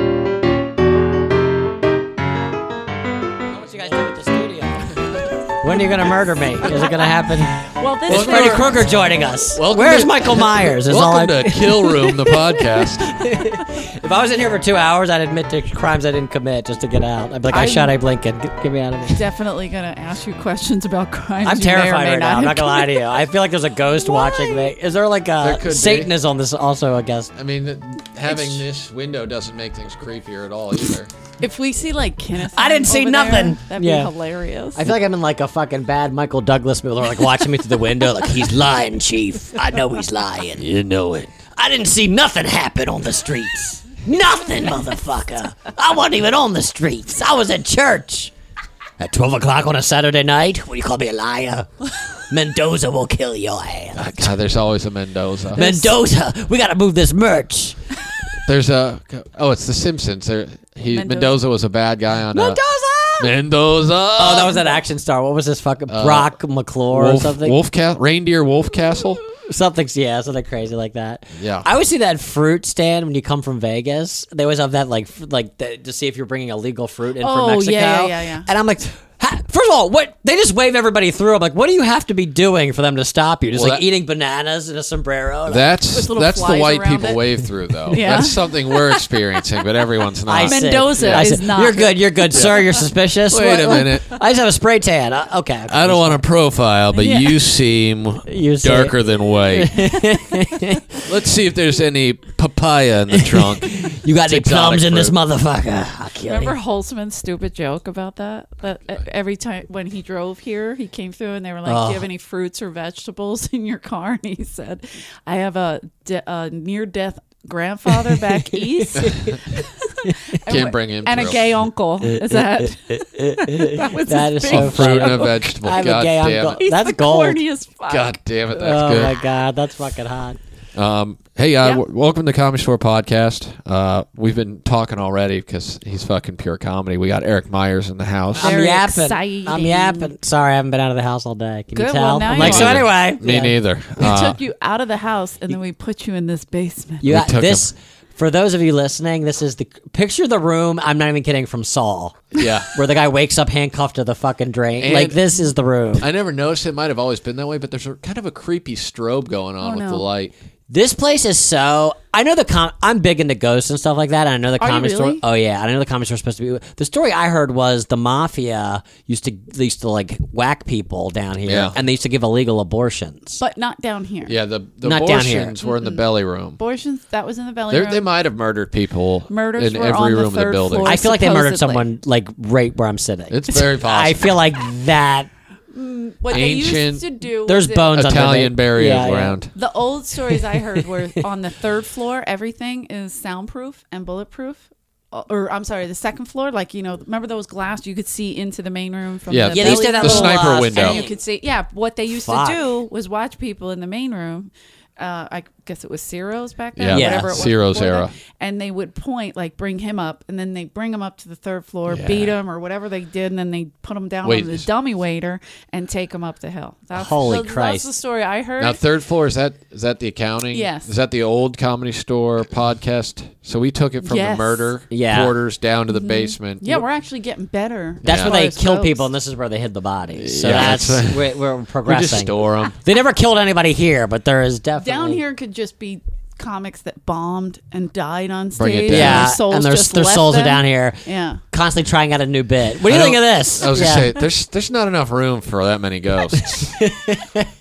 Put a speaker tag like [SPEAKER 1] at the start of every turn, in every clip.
[SPEAKER 1] When are you gonna murder me? Is it gonna happen?
[SPEAKER 2] Well, this
[SPEAKER 1] Is
[SPEAKER 2] is
[SPEAKER 1] Freddy
[SPEAKER 2] Freddy
[SPEAKER 1] Krueger joining us?
[SPEAKER 3] Welcome
[SPEAKER 1] Where's
[SPEAKER 3] to-
[SPEAKER 1] Michael Myers? Is all I,
[SPEAKER 3] Welcome to Kill Room, the podcast.
[SPEAKER 1] if I was in here for two hours, I'd admit to crimes I didn't commit just to get out. I'd be like, I,
[SPEAKER 2] I-
[SPEAKER 1] shot, I blinking. Get, get me out of here.
[SPEAKER 2] definitely going to ask you questions about crimes.
[SPEAKER 1] I'm
[SPEAKER 2] you may or
[SPEAKER 1] terrified
[SPEAKER 2] may
[SPEAKER 1] right now. I'm not
[SPEAKER 2] have
[SPEAKER 1] gonna lie to you. I feel like there's a ghost watching me. Is there like
[SPEAKER 3] There
[SPEAKER 1] a
[SPEAKER 3] could be.
[SPEAKER 1] Satan is on this also? I guess.
[SPEAKER 3] I mean, having this window doesn't make things creepier at all either.
[SPEAKER 2] If we see like Kenneth,
[SPEAKER 1] I didn't see
[SPEAKER 2] over
[SPEAKER 1] nothing.
[SPEAKER 2] There, that'd
[SPEAKER 1] Yeah.
[SPEAKER 2] be hilarious.
[SPEAKER 1] I feel like I'm in like a fucking bad Michael Douglas movie. They're like watching me through the window, like he's lying, Chief. I know he's lying. You know it. I didn't see nothing happen on the streets. Nothing, motherfucker. I wasn't even on the streets. I was at church. At twelve o'clock on a Saturday night, what do you call me a liar? Mendoza will kill your ass.
[SPEAKER 3] God, Uh, there's always a Mendoza.
[SPEAKER 1] Mendoza, we gotta move this merch.
[SPEAKER 3] There's a oh, it's The Simpsons. There, he Mendoza,
[SPEAKER 2] Mendoza.
[SPEAKER 3] was a bad guy on
[SPEAKER 1] Mendoza. Uh,
[SPEAKER 3] A, Mendoza.
[SPEAKER 1] Oh, that was an action star. What was this fucking Brock McClure or
[SPEAKER 3] Wolf,
[SPEAKER 1] something?
[SPEAKER 3] Wolf Ca- reindeer Wolf Castle.
[SPEAKER 1] Something's yeah, something crazy like that.
[SPEAKER 3] Yeah.
[SPEAKER 1] I always see that fruit stand when you come from Vegas. They always have that like f- like the, to see if you're bringing illegal fruit in
[SPEAKER 2] Oh,
[SPEAKER 1] from
[SPEAKER 2] yeah,
[SPEAKER 1] Mexico.
[SPEAKER 2] yeah, yeah, yeah.
[SPEAKER 1] And I'm like. "Ha- First of all, what they just wave everybody through. I'm like, what do you have to be doing for them to stop you? Just
[SPEAKER 3] Well,
[SPEAKER 1] like
[SPEAKER 3] that-
[SPEAKER 1] eating bananas in a sombrero. And
[SPEAKER 3] That's
[SPEAKER 2] With little
[SPEAKER 3] that's the
[SPEAKER 2] flies
[SPEAKER 3] white
[SPEAKER 2] around
[SPEAKER 3] people
[SPEAKER 2] it.
[SPEAKER 3] wave through though.
[SPEAKER 2] Yeah.
[SPEAKER 3] That's something we're experiencing, but everyone's not.
[SPEAKER 1] I said-
[SPEAKER 2] Mendoza
[SPEAKER 1] I
[SPEAKER 2] is
[SPEAKER 1] said,
[SPEAKER 2] not-
[SPEAKER 1] You're good. You're good, sir. You're suspicious.
[SPEAKER 3] Wait a
[SPEAKER 1] What-
[SPEAKER 3] minute.
[SPEAKER 1] I just have a spray tan. Uh, okay.
[SPEAKER 3] I don't want to profile, but
[SPEAKER 2] Yeah.
[SPEAKER 3] you seem
[SPEAKER 1] You say-
[SPEAKER 3] darker than white. Let's see if there's any papaya in the trunk.
[SPEAKER 1] You got any
[SPEAKER 3] It's exotic
[SPEAKER 1] plums in this
[SPEAKER 3] fruit.
[SPEAKER 1] motherfucker? I'll kill
[SPEAKER 2] Remember
[SPEAKER 1] you.
[SPEAKER 2] Holzman's stupid joke about that? That uh, every time when he drove here, he came through and they were like, "Do you have any fruits or vegetables in your car?" And he said, "I have a, de- a near-death grandfather back east, and
[SPEAKER 3] Can't bring him
[SPEAKER 2] a
[SPEAKER 3] through.
[SPEAKER 2] gay uncle." Is that that was
[SPEAKER 1] That
[SPEAKER 2] his
[SPEAKER 1] is
[SPEAKER 2] big
[SPEAKER 1] so funny.
[SPEAKER 3] fruit and a vegetable.
[SPEAKER 1] I have
[SPEAKER 3] God
[SPEAKER 1] a gay
[SPEAKER 3] damn
[SPEAKER 1] uncle.
[SPEAKER 3] it!
[SPEAKER 2] He's
[SPEAKER 1] That's
[SPEAKER 2] the
[SPEAKER 1] gold.
[SPEAKER 2] corniest fuck.
[SPEAKER 3] God damn it! That's
[SPEAKER 1] Oh
[SPEAKER 3] good.
[SPEAKER 1] my god, that's fucking hot.
[SPEAKER 3] Um, hey, uh,
[SPEAKER 2] Yeah.
[SPEAKER 3] w- welcome to Comedy Store Podcast. Uh, we've been talking already because he's fucking pure comedy. We got Eric Myers in the house.
[SPEAKER 1] I'm
[SPEAKER 2] Very
[SPEAKER 1] yapping. I'm
[SPEAKER 2] exciting.
[SPEAKER 1] yapping. Sorry, I haven't been out of the house all day. Can you
[SPEAKER 2] Good,
[SPEAKER 1] tell?
[SPEAKER 2] well, now
[SPEAKER 1] I'm
[SPEAKER 2] you
[SPEAKER 1] like, so
[SPEAKER 2] are.
[SPEAKER 1] anyway.
[SPEAKER 3] Me
[SPEAKER 1] Yeah.
[SPEAKER 3] neither.
[SPEAKER 2] We
[SPEAKER 3] Uh,
[SPEAKER 2] took you out of the house and then we put you in this basement.
[SPEAKER 1] You got
[SPEAKER 3] took
[SPEAKER 1] this. For those of you listening, this is the picture of the room. I'm not even kidding. From Saul,
[SPEAKER 3] yeah.
[SPEAKER 1] where the guy wakes up handcuffed to the fucking drain.
[SPEAKER 3] And-
[SPEAKER 1] like this is the room.
[SPEAKER 3] I never noticed it. Might have always been that way, but there's a, kind of a creepy strobe going on
[SPEAKER 2] Oh,
[SPEAKER 3] with
[SPEAKER 2] no.
[SPEAKER 3] the light.
[SPEAKER 1] This place is so. I know the com. I'm big into ghosts and stuff like that. And I know the
[SPEAKER 2] Are you
[SPEAKER 1] comedy
[SPEAKER 2] really?
[SPEAKER 1] store. Oh yeah, I know the comedy store supposed to be. The story I heard was the mafia used to they used to like whack people down here,
[SPEAKER 3] Yeah.
[SPEAKER 1] and they used to give illegal abortions.
[SPEAKER 2] but not down here.
[SPEAKER 3] Yeah, the the
[SPEAKER 1] Not down here.
[SPEAKER 3] abortions were in the belly room.
[SPEAKER 2] Abortions, that was in the belly
[SPEAKER 3] They're,
[SPEAKER 2] room.
[SPEAKER 3] they might have murdered people
[SPEAKER 2] Murders
[SPEAKER 3] in
[SPEAKER 2] were
[SPEAKER 3] every
[SPEAKER 2] on the
[SPEAKER 3] room of the
[SPEAKER 2] third
[SPEAKER 3] building.
[SPEAKER 2] floor.
[SPEAKER 1] I feel like they murdered
[SPEAKER 2] supposedly.
[SPEAKER 1] someone like right where I'm sitting.
[SPEAKER 3] It's very
[SPEAKER 1] I
[SPEAKER 3] possible.
[SPEAKER 1] feel like that.
[SPEAKER 2] what they
[SPEAKER 3] ancient-
[SPEAKER 2] used to do
[SPEAKER 1] There's
[SPEAKER 2] was it-
[SPEAKER 1] bones. under
[SPEAKER 3] Italian
[SPEAKER 1] the-
[SPEAKER 3] burial
[SPEAKER 1] Yeah, yeah.
[SPEAKER 3] ground.
[SPEAKER 2] The old stories I heard were on the third floor, everything is soundproof and bulletproof. O- Or I'm sorry, the second floor, like you know, remember those glass you could see into the main room from
[SPEAKER 3] Yeah,
[SPEAKER 2] the
[SPEAKER 3] Yeah,
[SPEAKER 1] they used to have that
[SPEAKER 2] belly
[SPEAKER 3] the
[SPEAKER 1] little,
[SPEAKER 2] room,
[SPEAKER 3] sniper
[SPEAKER 1] uh,
[SPEAKER 3] window.
[SPEAKER 2] and you could see. Yeah, what they used
[SPEAKER 1] Fuck.
[SPEAKER 2] to do was watch people in the main room. Uh, I guess it was Ciro's back then,
[SPEAKER 3] Yeah.
[SPEAKER 1] Yeah.
[SPEAKER 2] whatever it was.
[SPEAKER 3] Ciro's
[SPEAKER 2] before
[SPEAKER 3] era.
[SPEAKER 2] that. And they would point, like, bring him up, and then they bring him up to the third floor, beat 'em beat him or whatever they did, and then they put him down
[SPEAKER 3] Wait.
[SPEAKER 2] on the dummy waiter and take him up the hill. That's,
[SPEAKER 1] Holy
[SPEAKER 2] that's
[SPEAKER 1] Christ.
[SPEAKER 2] the story I heard.
[SPEAKER 3] Now, third floor is that is that the accounting?
[SPEAKER 2] Yes.
[SPEAKER 3] Is that the old comedy store podcast? So we took it from
[SPEAKER 2] Yes.
[SPEAKER 3] the murder
[SPEAKER 1] Yeah. Mm-hmm.
[SPEAKER 3] quarters down to the basement.
[SPEAKER 2] Yeah, we're actually getting better.
[SPEAKER 1] That's
[SPEAKER 2] as
[SPEAKER 1] where
[SPEAKER 2] far
[SPEAKER 1] they
[SPEAKER 2] as
[SPEAKER 1] killed
[SPEAKER 2] ghosts.
[SPEAKER 1] people, and this is where they hid the bodies. So
[SPEAKER 3] Yeah,
[SPEAKER 1] that's,
[SPEAKER 3] that's-
[SPEAKER 1] we're, we're
[SPEAKER 3] we just
[SPEAKER 1] progressing.
[SPEAKER 3] store them.
[SPEAKER 1] they never killed anybody here, but there is definitely
[SPEAKER 2] Down here could just be comics that bombed and died on stage.
[SPEAKER 3] Bring it down.
[SPEAKER 2] and
[SPEAKER 1] Yeah,
[SPEAKER 2] their souls
[SPEAKER 1] and their,
[SPEAKER 2] just
[SPEAKER 1] their
[SPEAKER 2] left
[SPEAKER 1] souls
[SPEAKER 2] them.
[SPEAKER 1] are down here,
[SPEAKER 2] Yeah.
[SPEAKER 1] constantly trying out a new bit. What do you
[SPEAKER 3] I
[SPEAKER 1] think of
[SPEAKER 3] don't-
[SPEAKER 1] this?
[SPEAKER 3] I was
[SPEAKER 1] Yeah.
[SPEAKER 3] gonna say there's there's not enough room for that many ghosts.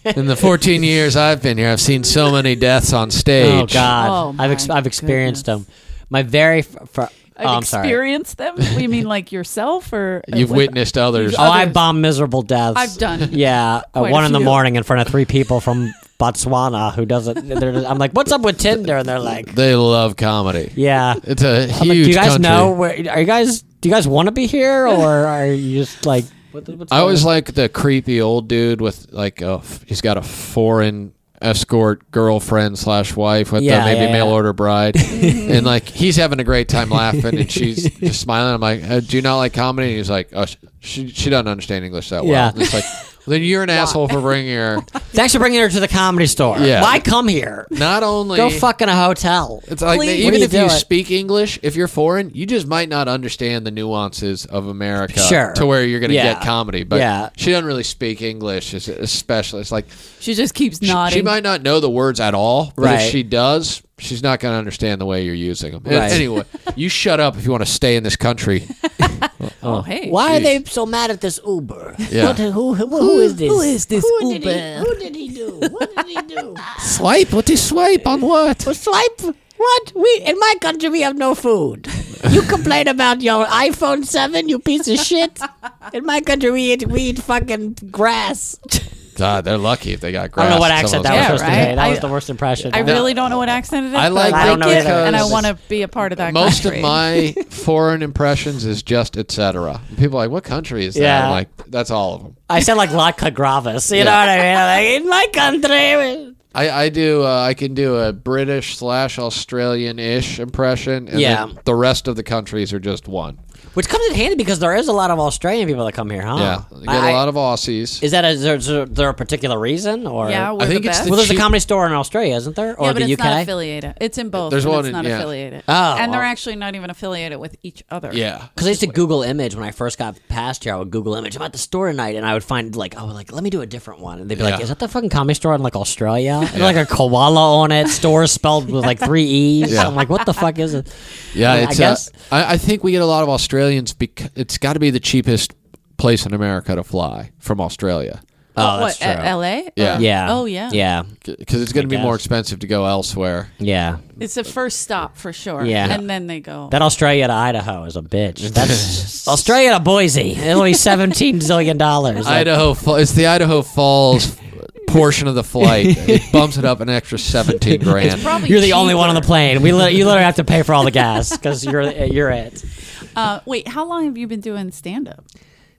[SPEAKER 3] In the 14 years I've been here, I've seen so many deaths on stage.
[SPEAKER 1] Oh God,
[SPEAKER 2] Oh,
[SPEAKER 1] I've ex-
[SPEAKER 2] my
[SPEAKER 1] I've experienced
[SPEAKER 2] goodness.
[SPEAKER 1] them. My very f- fir-
[SPEAKER 2] I've
[SPEAKER 1] oh, I'm sorry.
[SPEAKER 2] experienced them. We mean like yourself or
[SPEAKER 3] You've
[SPEAKER 2] with-
[SPEAKER 3] witnessed others.
[SPEAKER 1] Oh, I
[SPEAKER 2] others.
[SPEAKER 1] bombed miserable deaths.
[SPEAKER 2] I've done.
[SPEAKER 1] Yeah, at
[SPEAKER 2] Quite a
[SPEAKER 1] one in the
[SPEAKER 2] few.
[SPEAKER 1] morning in front of three people from Botswana who doesn't. They're just, I'm like, what's up with Tinder? And they're like,
[SPEAKER 3] They love comedy.
[SPEAKER 1] yeah.
[SPEAKER 3] It's a huge
[SPEAKER 1] I'm like, do you guys
[SPEAKER 3] country.
[SPEAKER 1] know where? Are you guys? Do you guys want to be here or are you just like? What, the- what's
[SPEAKER 3] I
[SPEAKER 1] going
[SPEAKER 3] always like the creepy old dude with like a f- he's got a foreign escort girlfriend slash wife with
[SPEAKER 1] Yeah,
[SPEAKER 3] a maybe
[SPEAKER 1] yeah,
[SPEAKER 3] mail
[SPEAKER 1] yeah.
[SPEAKER 3] order bride, and like he's having a great time laughing and she's just smiling. I'm like, uh, do you not like comedy? And he's like, oh, sh- she she doesn't understand English that well.
[SPEAKER 1] Yeah.
[SPEAKER 3] And it's like, Then you're an asshole for bringing her.
[SPEAKER 1] Thanks for bringing her to the comedy store.
[SPEAKER 3] Yeah.
[SPEAKER 1] Why come here?
[SPEAKER 3] Not only
[SPEAKER 1] Go fuck in a hotel.
[SPEAKER 3] It's like
[SPEAKER 2] Please.
[SPEAKER 1] What
[SPEAKER 3] even
[SPEAKER 1] do
[SPEAKER 3] if
[SPEAKER 1] you
[SPEAKER 3] you
[SPEAKER 1] do it?
[SPEAKER 3] speak English, if you're foreign, you just might not understand the nuances of America.
[SPEAKER 1] Sure.
[SPEAKER 3] To where you're going to
[SPEAKER 1] Yeah.
[SPEAKER 3] get comedy, but
[SPEAKER 1] Yeah.
[SPEAKER 3] she doesn't really speak English, es- especially. It's like
[SPEAKER 2] She just keeps
[SPEAKER 3] she-
[SPEAKER 2] nodding.
[SPEAKER 3] she might not know the words at all, but
[SPEAKER 1] Right.
[SPEAKER 3] if she does, she's not going to understand the way you're using them.
[SPEAKER 1] Right.
[SPEAKER 3] Anyway, you shut up if you want to stay in this country.
[SPEAKER 2] oh, hey.
[SPEAKER 1] Why are
[SPEAKER 3] Jeez.
[SPEAKER 1] they so mad at this Uber?
[SPEAKER 3] Yeah.
[SPEAKER 1] What, who, who, who is this?
[SPEAKER 2] Who is this
[SPEAKER 1] who
[SPEAKER 2] Uber?
[SPEAKER 1] Did he, who did he do? What did he do?
[SPEAKER 3] swipe? What is swipe on what?
[SPEAKER 1] Well, swipe. What? We in my country we have no food. You complain about your iPhone seven, you piece of shit. In my country we eat we eat fucking grass.
[SPEAKER 3] God, Ah, they're lucky if they got.
[SPEAKER 1] I
[SPEAKER 3] Grass
[SPEAKER 1] don't know what
[SPEAKER 3] in
[SPEAKER 1] accent
[SPEAKER 3] someone's
[SPEAKER 1] that was
[SPEAKER 3] mouth.
[SPEAKER 1] supposed to
[SPEAKER 2] Yeah, right?
[SPEAKER 1] be. That was
[SPEAKER 2] I-
[SPEAKER 1] the worst impression.
[SPEAKER 2] I really don't know what accent it is.
[SPEAKER 3] I
[SPEAKER 2] but
[SPEAKER 3] like
[SPEAKER 2] I
[SPEAKER 1] it
[SPEAKER 2] it,
[SPEAKER 1] because-
[SPEAKER 2] and I want to be a part of that.
[SPEAKER 3] Most of
[SPEAKER 2] country.
[SPEAKER 3] my foreign impressions is just etc. People are like, what country is that?
[SPEAKER 1] Yeah.
[SPEAKER 3] I'm like, that's all of them.
[SPEAKER 1] I sound like Latka Gravis. You
[SPEAKER 3] Yeah.
[SPEAKER 1] know what I mean? I'm like, in my country.
[SPEAKER 3] I, I do. Uh, I can do a British slash Australian ish impression. And
[SPEAKER 1] Yeah.
[SPEAKER 3] then the rest of the countries are just one.
[SPEAKER 1] Which comes in handy because there is a lot of Australian people that come here, huh?
[SPEAKER 3] Yeah. You get
[SPEAKER 1] I-
[SPEAKER 3] a lot of Aussies.
[SPEAKER 1] Is that a, is there, is there a particular reason or?
[SPEAKER 2] yeah, we're
[SPEAKER 3] I think
[SPEAKER 2] the
[SPEAKER 3] it's
[SPEAKER 2] best.
[SPEAKER 3] the
[SPEAKER 1] well, there's a
[SPEAKER 3] Cheap-
[SPEAKER 1] comedy store in Australia, isn't there? Or
[SPEAKER 2] yeah, but
[SPEAKER 1] the
[SPEAKER 2] it's
[SPEAKER 1] UK?
[SPEAKER 2] not affiliated. It's in both.
[SPEAKER 3] There's
[SPEAKER 2] and
[SPEAKER 3] one
[SPEAKER 2] It's
[SPEAKER 3] in-
[SPEAKER 2] not
[SPEAKER 3] yeah.
[SPEAKER 2] affiliated.
[SPEAKER 1] Oh,
[SPEAKER 2] and they're
[SPEAKER 1] well.
[SPEAKER 2] actually not even affiliated with each other.
[SPEAKER 3] yeah.
[SPEAKER 1] Because I used to Google image when I first got past here. I would Google image. I'm at the store tonight, and I would find like, oh, like let me do a different one. And they'd be like,
[SPEAKER 3] Yeah.
[SPEAKER 1] is that the fucking comedy store in like Australia? And like a koala on it. Store spelled with like three e's.
[SPEAKER 3] Yeah.
[SPEAKER 1] I'm like, what the fuck is it?
[SPEAKER 3] Yeah.
[SPEAKER 1] I
[SPEAKER 3] It's, uh,
[SPEAKER 1] guess-
[SPEAKER 3] I, I think we get a lot of Australians because it's got to be the cheapest place in America to fly from Australia.
[SPEAKER 1] Oh, that's
[SPEAKER 2] what, at
[SPEAKER 1] true.
[SPEAKER 2] LA?
[SPEAKER 3] Yeah.
[SPEAKER 2] Or-
[SPEAKER 1] Yeah.
[SPEAKER 2] Oh, yeah.
[SPEAKER 1] Yeah.
[SPEAKER 3] Because it's going to be
[SPEAKER 1] guess.
[SPEAKER 3] more expensive to go elsewhere.
[SPEAKER 1] Yeah.
[SPEAKER 2] It's the first stop for sure.
[SPEAKER 1] Yeah.
[SPEAKER 2] And then they go.
[SPEAKER 1] That Australia to Idaho is a bitch. That's Australia to Boise. It'll be seventeen zillion dollars.
[SPEAKER 3] Idaho. Fa- It's the Idaho Falls portion of the flight. It bumps it up an extra 17 grand.
[SPEAKER 2] Probably
[SPEAKER 1] You're the only one on the
[SPEAKER 2] cheaper.
[SPEAKER 1] plane. We li- you literally have to pay for all the gas because you're you're it.
[SPEAKER 2] Uh, wait, how long have you been doing stand up?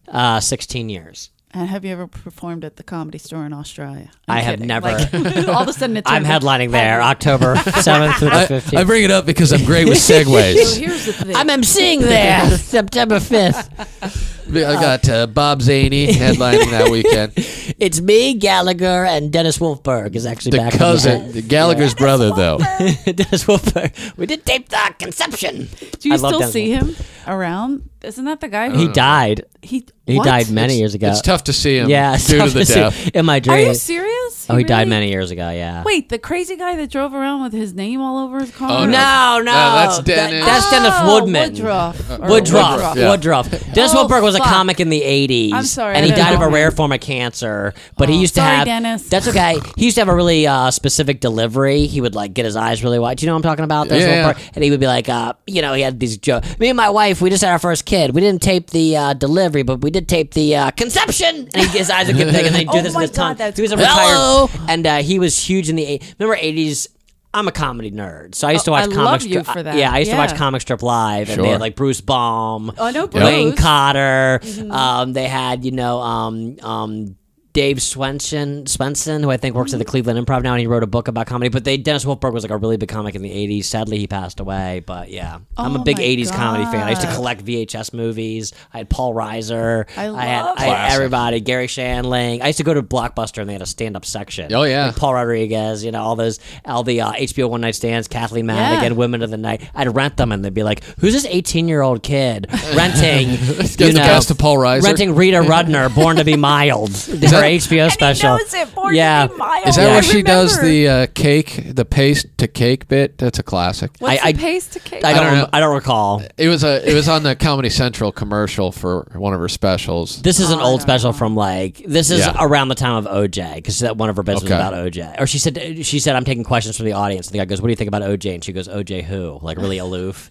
[SPEAKER 1] Uh, Sixteen years.
[SPEAKER 2] And have you ever performed at the comedy store in Australia?
[SPEAKER 1] I have never.
[SPEAKER 2] Like, all of a sudden, it
[SPEAKER 1] I'm
[SPEAKER 2] turned-
[SPEAKER 1] headlining there October 7th through the
[SPEAKER 3] I, I
[SPEAKER 1] 15th.
[SPEAKER 3] bring it up because I'm great with
[SPEAKER 2] So
[SPEAKER 3] segues.
[SPEAKER 2] here's the thing.
[SPEAKER 1] I'm emceeing there September 5th.
[SPEAKER 3] I got uh, Bob Zaney headlining that weekend.
[SPEAKER 1] It's me, Gallagher, and Dennis Wolfberg is actually
[SPEAKER 3] The
[SPEAKER 1] back. on
[SPEAKER 3] cousin, the Gallagher's brother, though.
[SPEAKER 1] set. Dennis Wolfberg. We did tape the conception.
[SPEAKER 2] Do you
[SPEAKER 1] I love
[SPEAKER 2] still
[SPEAKER 1] Dennis
[SPEAKER 2] see him around? Isn't that the guy?
[SPEAKER 1] He
[SPEAKER 2] Who,
[SPEAKER 1] died.
[SPEAKER 2] he
[SPEAKER 1] He
[SPEAKER 2] what?
[SPEAKER 1] died many years ago.
[SPEAKER 3] Uh. It's tough to see him
[SPEAKER 1] Yeah, it's
[SPEAKER 3] due to
[SPEAKER 1] tough
[SPEAKER 3] the
[SPEAKER 1] see-
[SPEAKER 3] death.
[SPEAKER 1] In my
[SPEAKER 2] Are you
[SPEAKER 1] dreams.
[SPEAKER 2] serious?
[SPEAKER 1] Oh, he died
[SPEAKER 2] really-
[SPEAKER 1] many years ago. Yeah.
[SPEAKER 2] Wait, the crazy guy that drove around with his name all over his car?
[SPEAKER 3] Oh,
[SPEAKER 1] No, no.
[SPEAKER 3] that's
[SPEAKER 1] That-
[SPEAKER 3] Dennis.
[SPEAKER 1] that's Dennis
[SPEAKER 2] Oh,
[SPEAKER 1] Woodman.
[SPEAKER 2] Woodruff. or
[SPEAKER 1] Woodruff.
[SPEAKER 3] Woodruff, Uh, yeah.
[SPEAKER 1] Woodruff. Dennis
[SPEAKER 2] Oh,
[SPEAKER 1] Woodberg was
[SPEAKER 2] fuck.
[SPEAKER 1] a comic in the 80s.
[SPEAKER 2] I'm sorry,
[SPEAKER 1] And
[SPEAKER 2] I
[SPEAKER 1] he
[SPEAKER 2] didn't
[SPEAKER 1] died of
[SPEAKER 2] know
[SPEAKER 1] a
[SPEAKER 2] him.
[SPEAKER 1] rare form of cancer. But he used to
[SPEAKER 2] sorry,
[SPEAKER 1] have.
[SPEAKER 2] Dennis.
[SPEAKER 1] That's okay. He used to have a really uh, specific delivery. He would like get his eyes really wide. Do you know what I'm talking about? Dennis
[SPEAKER 3] Yeah, yeah.
[SPEAKER 1] Woodberg? And he would be like, uh, you know, he had these jokes. Me and my wife, we just had our first kid. We didn't tape the uh, delivery, but we did tape the uh, conception. And he, his eyes would get big and they do
[SPEAKER 2] Oh
[SPEAKER 1] this
[SPEAKER 2] my
[SPEAKER 1] with his
[SPEAKER 2] God,
[SPEAKER 1] tongue.
[SPEAKER 2] that's
[SPEAKER 1] he was a retired. And uh, he was huge in the. eight- Remember 80s? I'm a comedy nerd, so I used to
[SPEAKER 2] Oh,
[SPEAKER 1] watch
[SPEAKER 2] I
[SPEAKER 1] comic
[SPEAKER 2] love
[SPEAKER 1] strip.
[SPEAKER 2] you for that.
[SPEAKER 1] Yeah, I used to watch
[SPEAKER 2] Yeah.
[SPEAKER 1] comic strip live, and they
[SPEAKER 3] Sure.
[SPEAKER 1] had like Bruce Baum.
[SPEAKER 2] Oh, I know
[SPEAKER 1] Wayne
[SPEAKER 2] Bruce. Mm-hmm.
[SPEAKER 1] Cotter. Um, they had you know um, um, Dave Swenson, Swenson, who I think works at the
[SPEAKER 2] Mm-hmm.
[SPEAKER 1] Cleveland Improv now, and he wrote a book about comedy. But they Dennis Wolfberg was like a really big comic in the '80s. Sadly, he passed away. But yeah, I'm
[SPEAKER 2] Oh
[SPEAKER 1] a big
[SPEAKER 2] my
[SPEAKER 1] '80s comedy fan. I used to
[SPEAKER 2] God.
[SPEAKER 1] collect VHS movies. I had Paul Reiser.
[SPEAKER 2] I
[SPEAKER 1] had,
[SPEAKER 2] love
[SPEAKER 1] I had
[SPEAKER 3] Classic.
[SPEAKER 1] everybody. Gary Shandling. I used to go to Blockbuster and they had a stand-up section.
[SPEAKER 3] Oh, yeah.
[SPEAKER 1] Like Paul Rodriguez. You know all those all the uh, HBO One Night Stands. Kathleen Madigan.
[SPEAKER 2] Yeah.
[SPEAKER 1] Women of the Night. I'd rent them and they'd be like, "Who's this 18-year-old kid renting?"
[SPEAKER 3] Get the best of Paul Reiser.
[SPEAKER 1] renting Rita Rudner, Born to Be Mild, her HBO special.
[SPEAKER 2] knows it, Born to
[SPEAKER 1] yeah,
[SPEAKER 2] Be Mild.
[SPEAKER 3] Is that
[SPEAKER 1] Yeah.
[SPEAKER 3] where
[SPEAKER 1] I
[SPEAKER 3] she does the uh, cake, the paste to cake bit? That's a classic.
[SPEAKER 2] What's
[SPEAKER 1] I- I-
[SPEAKER 2] the pace to cake?
[SPEAKER 1] I
[SPEAKER 3] I
[SPEAKER 1] don't.
[SPEAKER 3] don't
[SPEAKER 1] rem-
[SPEAKER 3] know.
[SPEAKER 1] I don't recall.
[SPEAKER 3] It was a. It was on the Comedy Central commercial for one of her specials.
[SPEAKER 1] This is an
[SPEAKER 2] Oh, I
[SPEAKER 1] old
[SPEAKER 2] don't
[SPEAKER 1] special from like this is
[SPEAKER 3] Yeah.
[SPEAKER 1] around the time of OJ because that one of her bits was
[SPEAKER 3] Okay.
[SPEAKER 1] about OJ. Or she said she said I'm taking questions from the audience. And the guy goes, "What do you think about OJ?" And she goes, "OJ who?" Like really aloof.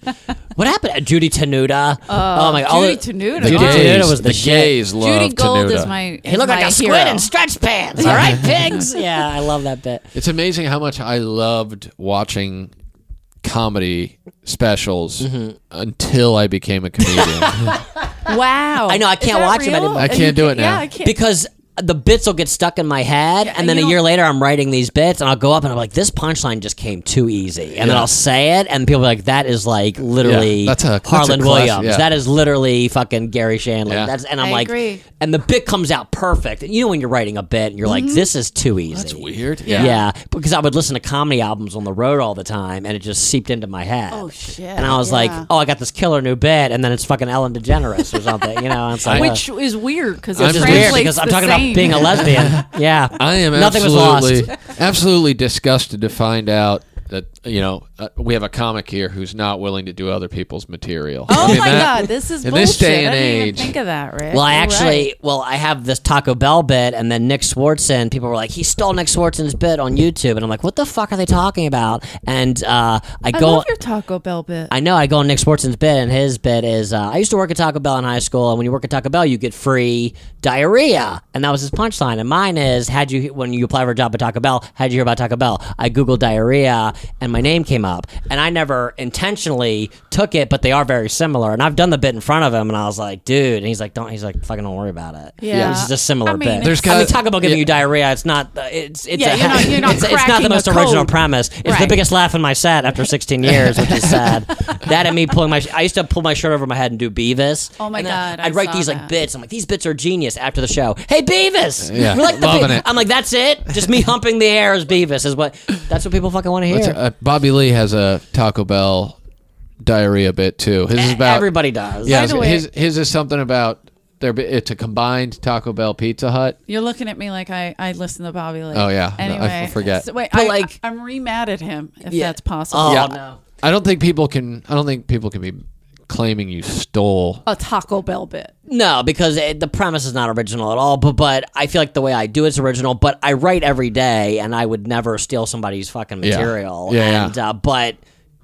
[SPEAKER 1] what happened? Uh, Judy Tenuta. oh my all
[SPEAKER 2] Judy Tenuta.
[SPEAKER 1] The
[SPEAKER 2] The
[SPEAKER 1] Judy
[SPEAKER 3] gays,
[SPEAKER 1] Tenuta was the,
[SPEAKER 3] the
[SPEAKER 1] shit.
[SPEAKER 3] gays love
[SPEAKER 2] Judy Gold
[SPEAKER 3] Tenuta.
[SPEAKER 2] is my.
[SPEAKER 1] He looked like a squid in stretch pants. All right, pigs. yeah, I love that bit.
[SPEAKER 3] It's amazing how much I loved watching comedy specials
[SPEAKER 1] Mm-hmm.
[SPEAKER 3] until I became a comedian.
[SPEAKER 2] Wow.
[SPEAKER 1] I know, I
[SPEAKER 2] Is
[SPEAKER 1] can't
[SPEAKER 2] that
[SPEAKER 1] watch him
[SPEAKER 2] real?
[SPEAKER 1] anymore.
[SPEAKER 3] I
[SPEAKER 2] And
[SPEAKER 3] can't
[SPEAKER 2] you
[SPEAKER 3] do it now.
[SPEAKER 2] Yeah, I can't.
[SPEAKER 1] because the bits will get stuck in my head, and then
[SPEAKER 2] you
[SPEAKER 1] a year
[SPEAKER 2] don't-
[SPEAKER 1] later I'm writing these bits, and I'll go up and I'm like, this punchline just came too easy, and then I'll say it, and people are like, that is like literally
[SPEAKER 3] Yeah, that's a- that's a
[SPEAKER 1] Harlan
[SPEAKER 3] class-
[SPEAKER 1] Williams,
[SPEAKER 3] yeah.
[SPEAKER 1] that is literally fucking Gary Shandling.
[SPEAKER 3] Yeah.
[SPEAKER 1] That's and I'm
[SPEAKER 2] I
[SPEAKER 1] like,
[SPEAKER 2] agree.
[SPEAKER 1] and the bit comes out perfect. And you know when you're writing a bit, and you're
[SPEAKER 2] Mm-hmm.
[SPEAKER 1] like, this is too easy.
[SPEAKER 3] That's weird.
[SPEAKER 1] Yeah. because I would listen to comedy albums on the road all the time, and it just seeped into my head.
[SPEAKER 2] Oh, shit.
[SPEAKER 1] And I was
[SPEAKER 2] Yeah.
[SPEAKER 1] like, "Oh, I got this killer new bit," and then it's fucking Ellen DeGeneres or something, you know? and It's like,
[SPEAKER 2] Which is weird because it
[SPEAKER 3] I'm
[SPEAKER 1] which is
[SPEAKER 3] just
[SPEAKER 1] weird
[SPEAKER 2] translates
[SPEAKER 1] because I'm
[SPEAKER 2] the
[SPEAKER 1] talking
[SPEAKER 2] same.
[SPEAKER 1] about being a lesbian. yeah,
[SPEAKER 3] I am
[SPEAKER 1] Nothing was
[SPEAKER 3] absolutely absolutely disgusted to find out that you know uh, we have a comic here who's not willing to do other people's material.
[SPEAKER 2] Oh
[SPEAKER 3] I mean,
[SPEAKER 2] my
[SPEAKER 3] that-
[SPEAKER 2] god, this is
[SPEAKER 3] in
[SPEAKER 2] bullshit.
[SPEAKER 3] this day
[SPEAKER 2] I
[SPEAKER 3] and
[SPEAKER 2] didn't
[SPEAKER 3] age-
[SPEAKER 2] even think of that, Rick.
[SPEAKER 1] Well, I
[SPEAKER 2] You're
[SPEAKER 1] actually,
[SPEAKER 2] right.
[SPEAKER 1] well, I have this Taco Bell bit, and then Nick Swartzen. People were like, "He stole Nick Swartzen's bit on YouTube," and I'm like, "What the fuck are they talking about?" And uh, I
[SPEAKER 2] I
[SPEAKER 1] go,
[SPEAKER 2] love your Taco Bell bit.
[SPEAKER 1] I know. I go on Nick Swartzen's bit, and his bit is uh, I used to work at Taco Bell in high school, and when you work at Taco Bell, you get free diarrhea, and that was his punchline. And mine is, had you when you apply for a job at Taco Bell, how'd you hear about Taco Bell? I googled diarrhea, and my name came up, and I never intentionally took it, but they are very similar. And I've done the bit in front of him, and I was like, dude, and he's like, don't, he's like, fucking don't worry about it.
[SPEAKER 2] Yeah.
[SPEAKER 1] this is a similar
[SPEAKER 2] I mean,
[SPEAKER 1] bit.
[SPEAKER 2] There's
[SPEAKER 1] I mean,
[SPEAKER 3] gotta-
[SPEAKER 1] Taco Bell giving
[SPEAKER 3] yeah.
[SPEAKER 1] you diarrhea. It's not. uh, It's it's
[SPEAKER 2] Yeah,
[SPEAKER 1] a,
[SPEAKER 2] you're not- you're not
[SPEAKER 1] it's, it's not
[SPEAKER 2] cracking
[SPEAKER 1] the
[SPEAKER 2] a
[SPEAKER 1] most original
[SPEAKER 2] code.
[SPEAKER 1] premise. It's the
[SPEAKER 2] Right.
[SPEAKER 1] biggest laugh in my set after 16 years, which is sad. that and me pulling my, I used to pull my shirt over my head and do Beavis.
[SPEAKER 2] Oh my
[SPEAKER 1] And then
[SPEAKER 2] God, I
[SPEAKER 1] I'd write
[SPEAKER 2] saw
[SPEAKER 1] these like
[SPEAKER 2] that.
[SPEAKER 1] bits. I'm like, these bits are genius. After the show, hey Beavis,
[SPEAKER 3] Yeah,
[SPEAKER 1] we like the
[SPEAKER 3] loving
[SPEAKER 1] Be-"
[SPEAKER 3] it.
[SPEAKER 1] I'm like, that's it. Just me humping the air as Beavis is what. That's what people fucking want to
[SPEAKER 3] That's-
[SPEAKER 1] hear.
[SPEAKER 3] uh, Bobby Lee has a Taco Bell diarrhea bit too. His is about
[SPEAKER 1] Everybody does.
[SPEAKER 3] Yeah,
[SPEAKER 2] Eh, the way-
[SPEAKER 3] his his is something about there. It's a combined Taco Bell Pizza Hut.
[SPEAKER 2] You're looking at me like I, I listen to Bobby Lee.
[SPEAKER 3] Oh, yeah. No, I
[SPEAKER 2] Anyway,
[SPEAKER 3] f- forget.
[SPEAKER 2] so wait,
[SPEAKER 1] But,
[SPEAKER 2] I,
[SPEAKER 1] like-
[SPEAKER 2] like I'm re mad at him if
[SPEAKER 1] Yeah.
[SPEAKER 2] that's possible.
[SPEAKER 1] Oh
[SPEAKER 3] Yeah.
[SPEAKER 1] no.
[SPEAKER 3] I don't think people can. I don't think people can be claiming you stole.
[SPEAKER 2] A Taco Bell bit.
[SPEAKER 1] No, because it, the premise is not original at all. But but I feel like the way I do it's original. But I write every day, and I would never steal somebody's fucking
[SPEAKER 3] Yeah.
[SPEAKER 1] material.
[SPEAKER 3] Yeah, yeah.
[SPEAKER 1] And, Uh, but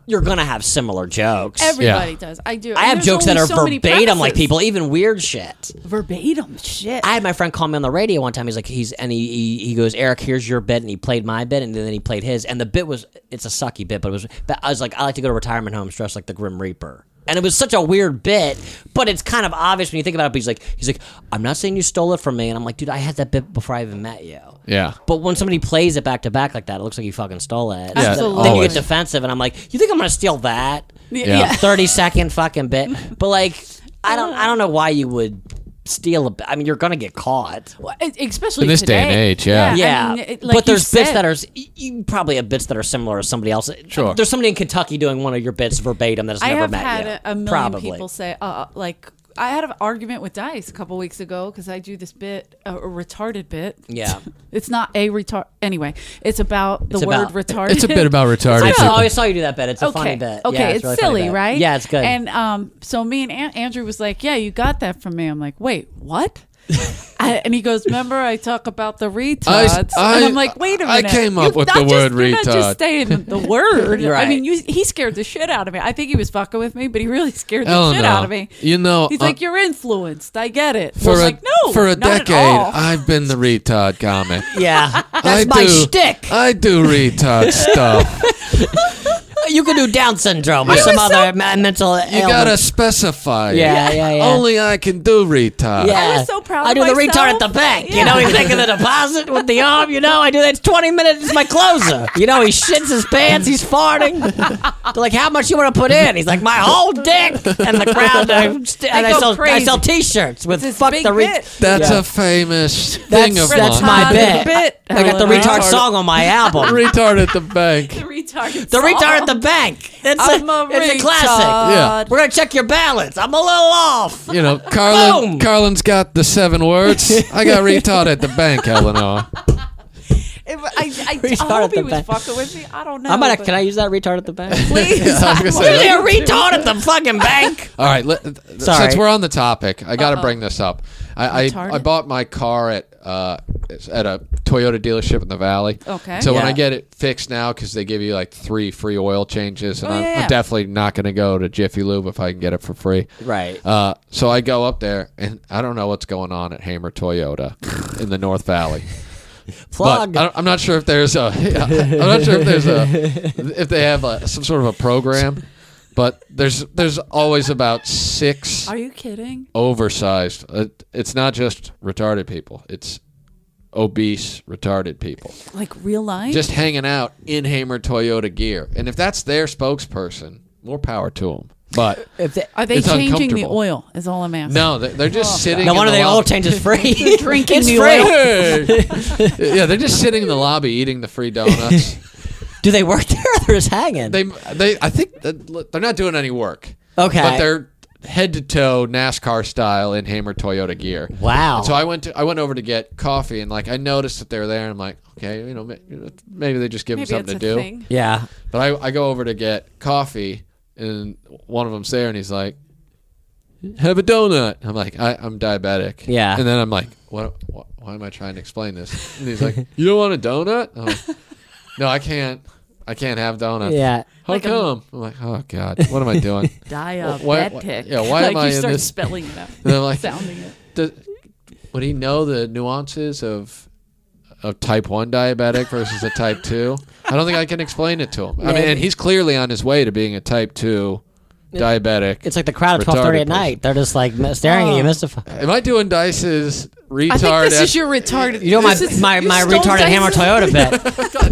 [SPEAKER 1] you're gonna have similar jokes.
[SPEAKER 2] Everybody does. I do.
[SPEAKER 1] I
[SPEAKER 2] And
[SPEAKER 1] have
[SPEAKER 2] there's
[SPEAKER 1] jokes that
[SPEAKER 2] only
[SPEAKER 1] are
[SPEAKER 2] so many
[SPEAKER 1] verbatim, like
[SPEAKER 2] premises.
[SPEAKER 1] people, even weird shit.
[SPEAKER 2] verbatim shit.
[SPEAKER 1] I had my friend call me on the radio one time. He's like, he's and he, he he goes, Eric, here's your bit, and he played my bit, and then he played his, and the bit was it's a sucky bit, but it was. But I was like, I like to go to retirement homes dressed like the Grim Reaper. And it was such a weird bit, but it's kind of obvious when you think about it. But he's like, he's like, I'm not saying you stole it from me, and I'm like, dude, I had that bit before I even met you.
[SPEAKER 3] Yeah.
[SPEAKER 1] But when somebody plays it back to back like that, it looks like you fucking stole it.
[SPEAKER 2] Yeah,
[SPEAKER 1] Then you
[SPEAKER 2] always.
[SPEAKER 1] get defensive, and I'm like, you think I'm gonna steal that?
[SPEAKER 3] Yeah.
[SPEAKER 1] thirty second fucking bit. But like, I don't, I don't know why you would steal a. bit. I mean, you're gonna get caught.
[SPEAKER 2] Well, e- especially
[SPEAKER 3] In this day
[SPEAKER 2] today.
[SPEAKER 3] and age, yeah. I
[SPEAKER 1] Yeah,
[SPEAKER 2] I mean, it- like
[SPEAKER 1] but
[SPEAKER 2] you
[SPEAKER 1] there's bits
[SPEAKER 2] said,
[SPEAKER 1] that are s- y- you probably have bits that are similar to somebody else.
[SPEAKER 3] Sure.
[SPEAKER 1] there's somebody in Kentucky doing one of your bits verbatim that has
[SPEAKER 2] I
[SPEAKER 1] never
[SPEAKER 2] have
[SPEAKER 1] met
[SPEAKER 2] had
[SPEAKER 1] you.
[SPEAKER 2] a, a million
[SPEAKER 1] probably.
[SPEAKER 2] people say, uh, like, I had an argument with Dice a couple weeks ago because I do this bit, a, a retarded bit.
[SPEAKER 1] Yeah.
[SPEAKER 2] it's not a retard. Anyway, it's about the
[SPEAKER 1] It's
[SPEAKER 2] word
[SPEAKER 1] about-
[SPEAKER 2] retarded.
[SPEAKER 3] It's a bit about retarded.
[SPEAKER 1] I
[SPEAKER 2] Yeah.
[SPEAKER 1] always saw you do that bit. It's a funny bit.
[SPEAKER 2] Okay,
[SPEAKER 1] Yeah,
[SPEAKER 2] it's,
[SPEAKER 1] really funny
[SPEAKER 2] silly,
[SPEAKER 1] bit.
[SPEAKER 2] right?
[SPEAKER 1] Yeah, it's good.
[SPEAKER 2] And um, so me and An- Andrew was like, "Yeah, you got that from me." I'm like, "Wait, what?" I, and he goes, "Remember, I talk about the retards." and
[SPEAKER 3] I-
[SPEAKER 2] I'm like, "Wait a
[SPEAKER 3] I
[SPEAKER 2] minute."
[SPEAKER 3] came up
[SPEAKER 2] You're
[SPEAKER 3] with
[SPEAKER 2] not
[SPEAKER 3] the
[SPEAKER 2] just-
[SPEAKER 3] word
[SPEAKER 2] you're not
[SPEAKER 3] retard."
[SPEAKER 2] just saying the word.
[SPEAKER 1] Right.
[SPEAKER 2] I mean, you, he scared the shit out of me. I think he was fucking with me, but he really scared the
[SPEAKER 3] Hell
[SPEAKER 2] shit
[SPEAKER 3] no.
[SPEAKER 2] out of me.
[SPEAKER 3] You know,
[SPEAKER 2] he's
[SPEAKER 3] uh,
[SPEAKER 2] like, "You're influenced. I get it."
[SPEAKER 3] For
[SPEAKER 2] I was
[SPEAKER 3] a,
[SPEAKER 2] like, "No,
[SPEAKER 3] for a
[SPEAKER 2] not at
[SPEAKER 3] decade,
[SPEAKER 2] all."
[SPEAKER 3] I've been the retard comic.
[SPEAKER 1] yeah, that's
[SPEAKER 3] I
[SPEAKER 1] my
[SPEAKER 3] do,
[SPEAKER 1] shtick.
[SPEAKER 3] I do retard stuff.
[SPEAKER 1] you could do Down syndrome or some other ma- mental.
[SPEAKER 3] You gotta specify. it.
[SPEAKER 1] Yeah, yeah, yeah.
[SPEAKER 3] Only I can do retard.
[SPEAKER 1] Yeah.
[SPEAKER 2] was so proud
[SPEAKER 1] I
[SPEAKER 2] of
[SPEAKER 1] do the retard at
[SPEAKER 2] myself.
[SPEAKER 1] the bank. You
[SPEAKER 2] Yeah.
[SPEAKER 1] know, he's taking the deposit with the arm. You know, I do that. It's 20 minutes. It's my closer. You know, he shits his pants. He's farting. They're like, how much you want to put in? He's like, my whole dick. And the crowd, I, st- and I
[SPEAKER 2] go
[SPEAKER 1] sell, I
[SPEAKER 2] crazy.
[SPEAKER 1] sell T-shirts with
[SPEAKER 2] This
[SPEAKER 1] fuck
[SPEAKER 2] big
[SPEAKER 1] the re-
[SPEAKER 2] bit.
[SPEAKER 3] That's
[SPEAKER 1] Yeah.
[SPEAKER 3] a famous thing
[SPEAKER 1] That's,
[SPEAKER 3] of
[SPEAKER 1] that's
[SPEAKER 3] mine.
[SPEAKER 1] my bit.
[SPEAKER 2] Retarded bit,
[SPEAKER 1] I got the
[SPEAKER 2] Helen.
[SPEAKER 1] retard song on my album.
[SPEAKER 3] retard at the bank.
[SPEAKER 2] the retard.
[SPEAKER 1] The retard at the bank. It's
[SPEAKER 2] I'm
[SPEAKER 1] a,
[SPEAKER 2] a
[SPEAKER 1] it's a
[SPEAKER 2] retard.
[SPEAKER 1] classic.
[SPEAKER 3] Yeah.
[SPEAKER 1] We're gonna check your balance. I'm a little off.
[SPEAKER 3] You know, Carlin.
[SPEAKER 1] Boom.
[SPEAKER 3] Carlin's got the seven words. I got retard at the bank, Eleanor.
[SPEAKER 2] It- I, I, I
[SPEAKER 1] Retard at
[SPEAKER 2] hope
[SPEAKER 1] the
[SPEAKER 2] he was
[SPEAKER 1] bank.
[SPEAKER 2] fucking with me. I don't know.
[SPEAKER 1] I'm gonna.
[SPEAKER 2] but-
[SPEAKER 1] Can I use that retard at the bank?
[SPEAKER 2] please.
[SPEAKER 3] I was gonna say
[SPEAKER 1] You're
[SPEAKER 3] that.
[SPEAKER 1] a retard at the fucking bank.
[SPEAKER 3] All right. Let, th- th-
[SPEAKER 1] Sorry.
[SPEAKER 3] Since we're on the topic, I got to bring this up. I, I,
[SPEAKER 2] Retarded.
[SPEAKER 3] I bought my car at uh, it's at a Toyota dealership in the valley.
[SPEAKER 2] Okay.
[SPEAKER 3] So when
[SPEAKER 1] Yeah.
[SPEAKER 3] I get it fixed now, because they give you like three free oil changes, and
[SPEAKER 2] Oh,
[SPEAKER 3] I'm,
[SPEAKER 2] yeah,
[SPEAKER 3] I'm
[SPEAKER 2] yeah.
[SPEAKER 3] definitely not going to go to Jiffy Lube if I can get it for free.
[SPEAKER 1] Right.
[SPEAKER 3] Uh, so I go up there, and I don't know what's going on at Hamer Toyota in the North Valley. But
[SPEAKER 1] Plug.
[SPEAKER 3] I don't- I'm not sure if there's a. I'm not sure if there's a. If they have a, some sort of a program, but there's there's always about six
[SPEAKER 2] Are you kidding?
[SPEAKER 3] oversized. Uh, It's not just retarded people. It's obese, retarded people
[SPEAKER 2] Like real life?
[SPEAKER 3] just hanging out in Hamer Toyota gear. And if that's their spokesperson, more power to them. But
[SPEAKER 1] If they,
[SPEAKER 2] Are they
[SPEAKER 3] It's
[SPEAKER 2] changing the
[SPEAKER 3] uncomfortable.
[SPEAKER 2] oil? Is all I'm asking.
[SPEAKER 3] no, they- they're just sitting.
[SPEAKER 1] Oh, no
[SPEAKER 3] in
[SPEAKER 1] wonder
[SPEAKER 3] the
[SPEAKER 1] they all
[SPEAKER 3] lobby.
[SPEAKER 1] change is free. Drinking it's
[SPEAKER 2] new
[SPEAKER 1] free.
[SPEAKER 2] ale.
[SPEAKER 3] Hey! yeah, they're just sitting in the lobby eating the free donuts.
[SPEAKER 1] Do they work there or they're just hanging?
[SPEAKER 3] they, they, I think that, they're not doing any work.
[SPEAKER 1] okay.
[SPEAKER 3] But they're head to toe NASCAR style in Hamer Toyota gear.
[SPEAKER 1] wow.
[SPEAKER 3] And so I went to I went over to get coffee and like I noticed that they were there and I'm like okay you know ma- you know, maybe they just give
[SPEAKER 2] Maybe
[SPEAKER 3] them something
[SPEAKER 2] it's
[SPEAKER 3] to
[SPEAKER 2] a
[SPEAKER 3] do
[SPEAKER 2] thing.
[SPEAKER 1] yeah.
[SPEAKER 3] But I, I go over to get coffee, and one of them's there, and he's like, "Have a donut." I'm like, I, "I'm diabetic."
[SPEAKER 1] Yeah.
[SPEAKER 3] And then I'm like, "What? Wh- why am I trying to explain this?" And he's like, "You don't want a donut?" I'm like, no, I can't. I can't have donuts.
[SPEAKER 1] Yeah.
[SPEAKER 3] How
[SPEAKER 2] Like um, a-
[SPEAKER 3] come? i I'm like, "Oh God, what am I doing?"
[SPEAKER 2] Diabetic.
[SPEAKER 3] Why- why- yeah, why
[SPEAKER 2] like
[SPEAKER 3] am I
[SPEAKER 2] you
[SPEAKER 3] in
[SPEAKER 2] start
[SPEAKER 3] this-
[SPEAKER 2] spelling it out,
[SPEAKER 3] And I'm like,
[SPEAKER 2] sounding it.
[SPEAKER 3] Does, would he know the nuances of of type one diabetic versus a type two? I don't think I can explain it to him. I mean, and
[SPEAKER 1] Maybe.
[SPEAKER 3] he's clearly on his way to being a type two diabetic.
[SPEAKER 1] It's like the crowd at
[SPEAKER 3] Retarded
[SPEAKER 1] 12:30 at
[SPEAKER 3] person. Oh.
[SPEAKER 1] night. They're just like m- staring at you, mystified.
[SPEAKER 3] Am I doing Dice's retard?
[SPEAKER 2] I think this
[SPEAKER 3] ass-
[SPEAKER 2] is your retarded.
[SPEAKER 1] You know my my, my retarded hammer Toyota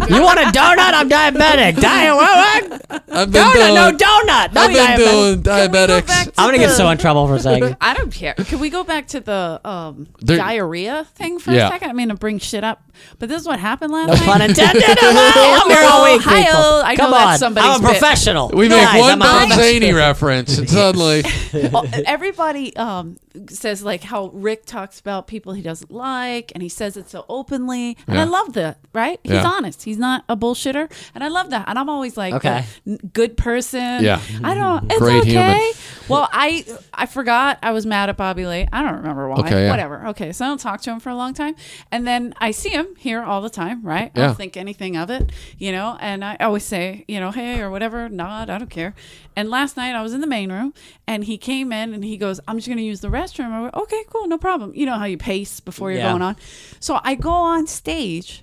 [SPEAKER 1] bit. you want a donut? I'm diabetic. Diet? What?
[SPEAKER 3] I've been
[SPEAKER 1] Donut?
[SPEAKER 3] doing,
[SPEAKER 1] No donut. No
[SPEAKER 3] I've been
[SPEAKER 1] diabetic.
[SPEAKER 3] doing diabetics.
[SPEAKER 2] back
[SPEAKER 1] I'm gonna get so in trouble for saying. it.
[SPEAKER 2] I don't care. Can we go back to the um,
[SPEAKER 3] There-
[SPEAKER 2] diarrhea thing for
[SPEAKER 3] Yeah.
[SPEAKER 2] a second? I mean, to bring shit up, but this is what happened last
[SPEAKER 1] No
[SPEAKER 2] night.
[SPEAKER 1] pun intended. I'm here all week, people.
[SPEAKER 2] Ohio. I know
[SPEAKER 1] Come
[SPEAKER 2] that's
[SPEAKER 1] on.
[SPEAKER 2] somebody's
[SPEAKER 1] I'm a
[SPEAKER 2] bit.
[SPEAKER 1] professional.
[SPEAKER 3] We make
[SPEAKER 1] Guys,
[SPEAKER 3] one
[SPEAKER 1] I'm a
[SPEAKER 3] Bob
[SPEAKER 1] professional.
[SPEAKER 3] Zaney reference, and suddenly
[SPEAKER 2] Well, everybody um, says like how Rick talks about people he doesn't like, and he says it so openly, and I
[SPEAKER 3] Yeah.
[SPEAKER 2] love that. Right? He's
[SPEAKER 3] Yeah.
[SPEAKER 2] honest. He's not a bullshitter, and I love that. And I'm always like,
[SPEAKER 1] Okay.
[SPEAKER 2] the n- good person.
[SPEAKER 3] Yeah.
[SPEAKER 2] I don't. It's
[SPEAKER 3] Great
[SPEAKER 2] okay.
[SPEAKER 3] human.
[SPEAKER 2] Well, I I forgot I was mad at Bobby Lee. I don't remember why.
[SPEAKER 3] Okay, yeah.
[SPEAKER 2] Whatever. Okay, so I don't talk to him for a long time, and then I see him here all the time. Right? I
[SPEAKER 3] Yeah.
[SPEAKER 2] don't think anything of it, you know. And I always say, you know, hey or whatever, nod. I don't care. And last night I was in the main room, and he came in and he goes, "I'm just going to use the restroom." I went, "Okay, cool, no problem." You know how you pace before you're
[SPEAKER 1] Yeah.
[SPEAKER 2] going on. So I go on stage.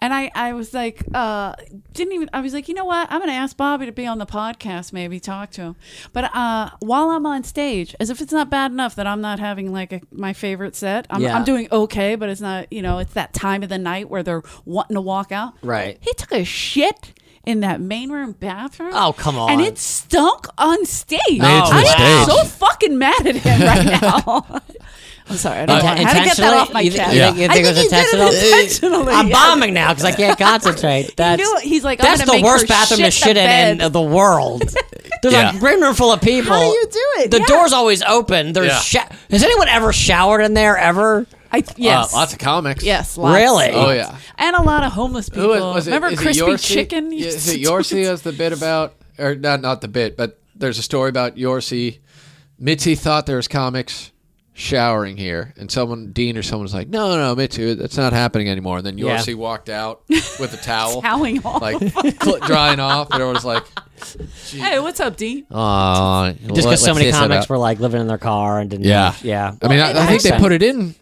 [SPEAKER 2] And I, I was like, uh, didn't even, I was like, you know what? I'm going to ask Bobby to be on the podcast, maybe talk to him. But uh, while I'm on stage, as if it's not bad enough that I'm not having like a, my favorite set, I'm,
[SPEAKER 1] Yeah.
[SPEAKER 2] I'm doing okay, but it's not, you know, it's that time of the night where they're wanting to walk out.
[SPEAKER 1] Right.
[SPEAKER 2] He took a shit. In that main room bathroom.
[SPEAKER 1] Oh, come on.
[SPEAKER 2] And it stunk on stage.
[SPEAKER 3] it's
[SPEAKER 2] I
[SPEAKER 3] the
[SPEAKER 2] am
[SPEAKER 3] stage.
[SPEAKER 2] so fucking mad at him right now. I'm sorry. I don't know. I had to get that
[SPEAKER 1] Uh, Intentionally?
[SPEAKER 2] off my
[SPEAKER 1] You thi-
[SPEAKER 2] chest.
[SPEAKER 1] you
[SPEAKER 3] Yeah.
[SPEAKER 1] think- you
[SPEAKER 2] I
[SPEAKER 1] think it
[SPEAKER 2] think
[SPEAKER 1] was
[SPEAKER 2] he did
[SPEAKER 1] intentional?
[SPEAKER 2] it intentionally.
[SPEAKER 1] I'm
[SPEAKER 2] yeah.
[SPEAKER 1] bombing now because I can't concentrate. That's
[SPEAKER 2] knew it. He's like, I'm
[SPEAKER 1] that's
[SPEAKER 2] gonna
[SPEAKER 1] the
[SPEAKER 2] make
[SPEAKER 1] worst
[SPEAKER 2] her
[SPEAKER 1] bathroom to
[SPEAKER 2] shit the
[SPEAKER 1] shit in
[SPEAKER 2] bed.
[SPEAKER 1] in the world. There's
[SPEAKER 3] Yeah.
[SPEAKER 1] a green room full of people.
[SPEAKER 2] How do you do it?
[SPEAKER 1] The
[SPEAKER 2] Yeah.
[SPEAKER 1] door's always open. There's
[SPEAKER 3] Yeah.
[SPEAKER 1] sho- has anyone ever showered in there ever?
[SPEAKER 2] I, yes.
[SPEAKER 1] Oh,
[SPEAKER 3] Uh, lots of comics.
[SPEAKER 2] Yes. Lots.
[SPEAKER 1] Really?
[SPEAKER 3] Oh, yeah.
[SPEAKER 2] And a lot of homeless people.
[SPEAKER 3] Who was, was it?
[SPEAKER 2] Remember
[SPEAKER 3] is it
[SPEAKER 2] crispy
[SPEAKER 3] Yorsey?
[SPEAKER 2] chicken?
[SPEAKER 3] Yeah, Is
[SPEAKER 2] used to
[SPEAKER 3] it
[SPEAKER 2] do
[SPEAKER 3] Yorsey
[SPEAKER 2] it?
[SPEAKER 3] was the bit about, or not not the bit, but there's a story about Yorsey. Mitzi thought there was comics showering here, and someone Dean or someone's like, "No, no, no, Mitzi, that's not happening anymore." And then
[SPEAKER 1] Yeah.
[SPEAKER 3] Yorsey walked out with a towel,
[SPEAKER 2] Toweling off.
[SPEAKER 3] like cl- drying off, and everyone's like,
[SPEAKER 2] Hey, what's up, D?
[SPEAKER 3] "Oh,
[SPEAKER 1] Just because so many comics were like living in their car and didn't.
[SPEAKER 3] Yeah.
[SPEAKER 1] yeah.
[SPEAKER 3] I mean, I,
[SPEAKER 2] it
[SPEAKER 3] I think
[SPEAKER 1] makes
[SPEAKER 3] they
[SPEAKER 1] sense.
[SPEAKER 3] put it in.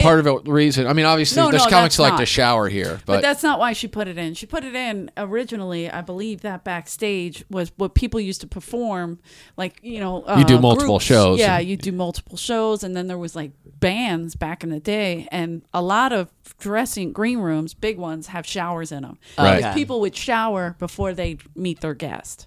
[SPEAKER 3] Part of it reason. I mean, obviously,
[SPEAKER 2] No,
[SPEAKER 3] there's
[SPEAKER 2] no, that's
[SPEAKER 3] comics that like to
[SPEAKER 2] not.
[SPEAKER 3] shower here, but,
[SPEAKER 2] But that's not why she put it in. She put it in originally. I believe that backstage was what people used to perform, like you know, uh,
[SPEAKER 3] do multiple
[SPEAKER 2] groups.
[SPEAKER 3] shows.
[SPEAKER 2] Yeah, you do multiple shows, and then there was like bands back in the day, and a lot of dressing green rooms, big ones, have showers in them.
[SPEAKER 3] Right.
[SPEAKER 2] Because People would shower before they meet their guest.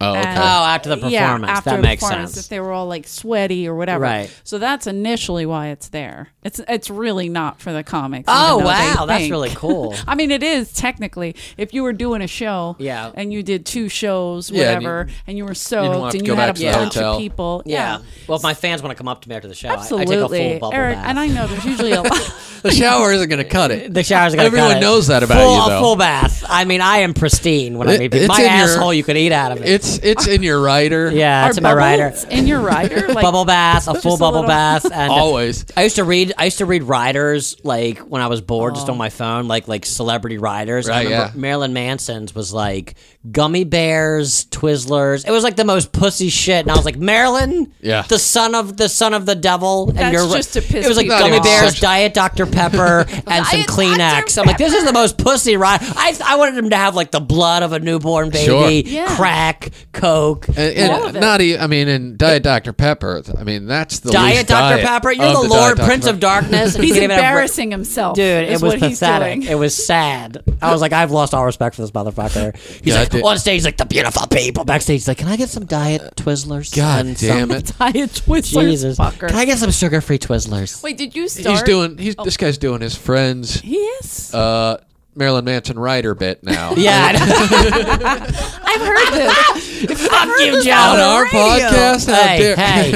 [SPEAKER 3] oh, okay.
[SPEAKER 2] And-
[SPEAKER 1] Oh, after the performance.
[SPEAKER 2] Yeah, after
[SPEAKER 1] That
[SPEAKER 2] the
[SPEAKER 1] makes
[SPEAKER 2] performance,
[SPEAKER 1] sense.
[SPEAKER 2] If they were all like sweaty or whatever.
[SPEAKER 1] Right.
[SPEAKER 2] So that's initially why it's there. It's it's really not for the comics.
[SPEAKER 1] Oh,
[SPEAKER 2] even though they
[SPEAKER 1] wow, that's
[SPEAKER 2] think-
[SPEAKER 1] really cool.
[SPEAKER 2] I mean, it is technically. If you were doing a show,
[SPEAKER 1] Yeah.
[SPEAKER 2] and you did two shows,
[SPEAKER 3] Yeah, and you-
[SPEAKER 2] whatever, and you, were
[SPEAKER 3] didn't
[SPEAKER 2] soaked,
[SPEAKER 3] want to
[SPEAKER 2] and
[SPEAKER 3] go
[SPEAKER 2] you
[SPEAKER 3] back
[SPEAKER 2] had
[SPEAKER 3] to
[SPEAKER 2] a
[SPEAKER 3] the
[SPEAKER 2] bunch
[SPEAKER 3] hotel.
[SPEAKER 2] of people,
[SPEAKER 1] yeah.
[SPEAKER 2] yeah.
[SPEAKER 1] Well, if my fans want to come up to me after the show, I-
[SPEAKER 2] Absolutely,
[SPEAKER 1] I, take a full bubble
[SPEAKER 2] Eric.
[SPEAKER 1] bath.
[SPEAKER 2] And I know there's usually a lot.
[SPEAKER 3] the shower isn't going to cut it.
[SPEAKER 1] The showers are gonna
[SPEAKER 3] Everyone
[SPEAKER 1] cut it.
[SPEAKER 3] knows that about
[SPEAKER 1] full,
[SPEAKER 3] you, though.
[SPEAKER 1] A full bath. I mean, I am pristine when
[SPEAKER 3] It-
[SPEAKER 1] I meet people.
[SPEAKER 3] it's
[SPEAKER 1] My
[SPEAKER 3] in your-
[SPEAKER 1] asshole, you could eat out of it.
[SPEAKER 3] It's it's in your writer.
[SPEAKER 1] yeah, it's
[SPEAKER 2] Are
[SPEAKER 1] in my rider.
[SPEAKER 2] bubbles in your rider, like
[SPEAKER 1] bubble bath, a full
[SPEAKER 2] a
[SPEAKER 1] bubble
[SPEAKER 2] little-
[SPEAKER 1] bath, and
[SPEAKER 3] Always.
[SPEAKER 1] I used to read. I used to read writers like
[SPEAKER 2] Oh.
[SPEAKER 1] when I was bored, just on my phone, like like celebrity writers. I
[SPEAKER 3] Right,
[SPEAKER 1] remember
[SPEAKER 3] yeah.
[SPEAKER 1] Marilyn Manson's was like gummy bears, Twizzlers. It was like the most pussy shit, and I was like, Marilyn,
[SPEAKER 3] Yeah.
[SPEAKER 1] the son of the son of the devil, and
[SPEAKER 2] That's
[SPEAKER 1] you're
[SPEAKER 2] just to piss
[SPEAKER 1] It was like
[SPEAKER 2] people
[SPEAKER 1] gummy
[SPEAKER 3] off.
[SPEAKER 1] bears,
[SPEAKER 3] Sexual-
[SPEAKER 1] Diet Dr Pepper, and some
[SPEAKER 2] Diet Dr.
[SPEAKER 1] Kleenex. I'm like, this is the most pussy ride. I I wanted him to have like the blood of a newborn baby,
[SPEAKER 3] Sure.
[SPEAKER 2] Yeah.
[SPEAKER 1] crack, coke.
[SPEAKER 3] And,
[SPEAKER 2] All
[SPEAKER 3] and
[SPEAKER 2] of it.
[SPEAKER 3] not even, I mean, in Diet Dr. Pepper, I mean, that's the
[SPEAKER 1] Diet
[SPEAKER 3] least
[SPEAKER 1] Dr.
[SPEAKER 3] diet
[SPEAKER 1] Pepper, you're
[SPEAKER 3] of
[SPEAKER 1] the, Lord
[SPEAKER 3] Diet Dr.
[SPEAKER 1] Prince
[SPEAKER 3] Pepper.
[SPEAKER 1] of Darkness. And you
[SPEAKER 2] He's
[SPEAKER 1] can't even have-
[SPEAKER 2] embarrassing himself.
[SPEAKER 1] Dude,
[SPEAKER 2] is
[SPEAKER 1] it was
[SPEAKER 2] what he's
[SPEAKER 1] pathetic.
[SPEAKER 2] doing.
[SPEAKER 1] It was sad. I was like, I've lost all respect for this motherfucker. He's
[SPEAKER 3] God
[SPEAKER 1] like,
[SPEAKER 3] da-
[SPEAKER 1] on stage, like the beautiful people. Backstage, he's like, can I get some diet Twizzlers?
[SPEAKER 3] God
[SPEAKER 1] and
[SPEAKER 3] damn
[SPEAKER 1] some-
[SPEAKER 3] it.
[SPEAKER 2] Diet Twizzlers,
[SPEAKER 1] Jesus.
[SPEAKER 2] fucker.
[SPEAKER 1] Can I get some sugar-free Twizzlers?
[SPEAKER 2] Wait, did you start?
[SPEAKER 3] He's doing, he's, this guy's doing his friend's
[SPEAKER 2] He is.
[SPEAKER 3] uh, Marilyn Manson writer bit now.
[SPEAKER 1] Oh. Yeah, I
[SPEAKER 2] I've heard this.
[SPEAKER 1] know. fuck you, Joe.
[SPEAKER 3] On our podcast? How
[SPEAKER 1] Hey,
[SPEAKER 3] dare-
[SPEAKER 1] hey.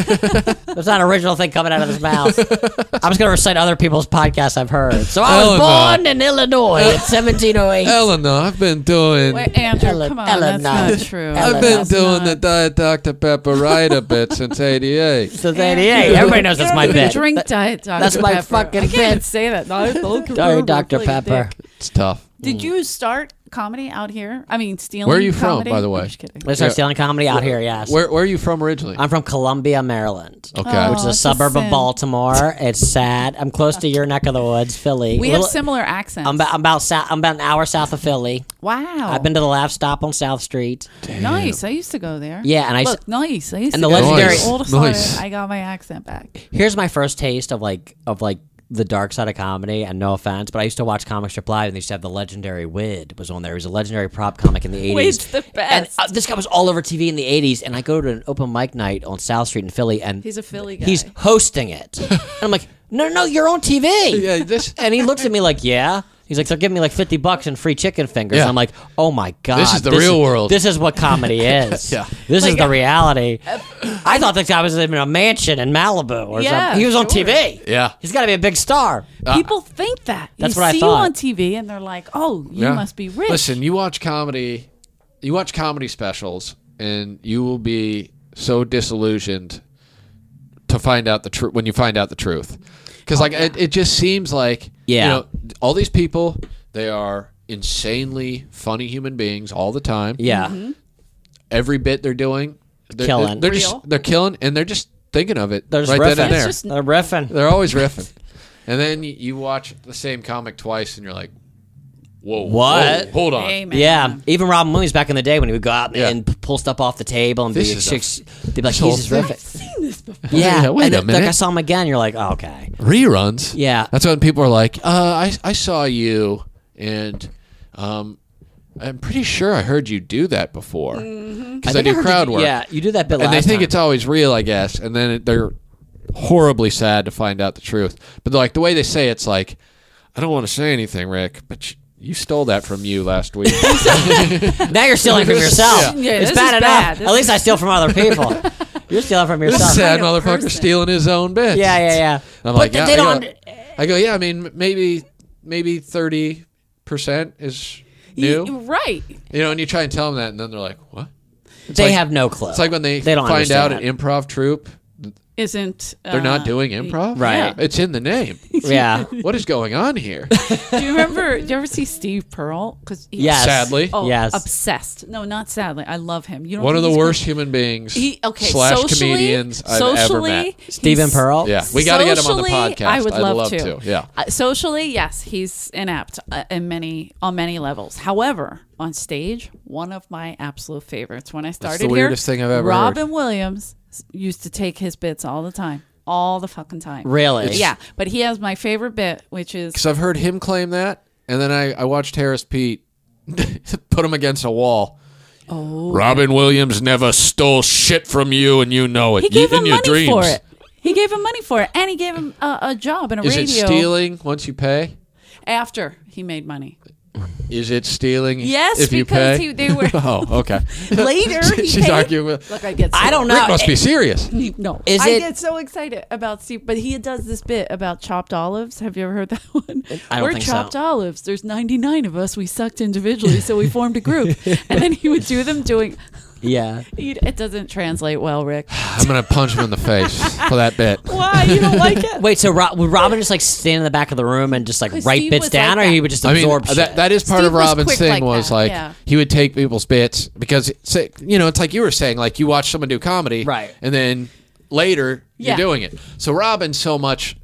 [SPEAKER 1] That's not an original thing coming out of his mouth. I'm just going to recite other people's podcasts I've heard. So I was
[SPEAKER 3] Eleanor.
[SPEAKER 1] born in Illinois oh in 1708.
[SPEAKER 3] Eleanor, I've been doing.
[SPEAKER 2] Wait, Andrew,
[SPEAKER 1] Ellen-
[SPEAKER 2] come on.
[SPEAKER 1] Ellen,
[SPEAKER 2] that's
[SPEAKER 1] no.
[SPEAKER 2] not true.
[SPEAKER 1] Ellen,
[SPEAKER 3] I've
[SPEAKER 1] no.
[SPEAKER 3] been
[SPEAKER 1] that's
[SPEAKER 3] doing the Diet Dr. Pepper writer bit since 88.
[SPEAKER 1] Since 88. Everybody knows that's my bit.
[SPEAKER 2] Drink Diet Dr.
[SPEAKER 1] that's my
[SPEAKER 2] Pepper.
[SPEAKER 1] fucking
[SPEAKER 2] I can't
[SPEAKER 1] bit.
[SPEAKER 2] say that. Diet Dr.
[SPEAKER 1] Sorry,
[SPEAKER 2] Pepper,
[SPEAKER 1] Dr.
[SPEAKER 2] like a
[SPEAKER 1] Pepper. Mm.
[SPEAKER 2] dick.
[SPEAKER 3] It's tough.
[SPEAKER 2] Did you start comedy out here? I mean, stealing.
[SPEAKER 3] Where are you from,
[SPEAKER 2] comedy?
[SPEAKER 3] by the way?
[SPEAKER 2] I'm just kidding.
[SPEAKER 1] Let's start
[SPEAKER 3] Yeah.
[SPEAKER 1] stealing comedy out here, yes.
[SPEAKER 3] Where, where are you from originally?
[SPEAKER 1] I'm from Columbia, Maryland.
[SPEAKER 3] okay.
[SPEAKER 2] Oh.
[SPEAKER 1] Which is a
[SPEAKER 2] it's a
[SPEAKER 1] suburb of
[SPEAKER 2] sin.
[SPEAKER 1] Baltimore. It's sad. I'm close to your neck of the woods, Philly.
[SPEAKER 2] We
[SPEAKER 1] A
[SPEAKER 2] have
[SPEAKER 1] little-
[SPEAKER 2] similar accents.
[SPEAKER 1] I'm about I'm about, sou- I'm about an hour south of Philly.
[SPEAKER 2] wow.
[SPEAKER 1] I've been to the Laugh Stop on South Street.
[SPEAKER 2] nice. I used to go there.
[SPEAKER 1] Yeah, and I s-
[SPEAKER 2] Look, nice. I used
[SPEAKER 1] And the
[SPEAKER 2] to go there.
[SPEAKER 1] legendary-
[SPEAKER 2] Old as
[SPEAKER 3] Nice.
[SPEAKER 2] fuck, I got my accent back.
[SPEAKER 1] Here's my first taste of like of like the dark side of comedy. And no offense, but I used to watch Comic Strip Live, and they used to have the legendary Wid was on there. He was a legendary prop comic in the 80s.
[SPEAKER 2] Wid's the
[SPEAKER 1] And
[SPEAKER 2] best.
[SPEAKER 1] uh, this guy was all over TV in the 80s. And I go to an open mic night on South Street in Philly, and
[SPEAKER 2] He's a Philly guy.
[SPEAKER 1] he's hosting it. and I'm like, no, no, no, you're on TV.
[SPEAKER 3] Yeah, this-
[SPEAKER 1] and he looks at me like, yeah. He's like, they're giving me like 50 bucks and free chicken fingers.
[SPEAKER 3] Yeah.
[SPEAKER 1] And I'm like, oh my God.
[SPEAKER 3] is the real world.
[SPEAKER 1] This is what comedy is.
[SPEAKER 3] Yeah.
[SPEAKER 1] This is
[SPEAKER 2] Like, uh,
[SPEAKER 1] the reality. I thought this guy was in a mansion in Malibu or
[SPEAKER 2] Yeah,
[SPEAKER 1] something. He was on
[SPEAKER 2] sure.
[SPEAKER 1] TV.
[SPEAKER 3] Yeah.
[SPEAKER 1] He's got to be a big star.
[SPEAKER 3] Uh,
[SPEAKER 2] People think that.
[SPEAKER 1] That's
[SPEAKER 2] you
[SPEAKER 1] what I
[SPEAKER 2] see
[SPEAKER 1] thought.
[SPEAKER 2] you on TV and they're like, oh, you
[SPEAKER 3] Yeah.
[SPEAKER 2] must be rich.
[SPEAKER 3] Listen, you watch comedy, you watch comedy specials, and you will be so disillusioned to find out the truth when you find out the truth. Because
[SPEAKER 2] Oh,
[SPEAKER 3] like it, it just seems like
[SPEAKER 1] Yeah.
[SPEAKER 3] you know, all these people they are insanely funny human beings all the time.
[SPEAKER 1] Yeah.
[SPEAKER 3] Mm-hmm. every bit they're doing, they're,
[SPEAKER 1] Killing.
[SPEAKER 3] They're, just
[SPEAKER 2] Real.
[SPEAKER 3] they're killing, and they're just thinking of it
[SPEAKER 1] There's
[SPEAKER 3] right
[SPEAKER 1] riffing.
[SPEAKER 3] then and
[SPEAKER 2] It's
[SPEAKER 3] there.
[SPEAKER 2] just- Oh,
[SPEAKER 1] They're riffing.
[SPEAKER 3] They're always riffing. And then you, you watch the same comic twice, and you're like, "Whoa,
[SPEAKER 1] What?
[SPEAKER 3] whoa, hold on,
[SPEAKER 2] Amen.
[SPEAKER 1] Yeah, even Robin Williams back in the day when he would go out
[SPEAKER 3] Yeah.
[SPEAKER 1] and p- pull stuff off the table and
[SPEAKER 3] This
[SPEAKER 1] be
[SPEAKER 3] is a-
[SPEAKER 1] six, they'd be like,
[SPEAKER 3] whole
[SPEAKER 1] "He's just riffing."
[SPEAKER 2] I've seen this before.
[SPEAKER 1] Yeah,
[SPEAKER 3] Yeah, wait
[SPEAKER 1] and
[SPEAKER 3] a
[SPEAKER 1] it- Like I
[SPEAKER 3] minute.
[SPEAKER 1] saw him again, you're like, "Oh, okay."
[SPEAKER 3] reruns.
[SPEAKER 1] Yeah.
[SPEAKER 3] that's when people are like, uh, I I saw you, and um, I'm pretty sure I heard you do that before because
[SPEAKER 1] Mm-hmm. I
[SPEAKER 3] I,
[SPEAKER 1] think I
[SPEAKER 3] do
[SPEAKER 1] heard
[SPEAKER 3] crowd
[SPEAKER 1] you,
[SPEAKER 3] work.
[SPEAKER 1] Yeah, you did that bit
[SPEAKER 3] and
[SPEAKER 1] last
[SPEAKER 3] they think
[SPEAKER 1] time.
[SPEAKER 3] it's always real, I guess, and then it, they're horribly sad to find out the truth. But like the way they say it's like, I don't want to say anything, Rick, but. You, you stole that from you last week.
[SPEAKER 1] now you're stealing from yourself.
[SPEAKER 2] Yeah. Yeah,
[SPEAKER 1] it's
[SPEAKER 2] this
[SPEAKER 1] bad
[SPEAKER 2] is
[SPEAKER 1] enough.
[SPEAKER 2] bad. This
[SPEAKER 1] At least I steal from other people. you're stealing from
[SPEAKER 3] This
[SPEAKER 1] yourself.
[SPEAKER 3] sad
[SPEAKER 2] kind of
[SPEAKER 3] motherfucker
[SPEAKER 2] person.
[SPEAKER 3] stealing his own bits.
[SPEAKER 1] Yeah, yeah, yeah.
[SPEAKER 3] And I'm
[SPEAKER 1] but
[SPEAKER 3] like,
[SPEAKER 1] th-
[SPEAKER 3] yeah,
[SPEAKER 1] they
[SPEAKER 3] I go-
[SPEAKER 1] don't.
[SPEAKER 3] I go, yeah. I mean, m- maybe, maybe thirty percent is new.
[SPEAKER 2] You- Right.
[SPEAKER 3] You know, and you try and tell them that, and then they're like, "What?"
[SPEAKER 1] They
[SPEAKER 3] like-
[SPEAKER 1] have no clue.
[SPEAKER 3] It's like when they,
[SPEAKER 1] They don't
[SPEAKER 3] find out
[SPEAKER 1] understand.
[SPEAKER 3] an improv troupe
[SPEAKER 2] Isn't. Uh,
[SPEAKER 3] they're not doing improv.
[SPEAKER 1] Right.
[SPEAKER 3] It's in the name.
[SPEAKER 1] yeah.
[SPEAKER 3] what is going on here?
[SPEAKER 2] Do you remember? Do you ever see Steve Pearl? Because
[SPEAKER 1] Yes.
[SPEAKER 3] Sadly.
[SPEAKER 2] Oh,
[SPEAKER 1] Yes.
[SPEAKER 2] obsessed. No, not sadly. I love him. You don't
[SPEAKER 3] One of
[SPEAKER 2] think
[SPEAKER 3] the
[SPEAKER 2] he's
[SPEAKER 3] worst human beings
[SPEAKER 2] He okay.
[SPEAKER 3] slash
[SPEAKER 2] socially,
[SPEAKER 3] comedians I've ever
[SPEAKER 2] socially,
[SPEAKER 3] met.
[SPEAKER 2] he's-
[SPEAKER 1] Stephen Pearl.
[SPEAKER 3] Yeah, we got to get him on the
[SPEAKER 2] socially,
[SPEAKER 3] podcast.
[SPEAKER 2] I would
[SPEAKER 3] I'd
[SPEAKER 2] love,
[SPEAKER 3] to. Yeah.
[SPEAKER 2] Uh, socially, yes, he's inept uh, in many on many levels. However, on stage, one of my absolute favorites. When I started
[SPEAKER 3] the
[SPEAKER 2] here,
[SPEAKER 3] weirdest thing I've ever heard.
[SPEAKER 2] Robin Williams s- used to take his bits all the time, all the fucking time.
[SPEAKER 1] Really? It's-
[SPEAKER 2] Yeah, but he has my favorite bit, which is
[SPEAKER 3] Because I've heard him claim that, and then I, I watched Harris Pete put him against a wall. Oh. Robin Williams never stole shit from you, and you know it.
[SPEAKER 2] he gave
[SPEAKER 3] you,
[SPEAKER 2] him
[SPEAKER 3] in your
[SPEAKER 2] money
[SPEAKER 3] dreams.
[SPEAKER 2] for it. He gave him money for it, and he gave him a, a job in a
[SPEAKER 3] Is it
[SPEAKER 2] radio
[SPEAKER 3] stealing once you pay?
[SPEAKER 2] after he made money.
[SPEAKER 3] Is it stealing?
[SPEAKER 2] Yes,
[SPEAKER 3] if you
[SPEAKER 2] because
[SPEAKER 3] pay?
[SPEAKER 2] he- they were-
[SPEAKER 3] oh, okay.
[SPEAKER 2] Later, he
[SPEAKER 3] She's
[SPEAKER 2] paid-
[SPEAKER 3] arguing with.
[SPEAKER 2] Look, I get.
[SPEAKER 1] I don't
[SPEAKER 2] so-
[SPEAKER 1] know.
[SPEAKER 3] Rick must be serious.
[SPEAKER 2] No,
[SPEAKER 1] Is
[SPEAKER 2] I
[SPEAKER 1] it-
[SPEAKER 2] get so excited about Steve, but he does this bit about chopped olives. Have you ever heard that one?
[SPEAKER 1] I don't
[SPEAKER 2] We're
[SPEAKER 1] think so.
[SPEAKER 2] chopped olives. There's 99 of us. We sucked individually, so we formed a group, and then he would do them doing.
[SPEAKER 1] Yeah.
[SPEAKER 2] You- It doesn't translate well, Rick.
[SPEAKER 3] I'm gonna punch him in the face for that bit.
[SPEAKER 2] Why you don't like it?
[SPEAKER 1] Wait, so Ro- would Robin just like stand in the back of the room and just like
[SPEAKER 2] Because
[SPEAKER 1] write
[SPEAKER 2] Steve
[SPEAKER 1] bits
[SPEAKER 2] was
[SPEAKER 1] down,
[SPEAKER 2] like
[SPEAKER 1] or he
[SPEAKER 2] that.
[SPEAKER 1] would just
[SPEAKER 3] I mean, uh,
[SPEAKER 1] absorb shit?
[SPEAKER 3] that that is part
[SPEAKER 2] Steve
[SPEAKER 3] of
[SPEAKER 2] was
[SPEAKER 3] Robin's
[SPEAKER 2] quick
[SPEAKER 3] thing
[SPEAKER 2] like
[SPEAKER 3] was
[SPEAKER 2] that,
[SPEAKER 3] like
[SPEAKER 2] yeah.
[SPEAKER 3] he would take people's bits because say, you know it's like you were saying like you watch someone do comedy,
[SPEAKER 1] Right.
[SPEAKER 3] And then later
[SPEAKER 2] Yeah.
[SPEAKER 3] you're doing it. So Robin's so much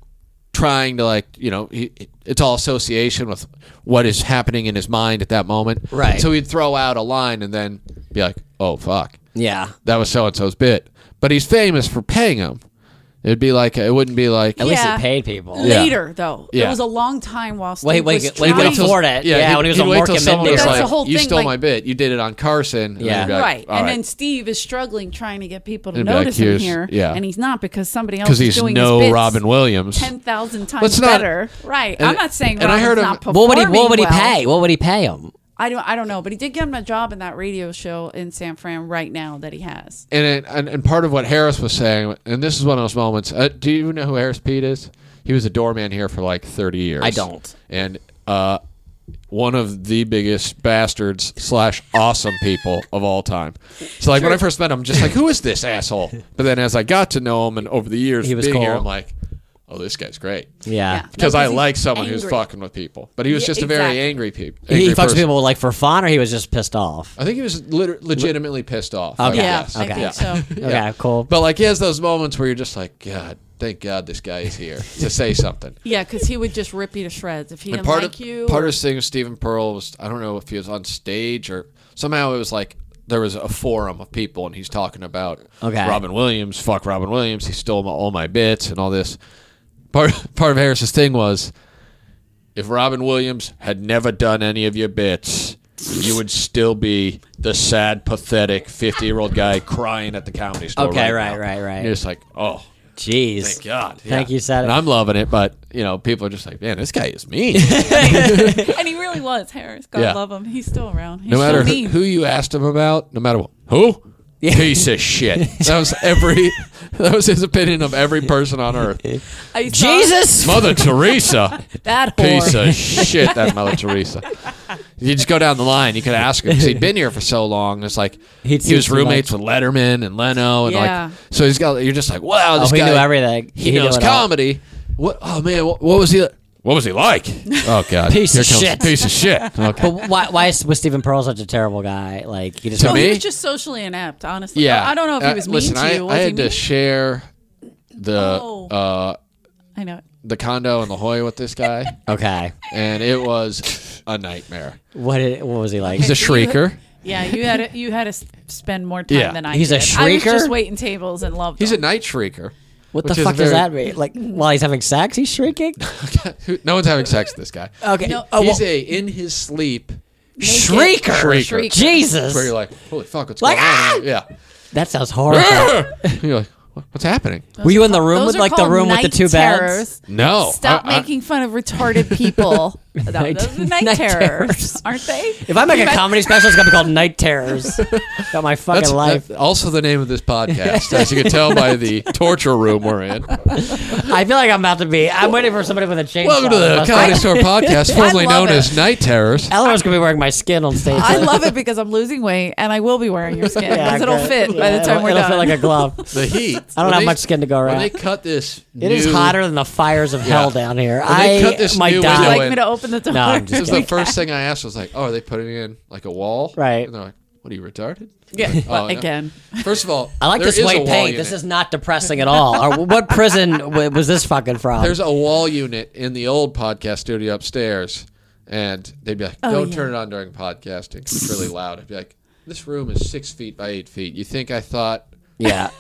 [SPEAKER 3] trying to like you know he, it's all association with what is happening in his mind at that moment,
[SPEAKER 1] Right.
[SPEAKER 3] So he'd throw out a line and then be like, "Oh fuck,
[SPEAKER 1] yeah.
[SPEAKER 3] that was so and so's bit," but he's famous for paying him. It'd be like it wouldn't be like
[SPEAKER 1] At least
[SPEAKER 2] Yeah.
[SPEAKER 1] it paid people.
[SPEAKER 3] Yeah.
[SPEAKER 2] Later though, it
[SPEAKER 3] Yeah.
[SPEAKER 2] was a long time while Steve
[SPEAKER 1] Wait, wait,
[SPEAKER 2] was
[SPEAKER 1] wait,
[SPEAKER 2] trying.
[SPEAKER 1] wait till- afford it. Yeah,
[SPEAKER 3] he'd-
[SPEAKER 1] when he was
[SPEAKER 3] he'd
[SPEAKER 1] on
[SPEAKER 3] wait
[SPEAKER 1] Mark
[SPEAKER 3] till
[SPEAKER 1] and
[SPEAKER 3] someone
[SPEAKER 1] Mindy.
[SPEAKER 3] was
[SPEAKER 2] That's
[SPEAKER 3] like,
[SPEAKER 2] the whole
[SPEAKER 3] "You
[SPEAKER 2] thing,
[SPEAKER 3] stole
[SPEAKER 2] like-
[SPEAKER 3] my bit. You did it on Carson." And
[SPEAKER 1] Yeah.
[SPEAKER 3] then he'd be like,
[SPEAKER 2] right.
[SPEAKER 3] "All
[SPEAKER 2] and then Steve is struggling trying to get people to
[SPEAKER 3] It'd be like,
[SPEAKER 2] notice him
[SPEAKER 3] here's-
[SPEAKER 2] here.
[SPEAKER 3] yeah.
[SPEAKER 2] And he's not because somebody else
[SPEAKER 3] because
[SPEAKER 2] is
[SPEAKER 3] he's
[SPEAKER 2] doing
[SPEAKER 3] no
[SPEAKER 2] his bits
[SPEAKER 3] Robin Williams.
[SPEAKER 2] 10,000 times
[SPEAKER 3] Let's not-
[SPEAKER 2] better. Right.
[SPEAKER 3] and-
[SPEAKER 2] I'm not saying
[SPEAKER 3] and I
[SPEAKER 2] Robin's
[SPEAKER 3] heard him-
[SPEAKER 2] not
[SPEAKER 1] What would he? What
[SPEAKER 2] performing
[SPEAKER 1] would he
[SPEAKER 2] well.
[SPEAKER 1] pay? What would he pay him?
[SPEAKER 2] I don't, I don't know, but he did get him a job in that radio show in San Fran right now that he has.
[SPEAKER 3] And, it, and and part of what Harris was saying, and this is one of those moments. Uh, do you know who Harris Pete is? He was a doorman here for like thirty years.
[SPEAKER 1] I don't.
[SPEAKER 3] And uh, one of the biggest bastards slash awesome people of all time. So like when I first met him, I'm just like, who is this asshole? But then as I got to know him, and over the years
[SPEAKER 1] He was
[SPEAKER 3] being here,
[SPEAKER 1] cool.
[SPEAKER 3] I'm like, oh, this guy's great.
[SPEAKER 1] Yeah.
[SPEAKER 2] No,
[SPEAKER 3] because I
[SPEAKER 2] he's
[SPEAKER 3] like someone who's
[SPEAKER 2] angry.
[SPEAKER 3] fucking with people. But he was
[SPEAKER 2] Yeah,
[SPEAKER 3] just a
[SPEAKER 2] exactly.
[SPEAKER 3] very angry Uh, people.
[SPEAKER 1] He, he fucks people like for fun, or he was just pissed off.
[SPEAKER 3] I think he was lit- legitimately pissed off.
[SPEAKER 1] Okay.
[SPEAKER 3] I
[SPEAKER 2] Yeah,
[SPEAKER 3] guess.
[SPEAKER 2] I
[SPEAKER 1] Okay.
[SPEAKER 2] think
[SPEAKER 1] Yeah.
[SPEAKER 2] so.
[SPEAKER 1] Okay, cool.
[SPEAKER 3] But like he has those moments where you're just like, God, thank God this guy is here to say something.
[SPEAKER 2] Yeah, because he would just rip you to shreds if he
[SPEAKER 3] And
[SPEAKER 2] didn't
[SPEAKER 3] part
[SPEAKER 2] like
[SPEAKER 3] of
[SPEAKER 2] you.
[SPEAKER 3] part
[SPEAKER 2] or-
[SPEAKER 3] of his thing with Stephen Pearl was I don't know if he was on stage or somehow it was like there was a forum of people and he's talking about
[SPEAKER 1] Okay.
[SPEAKER 3] Robin Williams, fuck Robin Williams, he stole my, all my bits and all this. Part part of Harris's thing was if Robin Williams had never done any of your bits, you would still be the sad, pathetic fifty year old guy crying at the comedy store.
[SPEAKER 1] Okay,
[SPEAKER 3] right,
[SPEAKER 1] right,
[SPEAKER 3] now.
[SPEAKER 1] right, right.
[SPEAKER 3] And you're just like, oh,
[SPEAKER 1] Jeez.
[SPEAKER 3] Thank God.
[SPEAKER 1] Thank you, Saturday.
[SPEAKER 3] And I'm loving it, but you know, people are just like, man, this guy is mean.
[SPEAKER 2] and he really was Harris. God
[SPEAKER 3] Yeah.
[SPEAKER 2] love him. He's still around. He's
[SPEAKER 3] no matter
[SPEAKER 2] still
[SPEAKER 3] who,
[SPEAKER 2] mean.
[SPEAKER 3] who you asked him about, no matter what, who piece of shit. That was every. That was his opinion of every person on earth.
[SPEAKER 2] I saw
[SPEAKER 1] Jesus.
[SPEAKER 3] Mother Teresa,
[SPEAKER 2] that
[SPEAKER 3] piece
[SPEAKER 2] whore.
[SPEAKER 3] of shit. That Mother Teresa. You just go down the line. You could ask him because he'd been here for so long. It's like
[SPEAKER 1] He'd
[SPEAKER 3] he was
[SPEAKER 1] seen too
[SPEAKER 3] roommates with Letterman and Leno, and
[SPEAKER 2] Yeah.
[SPEAKER 3] like so he's got. You're just like, wow,
[SPEAKER 1] Oh,
[SPEAKER 3] this
[SPEAKER 1] he
[SPEAKER 3] guy
[SPEAKER 1] knew everything.
[SPEAKER 3] He,
[SPEAKER 1] knew
[SPEAKER 3] knows
[SPEAKER 1] it all.
[SPEAKER 3] comedy. What? Oh man, what, what was he? What was he like? Oh god,
[SPEAKER 1] Piece
[SPEAKER 3] Here
[SPEAKER 1] of
[SPEAKER 3] comes
[SPEAKER 1] shit.
[SPEAKER 3] Piece of shit. Okay.
[SPEAKER 1] But why? Why is, was Stephen Pearl such a terrible guy? Like he just.
[SPEAKER 3] To
[SPEAKER 2] Well, Oh, he
[SPEAKER 3] me?
[SPEAKER 2] was just socially inept, honestly.
[SPEAKER 3] Yeah.
[SPEAKER 2] I don't know if he
[SPEAKER 3] Uh,
[SPEAKER 2] was mean
[SPEAKER 3] listen,
[SPEAKER 2] to
[SPEAKER 3] I,
[SPEAKER 2] you. Was
[SPEAKER 3] I
[SPEAKER 2] he
[SPEAKER 3] had to
[SPEAKER 2] mean?
[SPEAKER 3] share the
[SPEAKER 2] Oh.
[SPEAKER 3] uh,
[SPEAKER 2] I know.
[SPEAKER 3] the condo in La Jolla with this guy,
[SPEAKER 1] Okay.
[SPEAKER 3] and it was a nightmare.
[SPEAKER 1] What? Did, what was he like?
[SPEAKER 3] He's a
[SPEAKER 2] So you-
[SPEAKER 3] shrieker.
[SPEAKER 2] Yeah, you had to, you had to s- spend more time
[SPEAKER 3] Yeah.
[SPEAKER 2] than I
[SPEAKER 1] He's a
[SPEAKER 2] did. I was
[SPEAKER 1] shrieker?
[SPEAKER 2] just waiting tables and loved
[SPEAKER 3] He's a
[SPEAKER 2] him.
[SPEAKER 3] night shrieker.
[SPEAKER 1] What the
[SPEAKER 3] which is
[SPEAKER 1] fuck does
[SPEAKER 3] very-
[SPEAKER 1] that mean? Like while he's having sex, he's shrieking.
[SPEAKER 3] Who- No one's having sex with this guy.
[SPEAKER 1] Okay.
[SPEAKER 2] No,
[SPEAKER 1] oh, well,
[SPEAKER 3] He's a in his sleep.
[SPEAKER 1] shrieker.
[SPEAKER 3] Shrieker.
[SPEAKER 2] Shrieker. ah!"
[SPEAKER 3] Where you're
[SPEAKER 1] Jesus.
[SPEAKER 3] like, holy fuck, what's
[SPEAKER 1] Like,
[SPEAKER 3] going on? here?
[SPEAKER 1] That sounds horrible.
[SPEAKER 3] Yeah. you're like, "What- what's happening?
[SPEAKER 1] Were you in the room
[SPEAKER 2] Those
[SPEAKER 1] with
[SPEAKER 2] are
[SPEAKER 1] like the
[SPEAKER 2] called
[SPEAKER 1] room with the
[SPEAKER 2] night
[SPEAKER 1] two beds?
[SPEAKER 2] terrors.
[SPEAKER 3] No.
[SPEAKER 2] Stop
[SPEAKER 3] Oh, I- I-
[SPEAKER 2] making fun of retarded people. No,
[SPEAKER 1] Night-
[SPEAKER 2] those are night,
[SPEAKER 1] night terrors.
[SPEAKER 2] terrors, aren't they?
[SPEAKER 1] If I make a comedy special, it's gonna be called Night Terrors. Got my fucking
[SPEAKER 3] That's
[SPEAKER 1] life.
[SPEAKER 3] that- also the name of this podcast, as you can tell by the torture room we're in.
[SPEAKER 1] I feel like I'm about to be. I'm waiting for somebody with a chainsaw.
[SPEAKER 3] Welcome to the Comedy Store podcast, formerly
[SPEAKER 2] love
[SPEAKER 3] known
[SPEAKER 2] it.
[SPEAKER 3] as Night Terrors.
[SPEAKER 1] Eleanor's gonna be wearing my skin on stage.
[SPEAKER 2] I love it because I'm losing weight and I will be wearing your skin
[SPEAKER 1] Yeah,
[SPEAKER 2] because it'll
[SPEAKER 1] good.
[SPEAKER 2] fit by
[SPEAKER 1] Yeah,
[SPEAKER 2] the time
[SPEAKER 1] it'll-
[SPEAKER 2] we're
[SPEAKER 1] it'll
[SPEAKER 2] done.
[SPEAKER 1] feel like a glove.
[SPEAKER 3] The heat.
[SPEAKER 1] I don't
[SPEAKER 3] When
[SPEAKER 1] have
[SPEAKER 3] they-
[SPEAKER 1] much skin to go
[SPEAKER 3] When
[SPEAKER 1] around.
[SPEAKER 3] they cut this,
[SPEAKER 1] It is
[SPEAKER 3] new-
[SPEAKER 1] hotter than the fires of hell down here.
[SPEAKER 3] When they
[SPEAKER 1] I
[SPEAKER 3] cut this
[SPEAKER 1] might
[SPEAKER 3] new
[SPEAKER 2] Would you
[SPEAKER 1] die.
[SPEAKER 3] window
[SPEAKER 2] like
[SPEAKER 3] in-
[SPEAKER 2] me to open the door?
[SPEAKER 1] No, I'm
[SPEAKER 3] This
[SPEAKER 1] just
[SPEAKER 3] is the first thing I asked. Was like, oh, are they putting in like a wall?
[SPEAKER 1] Right.
[SPEAKER 3] And they're like, what are you retarded?
[SPEAKER 2] yeah.
[SPEAKER 3] Oh, no.
[SPEAKER 2] Again,
[SPEAKER 3] First of all,
[SPEAKER 1] I like
[SPEAKER 3] there
[SPEAKER 1] this
[SPEAKER 3] is a
[SPEAKER 1] white
[SPEAKER 3] wall
[SPEAKER 1] paint. This
[SPEAKER 3] unit.
[SPEAKER 1] is not depressing at all. Or what prison w- was this fucking from?
[SPEAKER 3] There's a wall unit in the old podcast studio upstairs, and they'd be like,
[SPEAKER 1] Oh,
[SPEAKER 3] don't
[SPEAKER 2] yeah.
[SPEAKER 3] turn it on during podcasting. It's really loud. I'd be like, this room is six feet by eight feet. You think I thought
[SPEAKER 1] yeah.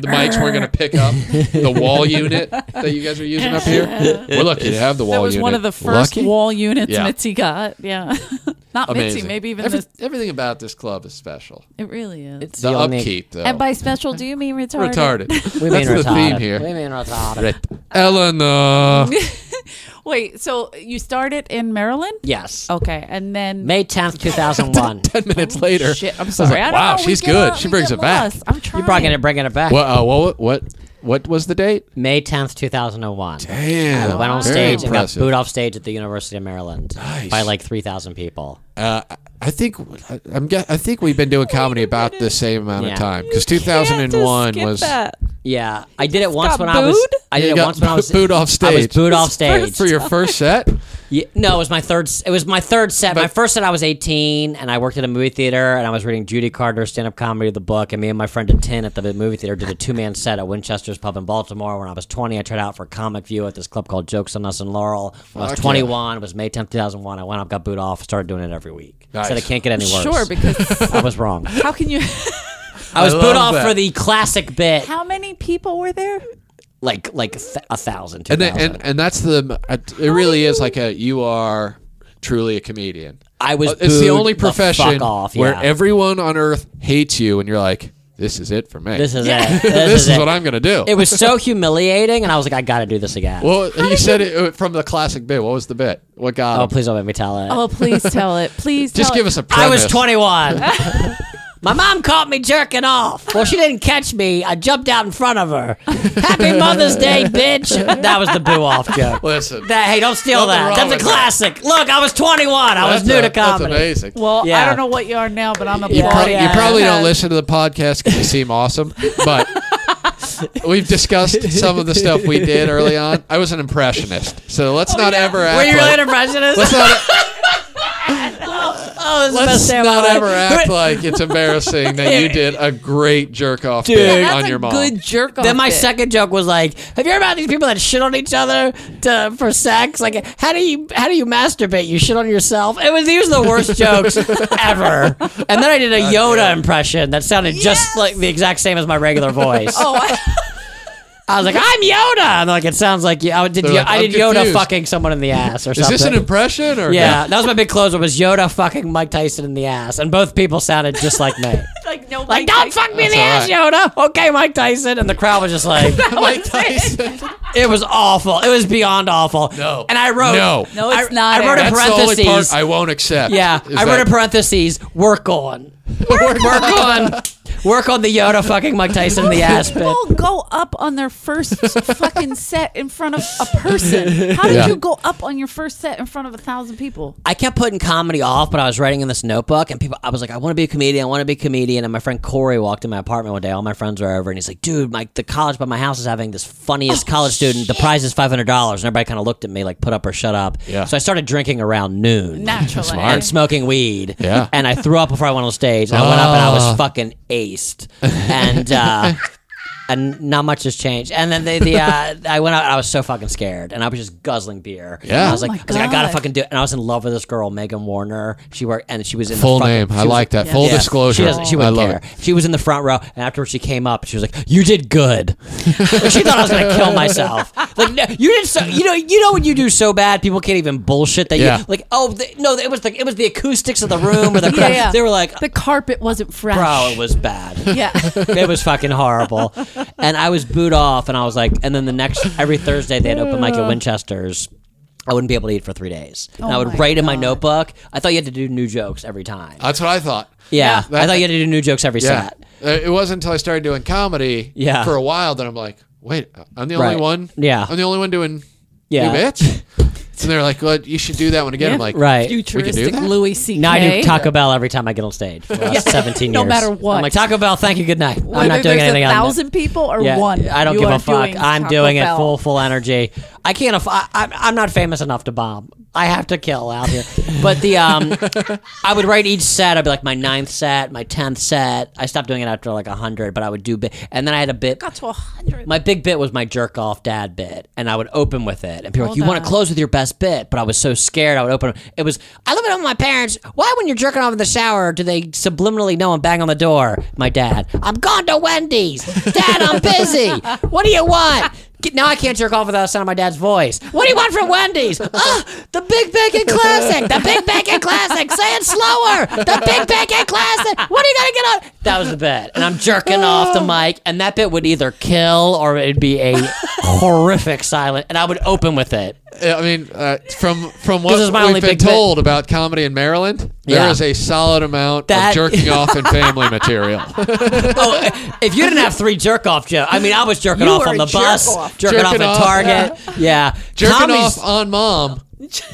[SPEAKER 3] the mics weren't going to pick up the wall unit that you guys are using up here? We're lucky to have the wall
[SPEAKER 2] that was
[SPEAKER 3] unit.
[SPEAKER 2] one of the first
[SPEAKER 3] Lucky?
[SPEAKER 2] wall units
[SPEAKER 3] Yeah.
[SPEAKER 2] Mitzi got. Yeah, not Mitzi,
[SPEAKER 3] Amazing.
[SPEAKER 2] maybe even
[SPEAKER 3] Every-
[SPEAKER 2] this.
[SPEAKER 3] everything about this club is special.
[SPEAKER 2] It really is.
[SPEAKER 1] It's
[SPEAKER 3] The
[SPEAKER 1] the only-
[SPEAKER 3] upkeep, though.
[SPEAKER 2] and by special, do you mean retarded?
[SPEAKER 3] retarded.
[SPEAKER 1] We mean
[SPEAKER 3] That's the
[SPEAKER 1] retarded.
[SPEAKER 3] theme here.
[SPEAKER 1] We mean retarded.
[SPEAKER 3] Eleanor.
[SPEAKER 2] Wait, so you started in Maryland?
[SPEAKER 1] yes.
[SPEAKER 2] Okay, and then
[SPEAKER 1] May 10th, 2001.
[SPEAKER 3] Ten minutes later.
[SPEAKER 2] shit. I'm sorry. I
[SPEAKER 3] like,
[SPEAKER 2] don't
[SPEAKER 3] wow,
[SPEAKER 2] know. We
[SPEAKER 3] she's
[SPEAKER 2] get
[SPEAKER 3] good.
[SPEAKER 2] lo-
[SPEAKER 3] She
[SPEAKER 2] we
[SPEAKER 3] brings
[SPEAKER 2] get
[SPEAKER 3] it back.
[SPEAKER 2] lost. I'm trying.
[SPEAKER 1] You're bringing it, bringing it back.
[SPEAKER 3] What? Uh, what? What? What was the date?
[SPEAKER 1] May 10th, 2001.
[SPEAKER 3] Damn.
[SPEAKER 1] I went on
[SPEAKER 3] Very
[SPEAKER 1] stage and got
[SPEAKER 3] impressive.
[SPEAKER 1] booed off stage at the University of Maryland
[SPEAKER 3] Nice.
[SPEAKER 1] by like 3,000 people.
[SPEAKER 3] I think I- I'm. ge- I think we've been doing comedy about the same amount
[SPEAKER 1] Yeah.
[SPEAKER 3] of time because
[SPEAKER 2] Oh You can't just
[SPEAKER 3] 2001
[SPEAKER 2] skip
[SPEAKER 3] was.
[SPEAKER 2] that.
[SPEAKER 1] Yeah, I did it once
[SPEAKER 2] got
[SPEAKER 1] when I was.
[SPEAKER 2] booed?
[SPEAKER 1] I
[SPEAKER 3] You
[SPEAKER 1] did it
[SPEAKER 3] got
[SPEAKER 1] once when I was
[SPEAKER 3] booed off
[SPEAKER 1] I was
[SPEAKER 3] stage.
[SPEAKER 1] booed off stage.
[SPEAKER 2] First
[SPEAKER 3] For your first set,
[SPEAKER 1] Yeah, no, it was my third. s- It was my third set. my
[SPEAKER 3] But-
[SPEAKER 1] first set, I was 18, and I worked at a movie theater, and I was reading Judy Gardner's stand-up comedy of the book, and me and my friend at 10 at the movie theater did a two-man set at Winchester's Pub in Baltimore. When I was 20, I tried out for Comic View at this club called Jokes on Us in Laurel. When I
[SPEAKER 3] Fuck
[SPEAKER 1] was 21, it was May 10th, 2001. I went up, got booed off, started doing it every week.
[SPEAKER 3] Nice.
[SPEAKER 1] Said it can't get any worse.
[SPEAKER 2] Sure, because
[SPEAKER 1] I was wrong.
[SPEAKER 2] how can you?
[SPEAKER 1] I was
[SPEAKER 3] I
[SPEAKER 1] booed
[SPEAKER 3] love
[SPEAKER 1] off
[SPEAKER 3] that.
[SPEAKER 1] for the classic bit,
[SPEAKER 2] How many people were there?
[SPEAKER 1] like like th- a thousand, two
[SPEAKER 3] and then,
[SPEAKER 1] thousand.
[SPEAKER 3] and and that's the. It really is like a. You are truly a comedian. Uh,
[SPEAKER 1] I was.
[SPEAKER 3] It's the
[SPEAKER 1] booed
[SPEAKER 3] only
[SPEAKER 1] fuck
[SPEAKER 3] profession
[SPEAKER 1] off,
[SPEAKER 3] where
[SPEAKER 1] yeah.
[SPEAKER 3] everyone on earth hates you, and you're like, "This is it for me.
[SPEAKER 1] This is it. This,
[SPEAKER 3] This is
[SPEAKER 1] it.
[SPEAKER 3] what I'm gonna do."
[SPEAKER 1] It was so humiliating, and I was like, I gotta do this again.
[SPEAKER 3] well, you said it uh, from the classic bit. What was the bit? What got?
[SPEAKER 1] oh,
[SPEAKER 3] him?
[SPEAKER 1] please don't make me tell it.
[SPEAKER 2] Oh, please tell it. Please
[SPEAKER 3] Just
[SPEAKER 2] tell
[SPEAKER 3] give
[SPEAKER 2] it.
[SPEAKER 3] us a premise.
[SPEAKER 1] I was 21. My mom caught me jerking off. Well, she didn't catch me. I jumped out in front of her. Happy Mother's Day, bitch. That was the boo off joke.
[SPEAKER 3] Listen,
[SPEAKER 1] That, hey, don't steal
[SPEAKER 3] Nothing
[SPEAKER 1] that.
[SPEAKER 3] wrong
[SPEAKER 1] That's a
[SPEAKER 3] with
[SPEAKER 1] classic. Look, I was 21. I was
[SPEAKER 3] that's
[SPEAKER 1] new
[SPEAKER 3] a-
[SPEAKER 1] to comedy.
[SPEAKER 3] That's amazing.
[SPEAKER 2] Well, I
[SPEAKER 1] Yeah.
[SPEAKER 2] don't know what you are now, but I'm a
[SPEAKER 3] You, prob-
[SPEAKER 1] yeah.
[SPEAKER 3] you probably don't listen to the podcast because you seem awesome, but we've discussed some of the stuff we did early on. I was an impressionist, so let's not ever
[SPEAKER 1] Oh, Were
[SPEAKER 3] act
[SPEAKER 1] you really
[SPEAKER 3] like,
[SPEAKER 1] an impressionist?
[SPEAKER 3] let's not,
[SPEAKER 1] oh, this is the best
[SPEAKER 3] let's
[SPEAKER 1] day of my
[SPEAKER 3] not
[SPEAKER 1] life.
[SPEAKER 3] ever act like it's embarrassing that you did a great jerk off
[SPEAKER 1] Dude.
[SPEAKER 3] bit
[SPEAKER 1] Yeah,
[SPEAKER 2] That's
[SPEAKER 3] on your
[SPEAKER 2] a
[SPEAKER 3] mom.
[SPEAKER 2] good jerk off.
[SPEAKER 1] Then my
[SPEAKER 2] bit.
[SPEAKER 1] second joke was like, "Have you ever had these people that shit on each other to, for sex? Like, how do you how do you masturbate? You shit on yourself." It was these were the worst jokes ever. And then I did a Yoda impression that sounded just like the exact same as my regular voice.
[SPEAKER 2] Oh, I,
[SPEAKER 1] I was like, "I'm Yoda," and they're like it sounds like yeah, I did
[SPEAKER 3] They're
[SPEAKER 1] Yo-
[SPEAKER 3] like,
[SPEAKER 1] I
[SPEAKER 3] "I'm
[SPEAKER 1] did Yoda
[SPEAKER 3] confused."
[SPEAKER 1] fucking someone in the ass or
[SPEAKER 3] Is
[SPEAKER 1] something.
[SPEAKER 3] this an impression or
[SPEAKER 1] yeah, that was my big closer was Yoda fucking Mike Tyson in the ass, and both people sounded just like me.
[SPEAKER 2] like no,
[SPEAKER 1] Like, don't fuck me in the ass,
[SPEAKER 3] That's
[SPEAKER 1] Yoda. Okay, Mike Tyson, and the crowd was just like.
[SPEAKER 3] no? Mike Tyson.
[SPEAKER 1] It was awful. It was beyond awful.
[SPEAKER 3] No.
[SPEAKER 1] And I wrote
[SPEAKER 3] No.
[SPEAKER 2] No, it's
[SPEAKER 1] I-
[SPEAKER 2] not,
[SPEAKER 1] I wrote in
[SPEAKER 2] Eric.
[SPEAKER 3] That's the only part
[SPEAKER 1] parentheses.
[SPEAKER 3] I won't accept.
[SPEAKER 1] yeah,
[SPEAKER 3] is
[SPEAKER 1] I wrote in
[SPEAKER 3] that-
[SPEAKER 1] parentheses. Work on.
[SPEAKER 3] Work-
[SPEAKER 1] Work on. Work on the Yoda fucking Mike Tyson in the ass bit.
[SPEAKER 2] People go up on their first fucking set in front of a person. How did
[SPEAKER 3] Yeah.
[SPEAKER 2] you go up on your first set in front of a thousand people?
[SPEAKER 1] I kept putting comedy off, but I was writing in this notebook, and people, I was like, I want to be a comedian, I want to be a comedian. And my friend Corey walked in my apartment one day, all my friends were over, and he's like, dude, my, the college by my house is having this funniest college student. The prize is $500. And everybody kind of looked at me like, put up or shut up.
[SPEAKER 3] Yeah.
[SPEAKER 1] So I started drinking around noon.
[SPEAKER 2] Naturally,
[SPEAKER 3] Smart.
[SPEAKER 1] and smoking weed.
[SPEAKER 3] Yeah. Ah.
[SPEAKER 1] And I threw up before I went on stage. And I went up and I was fucking aced. And uh, and not much has changed. And then they, the uh, I went out. and I was so fucking scared, and I was just guzzling beer.
[SPEAKER 3] Yeah.
[SPEAKER 1] I was
[SPEAKER 2] Oh
[SPEAKER 1] like,
[SPEAKER 2] my
[SPEAKER 1] I was like, I gotta
[SPEAKER 2] God.
[SPEAKER 1] fucking do it. And I was in love with this girl, Megan Warner. She worked, and she was in
[SPEAKER 3] Full
[SPEAKER 1] the fucking,
[SPEAKER 3] name.
[SPEAKER 1] she
[SPEAKER 3] I
[SPEAKER 1] was-
[SPEAKER 3] like that.
[SPEAKER 2] Yeah.
[SPEAKER 3] Full
[SPEAKER 1] yeah.
[SPEAKER 3] disclosure.
[SPEAKER 1] She, doesn't, she
[SPEAKER 3] I
[SPEAKER 1] wouldn't
[SPEAKER 3] love
[SPEAKER 1] care.
[SPEAKER 3] it.
[SPEAKER 1] She was in the front row, and afterwards she came up. She was like, "You did good." Like, she thought I was gonna kill myself. Like no, you did so. You know, you know when you do so bad, people can't even bullshit that.
[SPEAKER 3] Yeah.
[SPEAKER 1] You, like oh the, no, it was the it was the acoustics of the room or the
[SPEAKER 2] Yeah, yeah.
[SPEAKER 1] they were like,
[SPEAKER 2] the carpet wasn't fresh.
[SPEAKER 1] "Bro, it was bad."
[SPEAKER 2] yeah.
[SPEAKER 1] it was fucking horrible. And I was booed off, and I was like, and then the next every Thursday they had open mic at Winchester's. I wouldn't be able to eat for three days. and I
[SPEAKER 2] Oh
[SPEAKER 1] would
[SPEAKER 2] my
[SPEAKER 1] write in my
[SPEAKER 2] God.
[SPEAKER 1] notebook. I thought you had to do new jokes every time.
[SPEAKER 3] That's what I thought.
[SPEAKER 1] yeah,
[SPEAKER 3] that-
[SPEAKER 1] I thought you had to do new jokes every
[SPEAKER 3] Yeah.
[SPEAKER 1] set.
[SPEAKER 3] Uh, It wasn't until I started doing comedy
[SPEAKER 1] Yeah.
[SPEAKER 3] for a while that I'm like, wait, I'm the
[SPEAKER 1] Right.
[SPEAKER 3] only one?
[SPEAKER 1] Yeah.
[SPEAKER 3] I'm the only one doing
[SPEAKER 1] Yeah.
[SPEAKER 3] new bits? and they're like, well, you should do that one again. I'm
[SPEAKER 2] Yeah.
[SPEAKER 3] like,
[SPEAKER 1] Right.
[SPEAKER 3] We
[SPEAKER 2] Futuristic
[SPEAKER 3] can do that?
[SPEAKER 2] Louis C.K.
[SPEAKER 1] Now I do Taco Bell every time I get on stage. For the last Seventeen
[SPEAKER 2] No
[SPEAKER 1] years,
[SPEAKER 2] matter what.
[SPEAKER 1] I'm like Taco Bell. Thank you. Good night. I'm
[SPEAKER 2] Whether
[SPEAKER 1] not doing
[SPEAKER 2] there's
[SPEAKER 1] anything.
[SPEAKER 2] A
[SPEAKER 1] on
[SPEAKER 2] thousand people or
[SPEAKER 1] Yeah,
[SPEAKER 2] one.
[SPEAKER 1] I don't
[SPEAKER 2] you
[SPEAKER 1] give
[SPEAKER 2] are
[SPEAKER 1] a fuck.
[SPEAKER 2] doing
[SPEAKER 1] I'm
[SPEAKER 2] Taco
[SPEAKER 1] doing
[SPEAKER 2] Bell.
[SPEAKER 1] it full, full energy. I can't. Aff- I, I'm, I'm not famous enough to bomb. I have to kill out here. But the um, I would write each set. I'd be like my ninth set, my tenth set. I stopped doing it after like a hundred, but I would do bit, and then I had a bit.
[SPEAKER 2] Got to a hundred.
[SPEAKER 1] My big bit was my jerk off dad bit, and I would open with it. And people were like,
[SPEAKER 2] Hold
[SPEAKER 1] You want
[SPEAKER 2] on.
[SPEAKER 1] to close with your best bit? But I was so scared I would open. It was, I live at home with my parents. Why, when you're jerking off in the shower, do they subliminally know and bang on the door? My dad, I'm gone to Wendy's. Dad, I'm busy. What do you want? Get, now I can't jerk off without the sound of my dad's voice. What do you want from Wendy's? Ah, the Big Bacon Classic. The Big Bacon Classic. Say it slower. The Big Bacon Classic. What are you gonna get on? That was the bit, and I'm jerking off the mic, and that bit would either kill or it'd be a horrific silence, and I would open with it.
[SPEAKER 3] I mean, uh, from from
[SPEAKER 1] This
[SPEAKER 3] what
[SPEAKER 1] is my only
[SPEAKER 3] we've been
[SPEAKER 1] big bit.
[SPEAKER 3] told about comedy in Maryland, there
[SPEAKER 1] Yeah.
[SPEAKER 3] is a solid amount
[SPEAKER 1] That-
[SPEAKER 3] of jerking off and family material.
[SPEAKER 1] Oh, if you didn't have three jerk off jokes, I mean, I was jerking
[SPEAKER 2] You
[SPEAKER 1] off
[SPEAKER 2] were
[SPEAKER 1] on
[SPEAKER 2] a
[SPEAKER 1] the bus,
[SPEAKER 2] jerk-off.
[SPEAKER 1] jerking,
[SPEAKER 3] Jerking
[SPEAKER 1] off
[SPEAKER 3] off.
[SPEAKER 1] at Target. Yeah,
[SPEAKER 3] jerking
[SPEAKER 1] Tommy's-
[SPEAKER 3] off on mom,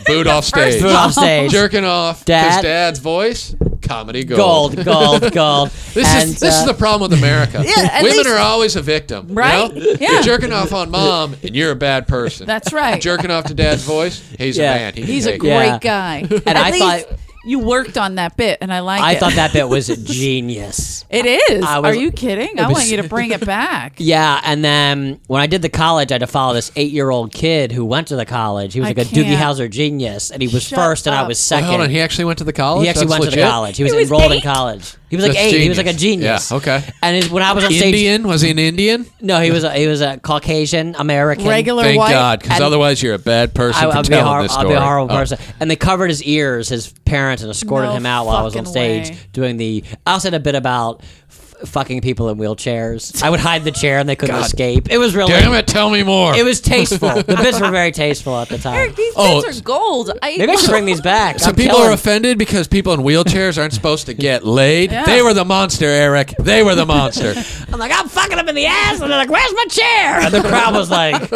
[SPEAKER 3] boot off stage.
[SPEAKER 1] Boot off stage.
[SPEAKER 3] Jerking off
[SPEAKER 1] Dad.
[SPEAKER 3] his dad's voice, comedy gold.
[SPEAKER 1] gold, gold, gold.
[SPEAKER 3] This
[SPEAKER 1] and,
[SPEAKER 3] is this is
[SPEAKER 1] uh,
[SPEAKER 3] the problem with America.
[SPEAKER 2] Yeah, at
[SPEAKER 3] Women
[SPEAKER 2] least-
[SPEAKER 3] are always a victim. you
[SPEAKER 2] Right?
[SPEAKER 3] know?
[SPEAKER 2] Yeah.
[SPEAKER 3] You're jerking off on mom, and you're a bad person.
[SPEAKER 2] That's right.
[SPEAKER 3] Jerking off to dad's voice, he's
[SPEAKER 1] Yeah.
[SPEAKER 3] a man. He can
[SPEAKER 2] He's a
[SPEAKER 3] take
[SPEAKER 1] gr-
[SPEAKER 3] it.
[SPEAKER 2] great
[SPEAKER 1] Yeah.
[SPEAKER 2] guy. And
[SPEAKER 1] I thought-
[SPEAKER 2] you worked on that bit, and I like
[SPEAKER 1] I
[SPEAKER 2] it.
[SPEAKER 1] thought that bit was genius.
[SPEAKER 2] it is.
[SPEAKER 1] I was-
[SPEAKER 2] Are you kidding? I
[SPEAKER 1] was-
[SPEAKER 2] want you to bring it back.
[SPEAKER 1] Yeah, and then when I did the college, I had to follow this eight-year-old kid who went to the college. He was
[SPEAKER 2] I
[SPEAKER 1] like a Doogie
[SPEAKER 2] can't.
[SPEAKER 1] Hauser genius, and he was
[SPEAKER 2] Shut
[SPEAKER 1] first, and I
[SPEAKER 2] up.
[SPEAKER 1] was
[SPEAKER 3] Well,
[SPEAKER 1] second.
[SPEAKER 3] Hold on, he actually went to the college.
[SPEAKER 1] He actually
[SPEAKER 3] That's
[SPEAKER 1] went to the
[SPEAKER 3] legit?
[SPEAKER 1] college. He was,
[SPEAKER 2] He was
[SPEAKER 1] enrolled in
[SPEAKER 2] eight?
[SPEAKER 1] college. He was like
[SPEAKER 3] That's
[SPEAKER 1] eight. He was like a
[SPEAKER 3] genius.
[SPEAKER 1] genius.
[SPEAKER 3] Yeah, okay.
[SPEAKER 1] And his, when I was on stage,
[SPEAKER 3] Indian? Was he an Indian?
[SPEAKER 1] no, he was a, he was a Caucasian American.
[SPEAKER 2] Regular
[SPEAKER 3] Thank
[SPEAKER 2] white.
[SPEAKER 3] God, because
[SPEAKER 1] And-
[SPEAKER 3] otherwise you're a bad person
[SPEAKER 1] I,
[SPEAKER 3] for
[SPEAKER 1] I'll, be a
[SPEAKER 3] telling
[SPEAKER 1] hor-
[SPEAKER 3] this
[SPEAKER 1] I'll
[SPEAKER 3] story.
[SPEAKER 1] be a horrible
[SPEAKER 3] Oh.
[SPEAKER 1] person. And they covered his ears, his parents, and escorted
[SPEAKER 2] No
[SPEAKER 1] him out while I was on
[SPEAKER 2] fucking
[SPEAKER 1] stage
[SPEAKER 2] way.
[SPEAKER 1] doing the. I also had a bit about f- fucking people in wheelchairs. I would hide the chair and they couldn't escape. It was really.
[SPEAKER 3] Damn it! Tell me more.
[SPEAKER 1] It was tasteful. the bits were very tasteful at the time.
[SPEAKER 2] Eric, these
[SPEAKER 3] Oh,
[SPEAKER 2] bits are gold. I,
[SPEAKER 1] Maybe I should bring these back.
[SPEAKER 3] Some
[SPEAKER 1] I'm
[SPEAKER 3] people
[SPEAKER 1] killing-
[SPEAKER 3] are offended because people in wheelchairs aren't supposed to get laid.
[SPEAKER 2] Yeah.
[SPEAKER 3] They were the monster, Eric. They were the monster.
[SPEAKER 1] I'm like, I'm fucking them in the ass, and they're like, "Where's my chair?" And the crowd was like,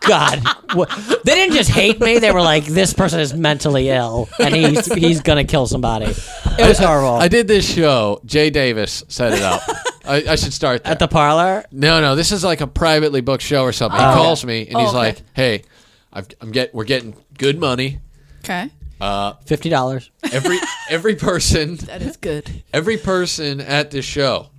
[SPEAKER 1] "God, what? they didn't just hate me. They were like, this person is mentally ill, and he's he's gonna kill somebody." It was horrible.
[SPEAKER 3] I did this show. Jay Davis set it up. I, I should start there.
[SPEAKER 1] at the parlor,
[SPEAKER 3] No, no, this is like a privately booked show or something.
[SPEAKER 2] Oh.
[SPEAKER 3] He calls me and
[SPEAKER 2] Oh,
[SPEAKER 3] he's
[SPEAKER 2] okay.
[SPEAKER 3] like, "Hey, I've, I'm get we're getting good money.
[SPEAKER 2] Okay.
[SPEAKER 1] fifty dollars.
[SPEAKER 3] Every every person,
[SPEAKER 2] That is good.
[SPEAKER 3] every person at this show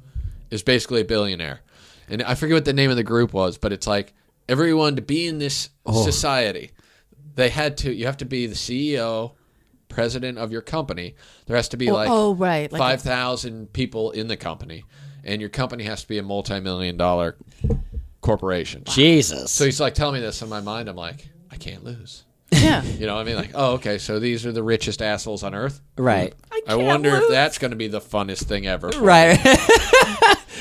[SPEAKER 3] is basically a billionaire." And I forget what the name of the group was, but it's like everyone to be in this
[SPEAKER 2] Oh.
[SPEAKER 3] society, they had to. You have to be the CEO, president of your company. There has to be
[SPEAKER 2] Oh,
[SPEAKER 3] like
[SPEAKER 2] oh, right, like a-
[SPEAKER 3] five thousand people in the company, and your company has to be a multi-million dollar corporation.
[SPEAKER 1] Jesus.
[SPEAKER 3] So he's like telling me this in my mind. I'm like, I can't lose.
[SPEAKER 2] Yeah.
[SPEAKER 3] You know what I mean? Like, oh, okay, so these are the richest assholes on earth.
[SPEAKER 1] right.
[SPEAKER 3] I,
[SPEAKER 2] can't
[SPEAKER 3] wonder
[SPEAKER 2] lose.
[SPEAKER 3] if that's going to be the funnest thing ever. for
[SPEAKER 1] Right.
[SPEAKER 3] me.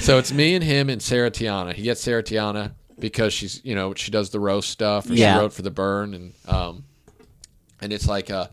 [SPEAKER 3] So it's me and him and Sarah Tiana. He gets Sarah Tiana because she's, you know, she does the roast stuff. Or
[SPEAKER 1] Yeah.
[SPEAKER 3] She wrote for the burn, and um, and it's like uh,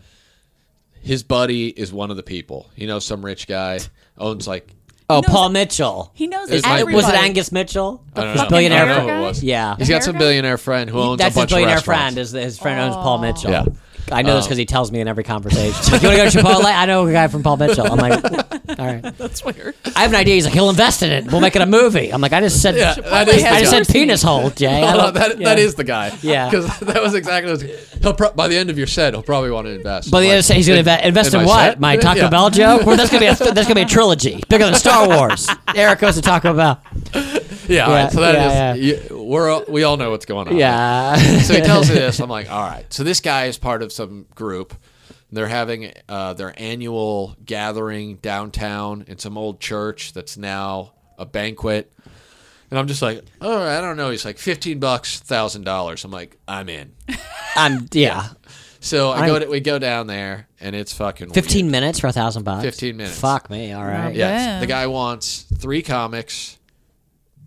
[SPEAKER 3] his buddy is one of the people. You know, some rich guy owns like
[SPEAKER 1] oh,
[SPEAKER 2] knows-
[SPEAKER 1] Paul Mitchell.
[SPEAKER 2] He knows
[SPEAKER 3] Is my-
[SPEAKER 2] everybody.
[SPEAKER 1] was it Angus Mitchell?
[SPEAKER 3] I don't
[SPEAKER 1] He's
[SPEAKER 3] know.
[SPEAKER 1] a billionaire.
[SPEAKER 3] I don't know who
[SPEAKER 2] guy?
[SPEAKER 3] it was.
[SPEAKER 1] Yeah.
[SPEAKER 3] He's got some billionaire friend who owns
[SPEAKER 1] That's
[SPEAKER 3] a
[SPEAKER 1] his
[SPEAKER 3] bunch
[SPEAKER 1] billionaire
[SPEAKER 3] of restaurants.
[SPEAKER 1] friend. Is his friend owns Paul Mitchell?
[SPEAKER 3] Yeah. Oh.
[SPEAKER 1] I know this because he tells me in every conversation. you want to go to Chipotle? I know a guy from Paul Mitchell. I'm like, all right.
[SPEAKER 2] That's weird.
[SPEAKER 1] I have an idea. He's like, he'll invest in it. We'll make it a movie. I'm like, I just said,
[SPEAKER 3] Yeah, that is
[SPEAKER 1] I
[SPEAKER 3] the
[SPEAKER 1] just
[SPEAKER 3] guy.
[SPEAKER 1] said penis hole, Jay. I
[SPEAKER 3] Hold
[SPEAKER 1] don't-
[SPEAKER 3] on, that, that is the guy.
[SPEAKER 1] Yeah.
[SPEAKER 3] because that was exactly. What was, he'll pro- by the end of your set, he'll probably want to invest.
[SPEAKER 1] But the other side, he's gonna inve- invest in,
[SPEAKER 3] my
[SPEAKER 1] what?
[SPEAKER 3] set?
[SPEAKER 1] My Taco
[SPEAKER 3] Yeah.
[SPEAKER 1] Bell joke? Well, that's gonna be a that's gonna be a trilogy bigger than Star Wars. Eric goes to Taco Bell.
[SPEAKER 3] Yeah, all
[SPEAKER 1] Yeah,
[SPEAKER 3] right, so that
[SPEAKER 1] yeah,
[SPEAKER 3] is- you- we're all, we all know what's going on.
[SPEAKER 1] Yeah.
[SPEAKER 3] So he tells me this. I'm like, all right. So this guy is part of some group. They're having uh, their annual gathering downtown in some old church that's now a banquet. And I'm just like, oh, I don't know. He's like, fifteen bucks, thousand dollars. I'm like, I'm in.
[SPEAKER 1] I'm yeah.
[SPEAKER 3] So I
[SPEAKER 1] I'm-
[SPEAKER 3] go. To, we go down there, and it's fucking weird.
[SPEAKER 1] Fifteen minutes for a thousand bucks.
[SPEAKER 3] 15 minutes.
[SPEAKER 1] Fuck me. All right.
[SPEAKER 2] Yeah.
[SPEAKER 1] Yeah.
[SPEAKER 3] Yes.
[SPEAKER 2] Yeah.
[SPEAKER 3] The guy wants three comics,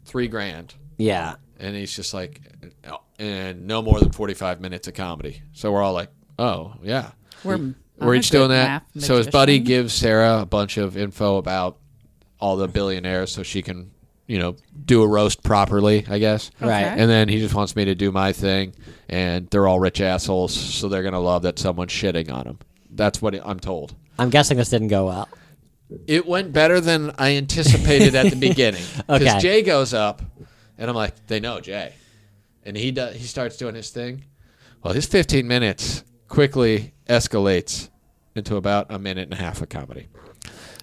[SPEAKER 3] three grand, and he's just like, uh, and no more than 45 minutes of comedy. So we're all like, oh, yeah.
[SPEAKER 2] We're, I'm
[SPEAKER 3] we're
[SPEAKER 2] a
[SPEAKER 3] each
[SPEAKER 2] good
[SPEAKER 3] doing that.
[SPEAKER 2] math
[SPEAKER 3] So his buddy
[SPEAKER 2] magician.
[SPEAKER 3] gives Sarah a bunch of info about all the billionaires so she can, you know, do a roast properly, I guess.
[SPEAKER 1] Right.
[SPEAKER 2] Okay.
[SPEAKER 3] And then he just wants me to do my thing, and they're all rich assholes, so they're going to love that someone's shitting on them. That's what I'm told.
[SPEAKER 1] I'm guessing this didn't go well.
[SPEAKER 3] It went better than I anticipated at the beginning. Because
[SPEAKER 1] Okay.
[SPEAKER 3] Jay goes up, and I'm like, they know Jay, and he does. He starts doing his thing. Well, his 15 minutes quickly escalates into about a minute and a half of comedy,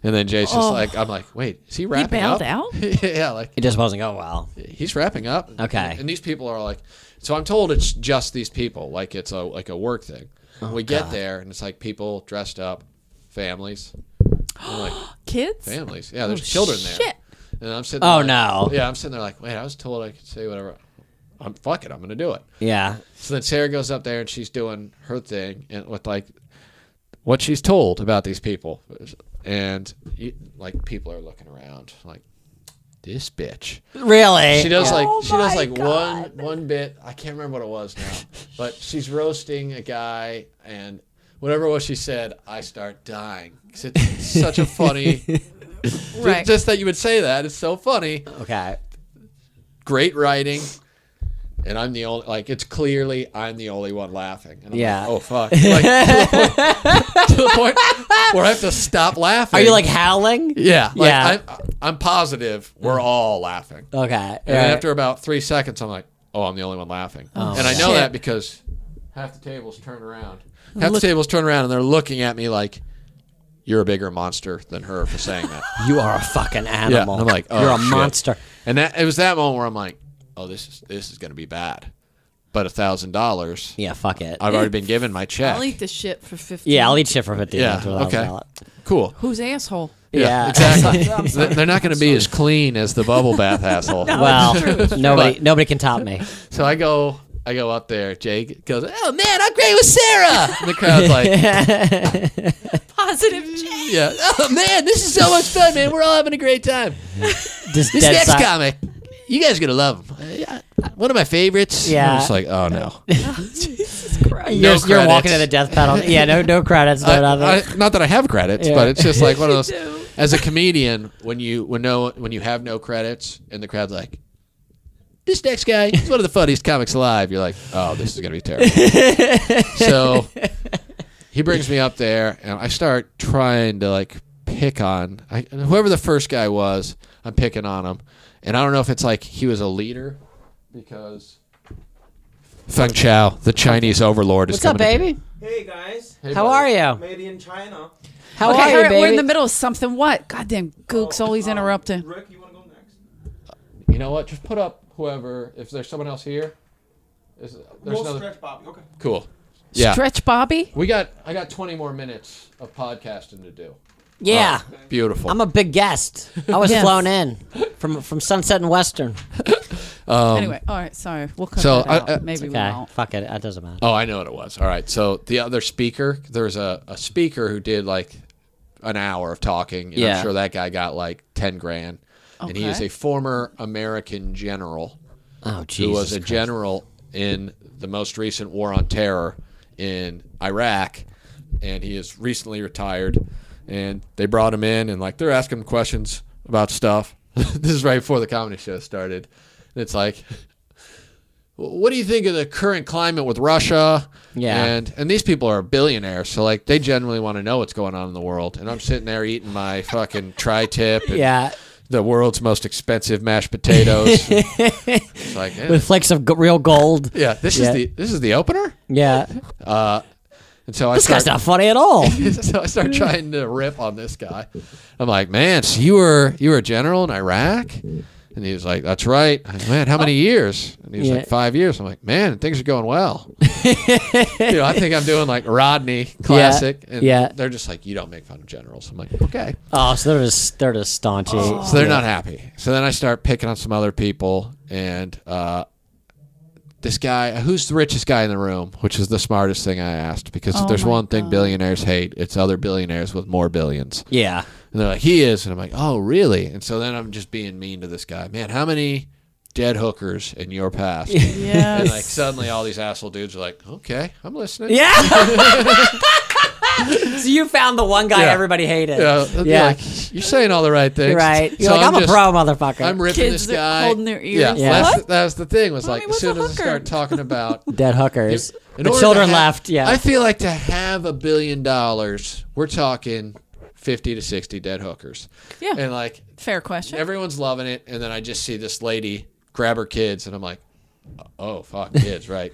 [SPEAKER 3] and then Jay's just
[SPEAKER 2] Oh.
[SPEAKER 3] like, I'm like, wait, is he wrapping
[SPEAKER 2] bailed
[SPEAKER 3] up?
[SPEAKER 2] out?
[SPEAKER 3] yeah, like
[SPEAKER 1] It just wasn't go well.
[SPEAKER 3] he's wrapping up.
[SPEAKER 1] Okay.
[SPEAKER 3] And these people are like, so I'm told it's just these people, like it's a like a work thing. we get there, and it's like people dressed up, families. I'm like
[SPEAKER 2] Kids?
[SPEAKER 3] families. Yeah, there's children there.
[SPEAKER 2] shit.
[SPEAKER 3] And I'm sitting.
[SPEAKER 1] Oh,
[SPEAKER 3] there like-
[SPEAKER 1] no.
[SPEAKER 3] Yeah, I'm sitting there like, wait, I was told I could say whatever. I'm fuck it. I'm gonna do it.
[SPEAKER 1] Yeah.
[SPEAKER 3] So then Sarah goes up there and she's doing her thing and with like what she's told about these people, and you, like people are looking around like, this bitch.
[SPEAKER 1] Really?
[SPEAKER 3] She does
[SPEAKER 1] Yeah.
[SPEAKER 3] like she does like one one bit. I can't remember what it was now, but she's roasting a guy and whatever it was she said, I start dying. 'Cause It's such a funny.
[SPEAKER 2] Right.
[SPEAKER 3] Just that you would say that it's so funny.
[SPEAKER 1] Okay.
[SPEAKER 3] Great writing. And I'm the only like it's clearly I'm the only one laughing. And I'm
[SPEAKER 1] Yeah.
[SPEAKER 3] Like, oh fuck. Like, to, the point, to the point where I have to stop laughing.
[SPEAKER 1] Are you like howling?
[SPEAKER 3] yeah? Like,
[SPEAKER 1] yeah.
[SPEAKER 3] I'm, I'm positive we're all laughing.
[SPEAKER 1] Okay.
[SPEAKER 3] And then
[SPEAKER 1] Right. Oh,
[SPEAKER 3] after about three seconds, I'm like, oh, I'm the only one laughing. and I know
[SPEAKER 2] shit.
[SPEAKER 3] that because half the tables turn around. Half the tables turn around and they're looking at me like, you're a bigger monster than her for saying that.
[SPEAKER 1] you are a fucking
[SPEAKER 3] yeah.
[SPEAKER 1] animal.
[SPEAKER 3] And I'm like, oh,
[SPEAKER 1] you're a
[SPEAKER 3] shit.
[SPEAKER 1] monster.
[SPEAKER 3] And that it was that moment where I'm like, oh, this is this is going to be bad. But a thousand dollars,
[SPEAKER 1] Yeah, fuck it.
[SPEAKER 3] I've already been given my check.
[SPEAKER 2] I'll eat the shit for 50.
[SPEAKER 1] yeah, I'll eat shit for fifteen.
[SPEAKER 3] Yeah,
[SPEAKER 1] after that
[SPEAKER 3] okay.
[SPEAKER 1] ballot.
[SPEAKER 3] Cool.
[SPEAKER 2] Who's asshole?
[SPEAKER 1] Yeah,
[SPEAKER 3] exactly. They're- they're not going to be as clean as the bubble bath asshole.
[SPEAKER 1] Well, nobody nobody can top me.
[SPEAKER 3] So I go, I go up there. Jake goes, "Oh man, I'm great with Sarah." And the crowd's like,
[SPEAKER 2] Positive change.
[SPEAKER 3] "Yeah, oh man, this is so much fun, man. We're all having a great time."
[SPEAKER 1] Just
[SPEAKER 3] This
[SPEAKER 1] dead
[SPEAKER 3] next
[SPEAKER 1] si-
[SPEAKER 3] comic, you guys are gonna love him. Uh, yeah, One of my favorites. And
[SPEAKER 1] Yeah.
[SPEAKER 3] I'm just like, oh no.
[SPEAKER 1] You're,
[SPEAKER 3] No
[SPEAKER 1] you're walking
[SPEAKER 3] credits.
[SPEAKER 1] to the death pedal. Yeah, no no credits, no
[SPEAKER 3] I-
[SPEAKER 1] nothing.
[SPEAKER 3] I- not that I have credits,
[SPEAKER 1] Yeah.
[SPEAKER 3] but it's just like one of those.
[SPEAKER 2] do.
[SPEAKER 3] As a comedian, when you when no when you have no credits and the crowd's like, "This next guy is one of the funniest comics alive," you're like, "Oh, this is gonna be terrible." so he brings me up there, and I start trying to like pick on I, whoever the first guy was. I'm picking on him, and I don't know if it's like he was a leader because. Feng Chao, the Chinese overlord, is
[SPEAKER 1] What's up,
[SPEAKER 3] coming. in.
[SPEAKER 1] baby?
[SPEAKER 4] Hey guys,
[SPEAKER 1] How are you?
[SPEAKER 4] made in China.
[SPEAKER 1] How
[SPEAKER 2] Okay,
[SPEAKER 1] are you,
[SPEAKER 2] all right,
[SPEAKER 1] baby?
[SPEAKER 2] Oh, we're in the middle of something. What? Goddamn Gook's always
[SPEAKER 3] Uh,
[SPEAKER 4] um,
[SPEAKER 2] interrupting.
[SPEAKER 4] Rick, you want to go next?
[SPEAKER 3] You know what? Just put up whoever. If there's someone else here, is, there's
[SPEAKER 4] we'll
[SPEAKER 3] another.
[SPEAKER 4] stretch Bobby. Okay.
[SPEAKER 3] Cool. Yeah.
[SPEAKER 2] Stretch Bobby?
[SPEAKER 3] we got. I got 20 more minutes of podcasting to do.
[SPEAKER 1] yeah.
[SPEAKER 3] Oh. Beautiful.
[SPEAKER 1] I'm a big guest. I was
[SPEAKER 2] Yes.
[SPEAKER 1] flown in from from Sunset and Western.
[SPEAKER 2] anyway, all right, sorry. We'll cut
[SPEAKER 3] Um, so
[SPEAKER 2] that out.
[SPEAKER 3] I- uh, I-
[SPEAKER 2] Maybe we
[SPEAKER 1] Okay,
[SPEAKER 2] won't.
[SPEAKER 1] fuck it. That doesn't matter.
[SPEAKER 3] oh, I know what it was. All right. So the other speaker, there's a a speaker who did like an hour of talking. And
[SPEAKER 1] Yeah.
[SPEAKER 3] I'm sure that guy got like 10 grand, and he
[SPEAKER 2] Okay.
[SPEAKER 3] is a former American general.
[SPEAKER 1] Oh, Jesus.
[SPEAKER 3] who was a general in the most recent war on terror in Iraq, and he is recently retired. And they brought him in, and like they're asking him questions about stuff. this is right before the comedy show started. And it's like, what do you think of the current climate with Russia?
[SPEAKER 1] Yeah.
[SPEAKER 3] and and these people are billionaires, so like they generally want to know what's going on in the world. And I'm sitting there eating my fucking tri-tip. and
[SPEAKER 1] Yeah,
[SPEAKER 3] The world's most expensive mashed potatoes. it's like, eh.
[SPEAKER 1] with flakes of g- real gold.
[SPEAKER 3] Yeah, this
[SPEAKER 1] Yeah.
[SPEAKER 3] is the this is the opener.
[SPEAKER 1] Yeah,
[SPEAKER 3] And so I
[SPEAKER 1] this guy's
[SPEAKER 3] start,
[SPEAKER 1] not funny at all.
[SPEAKER 3] so I start trying to rip on this guy. I'm like, man, so you were you were a general in Iraq? And he was like, that's right. I'm like, man, how many years? And he was
[SPEAKER 1] Oh. Yeah.
[SPEAKER 3] like, five years. I'm like, man, things are going well. you know, I think I'm doing like Rodney classic. And
[SPEAKER 1] yeah.
[SPEAKER 3] they're just like, you don't make fun of generals. I'm like, okay.
[SPEAKER 1] Oh, so they're just they're just staunchy.
[SPEAKER 2] Oh.
[SPEAKER 3] So they're not happy. So then I start picking on some other people, and uh, this guy, who's the richest guy in the room, which is the smartest thing I asked, because if
[SPEAKER 2] Oh
[SPEAKER 3] there's
[SPEAKER 2] my
[SPEAKER 3] one thing billionaires hate, it's other billionaires with more billions.
[SPEAKER 1] Yeah,
[SPEAKER 3] And they're like, he is, and I'm like, oh, really? And so then I'm just being mean to this guy. Man, how many dead hookers in your past? and like
[SPEAKER 2] Yes.
[SPEAKER 3] suddenly all these asshole dudes are like, okay, I'm listening.
[SPEAKER 1] yeah. so you found the one guy
[SPEAKER 3] Yeah.
[SPEAKER 1] everybody hated.
[SPEAKER 3] Yeah, they'll be
[SPEAKER 1] Yeah.
[SPEAKER 3] like, you're saying all the right things.
[SPEAKER 1] You're right. You're
[SPEAKER 3] So
[SPEAKER 1] like I'm, a
[SPEAKER 3] just-
[SPEAKER 1] pro motherfucker.
[SPEAKER 3] I'm ripping
[SPEAKER 2] Kids
[SPEAKER 3] this
[SPEAKER 2] that
[SPEAKER 3] guy.
[SPEAKER 2] holding their ears.
[SPEAKER 3] Yeah,
[SPEAKER 1] Yeah.
[SPEAKER 3] That's, that's the thing. Was
[SPEAKER 2] Mommy,
[SPEAKER 3] like as
[SPEAKER 2] what's a
[SPEAKER 3] soon as I
[SPEAKER 2] hooker?
[SPEAKER 3] start talking about
[SPEAKER 1] Dead hookers.
[SPEAKER 3] in
[SPEAKER 1] the
[SPEAKER 3] order to
[SPEAKER 1] children
[SPEAKER 3] have-
[SPEAKER 1] left. Yeah,
[SPEAKER 3] I feel like to have a billion dollars, we're talking fifty to sixty dead hookers.
[SPEAKER 2] Yeah.
[SPEAKER 3] and like
[SPEAKER 2] Fair question.
[SPEAKER 3] everyone's loving it, and then I just see this lady grab her kids, and I'm like, oh fuck, kids, right?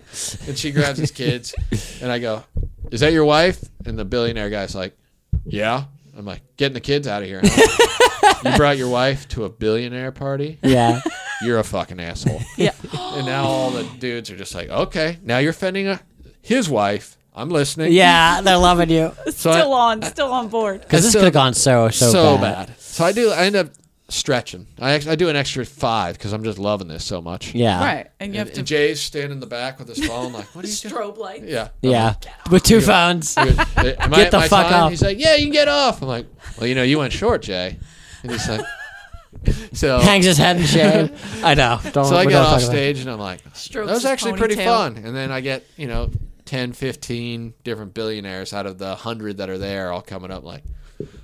[SPEAKER 3] And she grabs his kids, and I go, is that your wife? And the billionaire guy's like, yeah. I'm like, getting the kids out of here. huh?" you brought your wife to a billionaire party.
[SPEAKER 1] yeah.
[SPEAKER 3] You're a fucking asshole.
[SPEAKER 2] yeah.
[SPEAKER 3] And now all the dudes are just like, okay, now you're offending uh, his wife. I'm listening.
[SPEAKER 1] Yeah, they're loving you.
[SPEAKER 3] so
[SPEAKER 2] still
[SPEAKER 3] I,
[SPEAKER 2] on, still on board.
[SPEAKER 1] Because this
[SPEAKER 3] So-
[SPEAKER 1] could have gone so so,
[SPEAKER 3] so, bad. So I do. I end up stretching. I act- I do an extra five because I'm just loving this so much.
[SPEAKER 1] Yeah.
[SPEAKER 2] Right. And you
[SPEAKER 3] And,
[SPEAKER 2] have to
[SPEAKER 3] and Jay's standing in the back with his phone, like, what are you doing?
[SPEAKER 2] strobe light.
[SPEAKER 3] Yeah.
[SPEAKER 1] Yeah. With two phones.
[SPEAKER 3] I'm like, "Dude, am I
[SPEAKER 1] Get
[SPEAKER 3] at
[SPEAKER 1] the
[SPEAKER 3] my
[SPEAKER 1] fuck
[SPEAKER 3] time?"
[SPEAKER 1] off.
[SPEAKER 3] He's like, yeah, you can get off. I'm like, well, you know, you went short, Jay. And he's like, So,
[SPEAKER 1] Hangs his head in shame. I know. Don't,
[SPEAKER 3] so I
[SPEAKER 1] we
[SPEAKER 3] get
[SPEAKER 1] don't talk
[SPEAKER 3] off
[SPEAKER 1] about it.
[SPEAKER 3] stage and I'm like,
[SPEAKER 2] Strokes
[SPEAKER 3] that was
[SPEAKER 2] his
[SPEAKER 3] actually pretty
[SPEAKER 2] ponytail.
[SPEAKER 3] fun. And then I get, you know, 10, 15 different billionaires out of the 100 that are there all coming up like,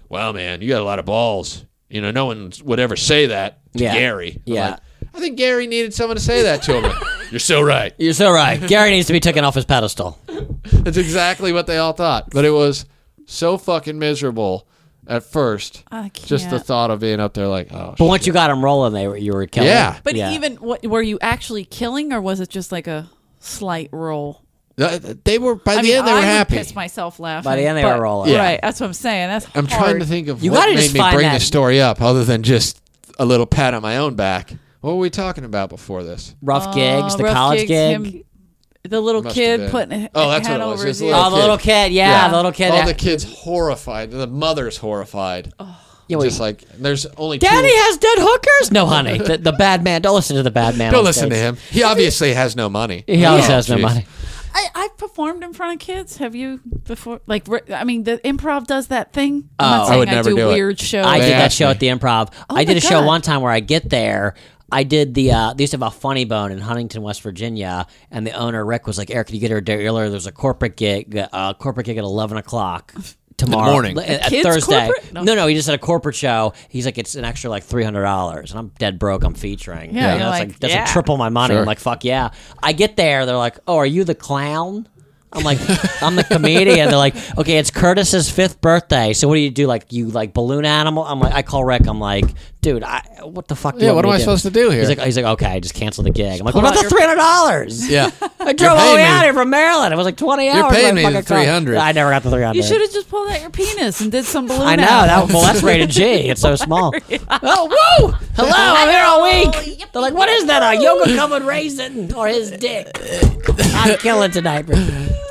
[SPEAKER 3] wow, man, you got a lot of balls. You know, no one would ever say that to
[SPEAKER 1] Yeah.
[SPEAKER 3] Gary. I'm
[SPEAKER 1] Yeah.
[SPEAKER 3] like, I think Gary needed someone to say that to him. You're so right.
[SPEAKER 1] You're so right. Gary needs to be taken off his pedestal.
[SPEAKER 3] That's exactly what they all thought. But it was so fucking miserable at first.
[SPEAKER 2] I can't.
[SPEAKER 3] Just the thought of being up there like, oh,
[SPEAKER 1] But
[SPEAKER 3] shit.
[SPEAKER 1] once you got him rolling, they were you were killing.
[SPEAKER 3] Yeah.
[SPEAKER 1] him.
[SPEAKER 2] But
[SPEAKER 1] Yeah.
[SPEAKER 2] even what, were you actually killing, or was it just like a slight roll?
[SPEAKER 3] Uh, They were, by
[SPEAKER 2] I
[SPEAKER 3] the
[SPEAKER 2] mean,
[SPEAKER 3] end, they
[SPEAKER 2] I
[SPEAKER 3] were
[SPEAKER 2] would
[SPEAKER 3] happy.
[SPEAKER 2] piss myself laughing.
[SPEAKER 1] By the end, they
[SPEAKER 2] but-
[SPEAKER 1] were rolling.
[SPEAKER 3] Yeah.
[SPEAKER 2] Right, that's what I'm saying. That's
[SPEAKER 3] I'm trying to think of
[SPEAKER 1] You
[SPEAKER 3] what
[SPEAKER 1] gotta
[SPEAKER 3] made
[SPEAKER 1] just
[SPEAKER 3] me
[SPEAKER 1] find
[SPEAKER 3] bring
[SPEAKER 1] that-
[SPEAKER 3] this story up, other than just a little pat on my own back. What were we talking about before this?
[SPEAKER 1] rough gigs, the
[SPEAKER 2] Uh, rough
[SPEAKER 1] college
[SPEAKER 2] gigs,
[SPEAKER 1] gig.
[SPEAKER 2] him- the little
[SPEAKER 3] Must have been.
[SPEAKER 2] kid putting h-
[SPEAKER 3] Oh, that's
[SPEAKER 2] head
[SPEAKER 3] what it was.
[SPEAKER 2] over
[SPEAKER 3] It was
[SPEAKER 2] his
[SPEAKER 3] a
[SPEAKER 2] ear.
[SPEAKER 1] Oh, the little kid. Yeah,
[SPEAKER 3] Yeah.
[SPEAKER 1] the little kid.
[SPEAKER 3] All
[SPEAKER 1] that-
[SPEAKER 3] the kids horrified. The mother's horrified.
[SPEAKER 1] you know,
[SPEAKER 3] Just like there's only
[SPEAKER 1] Oh. Daddy
[SPEAKER 3] two.
[SPEAKER 1] has dead hookers. No, honey, the, the bad man. Don't listen to the bad man.
[SPEAKER 3] Don't
[SPEAKER 1] on
[SPEAKER 3] listen to
[SPEAKER 1] stage.
[SPEAKER 3] him. He obviously has no money.
[SPEAKER 1] He always
[SPEAKER 3] Oh,
[SPEAKER 1] has no
[SPEAKER 3] jeez.
[SPEAKER 1] money.
[SPEAKER 2] I, I've performed in front of kids. Have you before? Like, re- I mean, the improv does that thing. I'm
[SPEAKER 1] Oh. I
[SPEAKER 2] not saying
[SPEAKER 3] would never
[SPEAKER 2] do,
[SPEAKER 3] do it.
[SPEAKER 2] weird shows.
[SPEAKER 1] I
[SPEAKER 3] They
[SPEAKER 1] did that
[SPEAKER 3] asked
[SPEAKER 1] show
[SPEAKER 3] me.
[SPEAKER 1] at the improv. I did
[SPEAKER 2] Oh my
[SPEAKER 1] a show
[SPEAKER 2] God.
[SPEAKER 1] one time where I get there. I did the uh, they used to have a funny bone in Huntington, West Virginia, and the owner Rick was like, "Eric, can you get her there earlier? There's a corporate gig, uh, corporate gig at eleven o'clock tomorrow
[SPEAKER 3] morning.
[SPEAKER 1] L- at
[SPEAKER 2] kids'
[SPEAKER 1] Thursday."
[SPEAKER 2] corporate?
[SPEAKER 1] No.
[SPEAKER 2] No.
[SPEAKER 1] no, he just had a corporate show. He's like, "It's an extra like three hundred dollars," and I'm dead broke. I'm featuring.
[SPEAKER 2] Yeah,
[SPEAKER 1] you know,
[SPEAKER 2] you're
[SPEAKER 1] it's
[SPEAKER 2] like,
[SPEAKER 1] like that's like
[SPEAKER 2] yeah.
[SPEAKER 1] triple my money.
[SPEAKER 3] Sure.
[SPEAKER 1] I'm like, "Fuck yeah!" I get there, they're like, "Oh, are you the clown?" I'm like, I'm the comedian. They're like, okay, it's Curtis's fifth birthday. So what do you do? Like, you like balloon animal? I'm like, I call Rick. I'm like, dude, I, what the fuck? Do you
[SPEAKER 3] Yeah,
[SPEAKER 1] want
[SPEAKER 3] what
[SPEAKER 1] me
[SPEAKER 3] am I supposed to do here?
[SPEAKER 1] He's like, he's like, okay, I just canceled the gig. I'm like, what
[SPEAKER 2] pull
[SPEAKER 1] about the
[SPEAKER 2] out
[SPEAKER 1] three hundred dollars?
[SPEAKER 3] Yeah.
[SPEAKER 1] I drove all the
[SPEAKER 3] paying
[SPEAKER 1] way
[SPEAKER 3] me-
[SPEAKER 1] out here from Maryland. It was like twenty hours.
[SPEAKER 3] paying
[SPEAKER 1] in my
[SPEAKER 3] me
[SPEAKER 1] fucking
[SPEAKER 3] the
[SPEAKER 1] car.
[SPEAKER 3] 300.
[SPEAKER 1] I never got the three hundred.
[SPEAKER 2] You should have just pulled out your penis and did some balloon.
[SPEAKER 1] I know
[SPEAKER 2] animal.
[SPEAKER 1] that. Well, that's rated G. It's so small. Oh, woo! Hello, I'm here all
[SPEAKER 3] Oh,
[SPEAKER 1] week. They're like, what is that? A yoga covered raisin or his dick? I'm killing tonight. bro.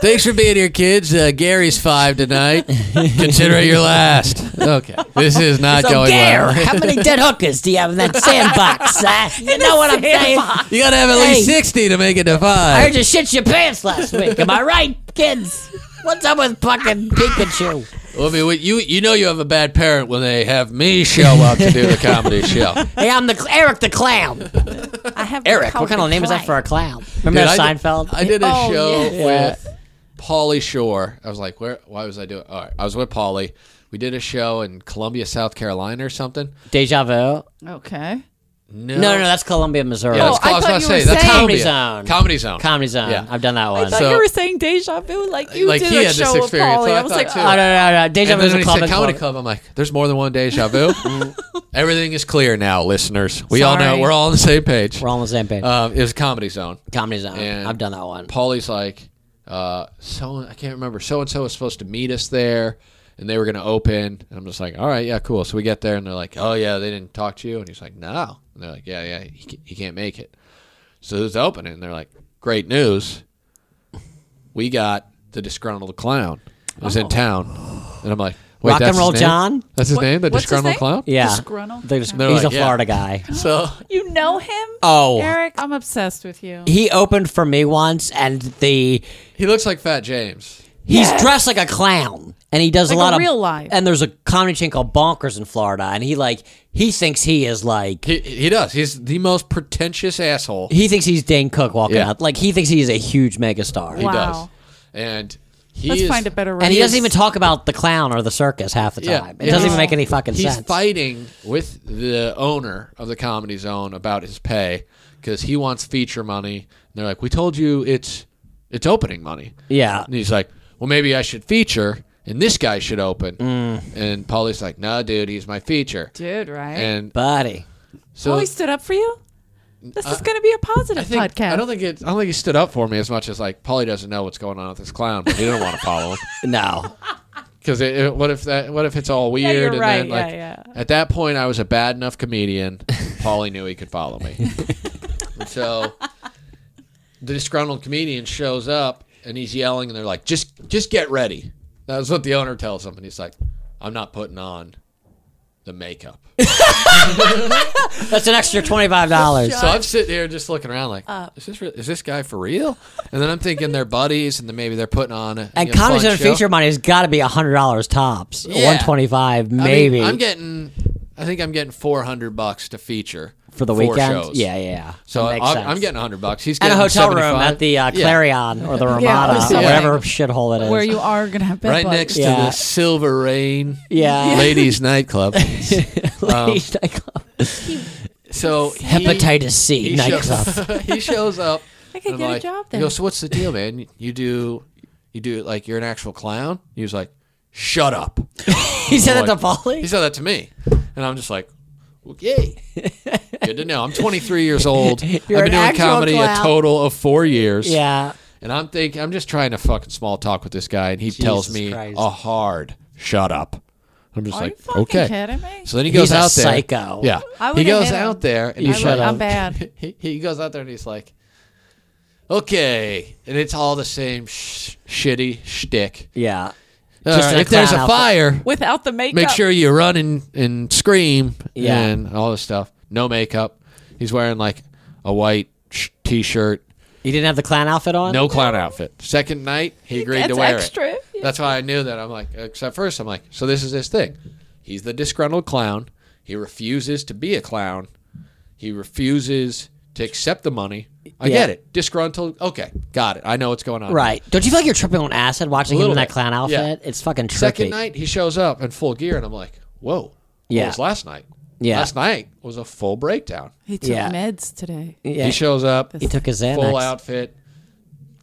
[SPEAKER 3] Thanks for being here, kids. Uh, Gary's five tonight. Consider it your last. Okay, this is not
[SPEAKER 1] So
[SPEAKER 3] going
[SPEAKER 1] Gare,
[SPEAKER 3] well.
[SPEAKER 1] how many dead hookers do you have in that sandbox? huh? You know what I'm saying?
[SPEAKER 3] You gotta have at
[SPEAKER 1] least Hey.
[SPEAKER 3] sixty to make it to
[SPEAKER 1] I
[SPEAKER 3] five.
[SPEAKER 1] heard you shit your pants last week. Am I right, kids? What's up with fucking Pikachu?
[SPEAKER 3] Well, I mean, what- you you know you have a bad parent when they have me show up to do the comedy show.
[SPEAKER 1] Hey, I'm the Eric the clown.
[SPEAKER 2] I have
[SPEAKER 1] Eric, what kind of name is that for a clown? Remember
[SPEAKER 3] Dude, I did-
[SPEAKER 1] Seinfeld?
[SPEAKER 3] I did a
[SPEAKER 2] Oh,
[SPEAKER 3] show
[SPEAKER 2] yes.
[SPEAKER 3] with Pauly Shore. I was like, where? Why was I doing? All right, I was with Pauly. We did a show in Columbia, South Carolina, or something.
[SPEAKER 1] Deja vu.
[SPEAKER 2] Okay.
[SPEAKER 3] No,
[SPEAKER 1] No, no, no, that's Columbia, Missouri.
[SPEAKER 3] Yeah,
[SPEAKER 2] Oh,
[SPEAKER 3] that's-
[SPEAKER 2] I
[SPEAKER 3] I was
[SPEAKER 2] thought
[SPEAKER 3] about to
[SPEAKER 2] you
[SPEAKER 3] say,
[SPEAKER 2] were
[SPEAKER 3] that's
[SPEAKER 2] saying-
[SPEAKER 1] Comedy
[SPEAKER 3] Columbia.
[SPEAKER 1] Zone.
[SPEAKER 3] Comedy Zone.
[SPEAKER 1] Comedy Zone.
[SPEAKER 3] Yeah.
[SPEAKER 1] I've done that
[SPEAKER 2] I
[SPEAKER 1] one.
[SPEAKER 2] thought
[SPEAKER 3] So-
[SPEAKER 2] you were saying deja vu, like you
[SPEAKER 3] Like,
[SPEAKER 2] did
[SPEAKER 3] he
[SPEAKER 2] a
[SPEAKER 3] had this
[SPEAKER 2] show with
[SPEAKER 3] experience, so
[SPEAKER 2] Paulie.
[SPEAKER 3] I
[SPEAKER 2] I was
[SPEAKER 3] thought
[SPEAKER 2] like,
[SPEAKER 3] too.
[SPEAKER 1] oh, no, no, no. Deja
[SPEAKER 3] And
[SPEAKER 1] vu is
[SPEAKER 3] then
[SPEAKER 1] a
[SPEAKER 3] he
[SPEAKER 1] club.
[SPEAKER 3] said
[SPEAKER 1] and
[SPEAKER 3] comedy
[SPEAKER 1] club.
[SPEAKER 3] club. I'm like, there's more than one deja vu. Everything is clear now, listeners. We all know
[SPEAKER 2] Sorry.
[SPEAKER 3] we're all on the same page.
[SPEAKER 1] We're all on the same page.
[SPEAKER 3] Um, it was comedy zone.
[SPEAKER 1] comedy Zone.
[SPEAKER 3] and-
[SPEAKER 1] I've done that one.
[SPEAKER 3] Paulie's like, uh, so I can't remember. So and so was supposed to meet us there, and they were going to open. And I'm just like, all right, yeah, cool. So we get there, and they're like, oh yeah, they didn't talk to you. And he's like, no. And they're like, yeah, yeah, he, ca- he can't make it. So it's opening, and they're like, great news. We got the disgruntled clown. It was in town, and I'm like, wait,
[SPEAKER 1] Oh. Rock and
[SPEAKER 3] that's his
[SPEAKER 1] Roll
[SPEAKER 3] name?
[SPEAKER 1] John?
[SPEAKER 3] That's his
[SPEAKER 2] What-
[SPEAKER 3] name, the
[SPEAKER 2] what's his
[SPEAKER 3] disgruntled
[SPEAKER 2] name?
[SPEAKER 3] clown.
[SPEAKER 1] Yeah.
[SPEAKER 2] Disgruntled?
[SPEAKER 1] They're just-
[SPEAKER 3] They're
[SPEAKER 1] He's
[SPEAKER 3] like,
[SPEAKER 1] a
[SPEAKER 3] yeah.
[SPEAKER 1] Florida guy.
[SPEAKER 3] So
[SPEAKER 2] you know him?
[SPEAKER 1] Oh.
[SPEAKER 2] Eric, I'm obsessed with you.
[SPEAKER 1] He opened for me once, and the
[SPEAKER 3] he looks like Fat James.
[SPEAKER 1] he's dressed like a clown, and he does
[SPEAKER 2] Like
[SPEAKER 1] a
[SPEAKER 2] a
[SPEAKER 1] lot of
[SPEAKER 2] real life.
[SPEAKER 1] And there's a comedy chain called Bonkers in Florida, and he like he thinks he is like
[SPEAKER 3] He he does. He's the most pretentious asshole.
[SPEAKER 1] he thinks he's Dane Cook walking
[SPEAKER 3] Yeah.
[SPEAKER 1] out, like he thinks he is a huge megastar,
[SPEAKER 3] He does.
[SPEAKER 2] Wow.
[SPEAKER 3] And he
[SPEAKER 2] Let's
[SPEAKER 3] is,
[SPEAKER 2] find a better.
[SPEAKER 1] and he doesn't
[SPEAKER 2] race.
[SPEAKER 1] even talk about the clown or the circus half the
[SPEAKER 3] Yeah,
[SPEAKER 1] time. it
[SPEAKER 3] yeah,
[SPEAKER 1] doesn't
[SPEAKER 3] he's-
[SPEAKER 1] even make any fucking
[SPEAKER 3] He's
[SPEAKER 1] sense.
[SPEAKER 3] fighting with the owner of the Comedy Zone about his pay because he wants feature money. And they're like, "We told you it's it's opening money."
[SPEAKER 1] yeah,
[SPEAKER 3] And he's like, "Well, maybe I should feature, and this guy should open." And Paulie's like, "No, dude, he's my feature."
[SPEAKER 2] Dude, right?
[SPEAKER 3] And
[SPEAKER 1] buddy.
[SPEAKER 3] so Uh,
[SPEAKER 2] Paulie stood up for you. This is going to be a positive
[SPEAKER 3] I think
[SPEAKER 2] podcast.
[SPEAKER 3] I don't think it. I don't think he stood up for me as much as like Paulie doesn't know what's going on with this clown, but he didn't want to follow him.
[SPEAKER 1] No,
[SPEAKER 3] Because it, it- what if that? What if it's all weird?
[SPEAKER 2] you're right.
[SPEAKER 3] and then, like,
[SPEAKER 2] Yeah,
[SPEAKER 3] At that point, I was a bad enough comedian. Paulie knew he could follow me, and so the disgruntled comedian shows up and he's yelling, and they're like, "Just, just get ready." That was what the owner tells him, and he's like, "I'm not putting on the makeup."
[SPEAKER 1] that's an extra twenty five dollars.
[SPEAKER 3] So I'm sitting here just looking around, like,
[SPEAKER 2] Uh.
[SPEAKER 3] "Is this re- is this guy for real?" And then I'm thinking they're buddies, and then maybe they're putting on a
[SPEAKER 1] And
[SPEAKER 3] you know, fun
[SPEAKER 1] comedy zone
[SPEAKER 3] show.
[SPEAKER 1] feature money has got to be hundred dollars tops,
[SPEAKER 3] Yeah.
[SPEAKER 1] one twenty five
[SPEAKER 3] I mean,
[SPEAKER 1] maybe.
[SPEAKER 3] I'm getting I think I'm getting 400 bucks to feature
[SPEAKER 1] for the
[SPEAKER 3] four
[SPEAKER 1] weekend.
[SPEAKER 3] Shows.
[SPEAKER 1] Yeah, yeah.
[SPEAKER 3] So
[SPEAKER 1] That
[SPEAKER 3] I,
[SPEAKER 1] makes
[SPEAKER 3] I'm
[SPEAKER 1] sense.
[SPEAKER 3] getting 100 bucks. He's
[SPEAKER 1] and
[SPEAKER 3] getting
[SPEAKER 1] a hotel room
[SPEAKER 3] 75.
[SPEAKER 1] at the uh,
[SPEAKER 3] Yeah.
[SPEAKER 1] Clarion or the Ramada
[SPEAKER 2] or
[SPEAKER 1] or
[SPEAKER 2] something.
[SPEAKER 1] whatever shithole it is.
[SPEAKER 2] where you are gonna have bed
[SPEAKER 3] right
[SPEAKER 2] bugs.
[SPEAKER 3] next to
[SPEAKER 1] Yeah.
[SPEAKER 3] the Silver Rain
[SPEAKER 1] Yeah.
[SPEAKER 3] Ladies Nightclub.
[SPEAKER 1] Ladies nightclub.
[SPEAKER 3] So he-
[SPEAKER 1] Hepatitis C
[SPEAKER 3] Um, he
[SPEAKER 1] nightclub.
[SPEAKER 3] show- he shows up.
[SPEAKER 2] I could
[SPEAKER 3] and I'm
[SPEAKER 2] get a
[SPEAKER 3] like-
[SPEAKER 2] job
[SPEAKER 3] He
[SPEAKER 2] there.
[SPEAKER 3] goes, so what's the deal, man? You do, you do like you're an actual clown. He was like, shut up.
[SPEAKER 1] he said that to
[SPEAKER 3] Like-
[SPEAKER 1] Polly.
[SPEAKER 3] He said that to me, and I'm just like, okay, good to know. I'm 23 years old. I've
[SPEAKER 1] You're an
[SPEAKER 3] been doing
[SPEAKER 1] actual
[SPEAKER 3] comedy a
[SPEAKER 1] clown.
[SPEAKER 3] total of four years.
[SPEAKER 1] Yeah.
[SPEAKER 3] And I'm think I'm just trying to fucking small talk with this guy, and he tells
[SPEAKER 1] Jesus
[SPEAKER 3] me
[SPEAKER 1] Christ.
[SPEAKER 3] a hard shut up. I'm just
[SPEAKER 2] Are
[SPEAKER 3] like,
[SPEAKER 2] you fucking
[SPEAKER 3] okay.
[SPEAKER 2] kidding me?
[SPEAKER 3] So then he
[SPEAKER 1] He's
[SPEAKER 3] goes
[SPEAKER 1] a
[SPEAKER 3] out there.
[SPEAKER 1] psycho.
[SPEAKER 3] Yeah.
[SPEAKER 2] I
[SPEAKER 3] He
[SPEAKER 2] would've
[SPEAKER 3] goes
[SPEAKER 2] hit him.
[SPEAKER 3] out there and
[SPEAKER 2] I
[SPEAKER 3] he's
[SPEAKER 1] shut
[SPEAKER 3] like,
[SPEAKER 2] would-
[SPEAKER 1] up.
[SPEAKER 2] I'm bad.
[SPEAKER 3] he, he goes out there and he's like, okay, and it's all the same sh- shitty shtick.
[SPEAKER 1] Yeah.
[SPEAKER 3] All
[SPEAKER 1] Just
[SPEAKER 3] right,
[SPEAKER 1] in a
[SPEAKER 3] if there's
[SPEAKER 1] clown
[SPEAKER 3] a
[SPEAKER 1] outfit.
[SPEAKER 3] fire,
[SPEAKER 2] Without the makeup.
[SPEAKER 3] make sure you run and, and scream
[SPEAKER 1] Yeah.
[SPEAKER 3] and all this stuff. No makeup. He's wearing like a white sh- t-shirt,
[SPEAKER 1] He didn't have the clown outfit on?
[SPEAKER 3] no clown outfit. Second night, he agreed to
[SPEAKER 2] That's
[SPEAKER 3] wear
[SPEAKER 2] extra.
[SPEAKER 3] it. That's why I knew that. I'm like, except first, I'm like, so this is this thing. He's the disgruntled clown. He refuses to be a clown. He refuses to accept the money. I
[SPEAKER 1] Yeah.
[SPEAKER 3] get it. Disgruntled. Okay, got it. I know what's going on.
[SPEAKER 1] Right. Don't you feel like you're tripping on acid watching him
[SPEAKER 3] Little
[SPEAKER 1] in that
[SPEAKER 3] bit.
[SPEAKER 1] clown
[SPEAKER 3] Yeah.
[SPEAKER 1] outfit? It's fucking trippy.
[SPEAKER 3] Second night, he shows up in full gear, and I'm like, whoa.
[SPEAKER 1] Yeah.
[SPEAKER 3] What was last night?
[SPEAKER 1] Yeah.
[SPEAKER 3] Last night was a full breakdown.
[SPEAKER 2] He took
[SPEAKER 1] Yeah.
[SPEAKER 2] meds today.
[SPEAKER 1] Yeah.
[SPEAKER 3] He shows up,
[SPEAKER 1] He took his
[SPEAKER 3] full
[SPEAKER 1] Xanax.
[SPEAKER 3] outfit,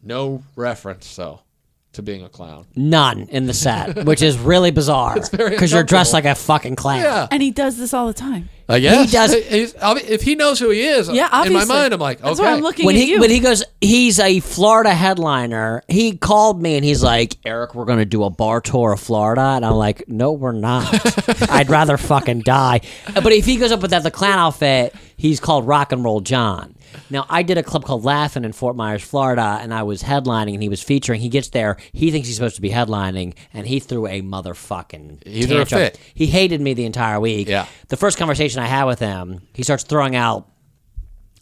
[SPEAKER 3] no reference though to being a clown.
[SPEAKER 1] None in the set, which is really bizarre.
[SPEAKER 3] very
[SPEAKER 1] Because you're dressed
[SPEAKER 3] uncomfortable.
[SPEAKER 1] like a fucking clown.
[SPEAKER 3] Yeah,
[SPEAKER 2] And he does this all the time.
[SPEAKER 3] I guess
[SPEAKER 1] He does-
[SPEAKER 3] He's- I mean, if he knows who he is,
[SPEAKER 2] Yeah, obviously.
[SPEAKER 3] in my mind, I'm like, okay,
[SPEAKER 2] That's why I'm looking
[SPEAKER 1] When
[SPEAKER 2] at
[SPEAKER 1] he
[SPEAKER 2] you.
[SPEAKER 1] when he goes, he's a Florida headliner. He called me and he's like, "Eric, we're gonna do a bar tour of Florida," and I'm like, "No, we're not. I'd rather fucking die." But if he goes up with that the clown outfit, he's called Rock and Roll John. Now I did a club called Laughing in Fort Myers, Florida, and I was headlining and he was featuring. He gets there, he thinks he's supposed to be headlining, and he threw a motherfucking
[SPEAKER 3] He threw a
[SPEAKER 1] tantrum.
[SPEAKER 3] fit.
[SPEAKER 1] He hated me the entire week.
[SPEAKER 3] Yeah.
[SPEAKER 1] The first conversation I had with him, he starts throwing out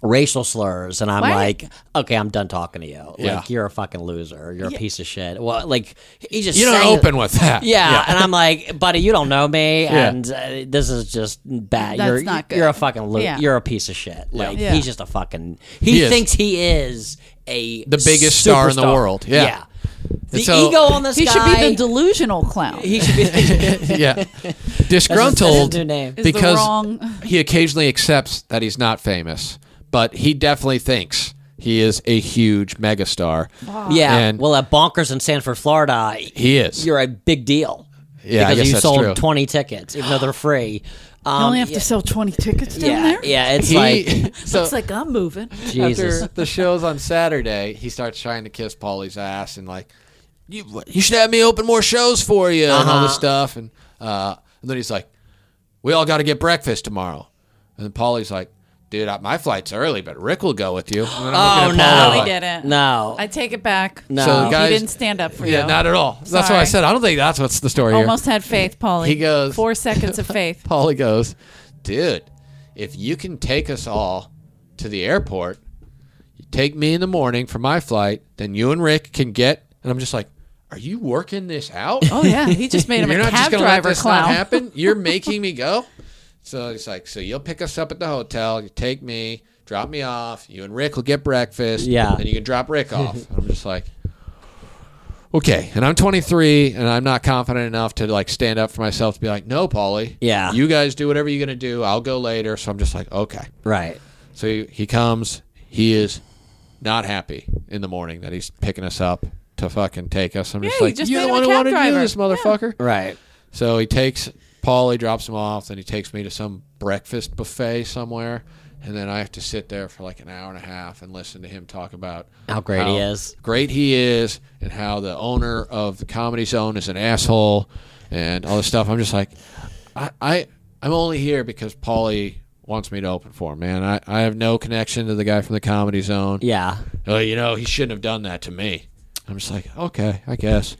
[SPEAKER 1] racial slurs and I'm
[SPEAKER 2] What?
[SPEAKER 1] like, okay, I'm done talking to you. Like
[SPEAKER 3] Yeah.
[SPEAKER 1] you're a fucking loser. You're a piece of shit. Well, like he just
[SPEAKER 3] you don't
[SPEAKER 1] sang-
[SPEAKER 3] open with that.
[SPEAKER 1] Yeah, and I'm like, buddy, you don't know me,
[SPEAKER 3] Yeah.
[SPEAKER 1] and uh, this is just bad.
[SPEAKER 2] That's
[SPEAKER 1] you're
[SPEAKER 2] not good.
[SPEAKER 1] you're a fucking lo-
[SPEAKER 2] Yeah.
[SPEAKER 1] you're a piece of shit. Like
[SPEAKER 2] Yeah.
[SPEAKER 1] he's just a fucking. He,
[SPEAKER 3] He is.
[SPEAKER 1] thinks he is a
[SPEAKER 3] The biggest star in the
[SPEAKER 1] superstar.
[SPEAKER 3] world. Yeah.
[SPEAKER 1] The
[SPEAKER 3] so-
[SPEAKER 1] ego on this
[SPEAKER 2] He should
[SPEAKER 1] guy.
[SPEAKER 2] be the delusional clown.
[SPEAKER 1] he should be.
[SPEAKER 3] yeah. Disgruntled
[SPEAKER 1] That's his new name.
[SPEAKER 2] Is the
[SPEAKER 3] because
[SPEAKER 2] wrong-
[SPEAKER 3] he occasionally accepts that he's not famous, but he definitely thinks he is a huge megastar.
[SPEAKER 1] yeah.
[SPEAKER 3] And-
[SPEAKER 1] well, at Bonkers in Sanford, Florida,
[SPEAKER 3] He is.
[SPEAKER 1] you're a big deal.
[SPEAKER 3] Yeah, I
[SPEAKER 1] because
[SPEAKER 3] guess
[SPEAKER 1] you
[SPEAKER 3] that's
[SPEAKER 1] sold
[SPEAKER 3] true.
[SPEAKER 1] 20 tickets, even though they're free. Um,
[SPEAKER 2] you only have
[SPEAKER 1] yeah,
[SPEAKER 2] to sell 20 tickets down
[SPEAKER 1] yeah,
[SPEAKER 2] there?
[SPEAKER 1] yeah, it's
[SPEAKER 3] He-
[SPEAKER 1] like
[SPEAKER 3] so
[SPEAKER 2] Looks like I'm moving.
[SPEAKER 1] Jesus.
[SPEAKER 3] after the shows on Saturday, he starts trying to kiss Paulie's ass and like, you you should have me open more shows for you and
[SPEAKER 2] Uh-huh.
[SPEAKER 3] all this stuff. And, uh, and then he's like, we all got to get breakfast tomorrow. And then Paulie's like, dude, I, my flight's early, but Rick will go with you. And then I'm
[SPEAKER 1] Oh
[SPEAKER 3] looking at Paulie
[SPEAKER 1] no,
[SPEAKER 2] he
[SPEAKER 3] like,
[SPEAKER 2] didn't.
[SPEAKER 1] No,
[SPEAKER 2] I take it back.
[SPEAKER 1] no.
[SPEAKER 3] So the guy-
[SPEAKER 2] He
[SPEAKER 3] Guys-
[SPEAKER 2] didn't stand up for
[SPEAKER 3] Yeah,
[SPEAKER 2] you.
[SPEAKER 3] not at all. That's what I
[SPEAKER 2] Sorry.
[SPEAKER 3] said. I don't think that's what's the story
[SPEAKER 2] Almost had faith, Paulie.
[SPEAKER 3] He goes-
[SPEAKER 2] Four seconds of faith.
[SPEAKER 3] here. Paulie goes, dude, if you can take us all to the airport, you take me in the morning for my flight, then you and Rick can get. And I'm just like, are you working this out?
[SPEAKER 2] Oh, yeah. He just made him
[SPEAKER 3] You're
[SPEAKER 2] a
[SPEAKER 3] not just
[SPEAKER 2] cab
[SPEAKER 3] gonna let
[SPEAKER 2] driver
[SPEAKER 3] this
[SPEAKER 2] clown.
[SPEAKER 3] not happen. You're making me go. So he's like, so you'll pick us up at the hotel. You take me, drop me off. You and Rick will get breakfast.
[SPEAKER 1] Yeah.
[SPEAKER 3] and you can drop Rick off. And I'm just like, okay. And I'm 23, and I'm not confident enough to like stand up for myself to be like, no, Paulie.
[SPEAKER 1] Yeah.
[SPEAKER 3] You guys do whatever you're gonna do. I'll go later. So I'm just like, okay.
[SPEAKER 1] right.
[SPEAKER 3] So he, he comes. He is not happy in the morning that he's picking us up to fucking take us. I'm just
[SPEAKER 2] Yeah, you
[SPEAKER 3] like,
[SPEAKER 2] just
[SPEAKER 3] you're
[SPEAKER 2] made him a
[SPEAKER 3] the one who
[SPEAKER 2] cab
[SPEAKER 3] wanted to do
[SPEAKER 2] driver.
[SPEAKER 3] this, motherfucker.
[SPEAKER 1] Right.
[SPEAKER 3] So he takes Paul, he drops him off, then he takes me to some breakfast buffet somewhere, and then I have to sit there for like an hour and a half and listen to him talk about
[SPEAKER 1] How great he is.
[SPEAKER 3] great he is, and how the owner of the Comedy Zone is an asshole, and all this stuff. I'm just like, I, I I'm only here because Paulie wants me to open for him, man. I, I have no connection to the guy from the Comedy Zone.
[SPEAKER 1] Yeah.
[SPEAKER 3] Oh, you know, he shouldn't have done that to me. I'm just like, okay, I guess.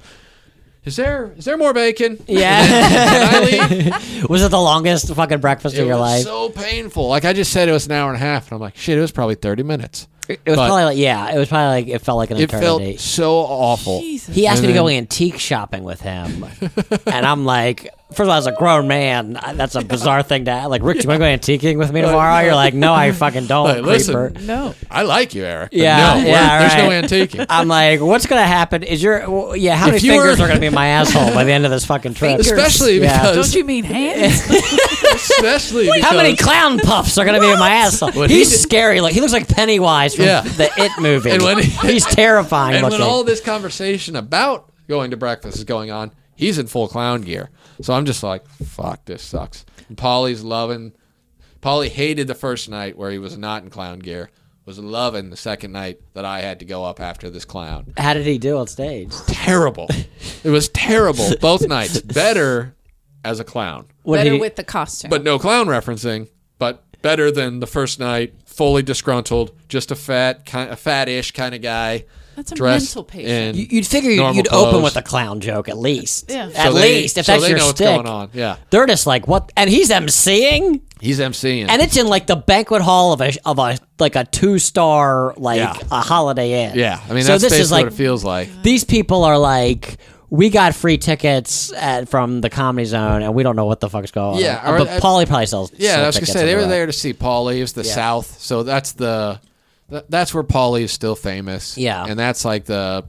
[SPEAKER 3] Is there is there more bacon?
[SPEAKER 1] Yeah.
[SPEAKER 3] Can I leave?
[SPEAKER 1] was it the longest fucking breakfast
[SPEAKER 3] It
[SPEAKER 1] of your life?
[SPEAKER 3] was so painful. Like I just said, it was an hour and a half, and I'm like, shit, it was probably 30 minutes.
[SPEAKER 1] it was probably like yeah. It was probably like it felt like an
[SPEAKER 3] It
[SPEAKER 1] eternity.
[SPEAKER 3] felt Mm-hmm. so awful.
[SPEAKER 2] Jesus.
[SPEAKER 1] he asked me to
[SPEAKER 3] And
[SPEAKER 1] go
[SPEAKER 3] then-
[SPEAKER 1] antique shopping with him, and I'm like, First of all, as a grown man, I- that's a bizarre thing to ask. Like, Rick, do you want to go antiquing with me tomorrow? You're like, no, I fucking don't,
[SPEAKER 3] Like, listen.
[SPEAKER 1] creeper.
[SPEAKER 2] No.
[SPEAKER 3] I like you, Eric. but
[SPEAKER 1] Yeah,
[SPEAKER 3] no,
[SPEAKER 1] yeah,
[SPEAKER 3] we're-
[SPEAKER 1] right.
[SPEAKER 3] there's no antiquing.
[SPEAKER 1] I'm like, what's gonna happen? Is your w- yeah? How many
[SPEAKER 3] If you were-
[SPEAKER 1] fingers are gonna be in my asshole by the end of this fucking trip?
[SPEAKER 3] Especially
[SPEAKER 1] Yeah.
[SPEAKER 2] Don't
[SPEAKER 3] because,
[SPEAKER 2] you mean hands?
[SPEAKER 3] especially because,
[SPEAKER 1] How many clown puffs are gonna be in my asshole?
[SPEAKER 3] When he
[SPEAKER 1] He's
[SPEAKER 3] did-
[SPEAKER 1] scary. Like he looks like Pennywise from
[SPEAKER 3] Yeah.
[SPEAKER 1] the It movie.
[SPEAKER 3] And when he-
[SPEAKER 1] He's terrifying
[SPEAKER 3] and
[SPEAKER 1] looking.
[SPEAKER 3] when all this conversation about going to breakfast is going on, he's in full clown gear. So I'm just like, fuck, this sucks. And Polly's loving. Polly hated the first night where he was not in clown gear. Was loving the second night that I had to go up after this clown.
[SPEAKER 1] How did he do on stage?
[SPEAKER 3] Terrible. it was terrible both nights. Better as a clown,
[SPEAKER 1] What did
[SPEAKER 2] Better
[SPEAKER 1] he-
[SPEAKER 2] with the costume.
[SPEAKER 3] but no clown referencing. But better than the first night. Fully disgruntled, just a fat, kind, a fat-ish kind of guy.
[SPEAKER 2] That's a
[SPEAKER 3] dressed
[SPEAKER 2] mental patient.
[SPEAKER 3] in
[SPEAKER 1] You- You'd figure you'd,
[SPEAKER 3] normal
[SPEAKER 1] you'd
[SPEAKER 3] clothes.
[SPEAKER 1] open with a clown joke at least.
[SPEAKER 2] Yeah. So
[SPEAKER 1] At
[SPEAKER 3] they-
[SPEAKER 1] least if
[SPEAKER 3] so
[SPEAKER 1] that's
[SPEAKER 3] they
[SPEAKER 1] your
[SPEAKER 3] know what's
[SPEAKER 1] stick.
[SPEAKER 3] going on. Yeah,
[SPEAKER 1] They're just like what, and he's emceeing,
[SPEAKER 3] he's emceeing,
[SPEAKER 1] and it's in like the banquet hall of a of a like a two star like
[SPEAKER 3] Yeah.
[SPEAKER 1] a Holiday Inn.
[SPEAKER 3] yeah. I mean,
[SPEAKER 1] so
[SPEAKER 3] that's
[SPEAKER 1] this
[SPEAKER 3] basically
[SPEAKER 1] is like
[SPEAKER 3] what it feels like.
[SPEAKER 1] these people are like. We got free tickets at, from the Comedy Zone, and we don't know what the fuck's going on.
[SPEAKER 3] Yeah,
[SPEAKER 1] Uh,
[SPEAKER 3] or-
[SPEAKER 1] but Paulie probably sells.
[SPEAKER 3] Yeah,
[SPEAKER 1] sells
[SPEAKER 3] I was gonna
[SPEAKER 1] tickets
[SPEAKER 3] say they
[SPEAKER 1] and
[SPEAKER 3] were
[SPEAKER 1] all that.
[SPEAKER 3] there to see Paul Leaves the South, so that's the th- that's where Paul Leaves still famous.
[SPEAKER 1] Yeah.
[SPEAKER 3] and that's like the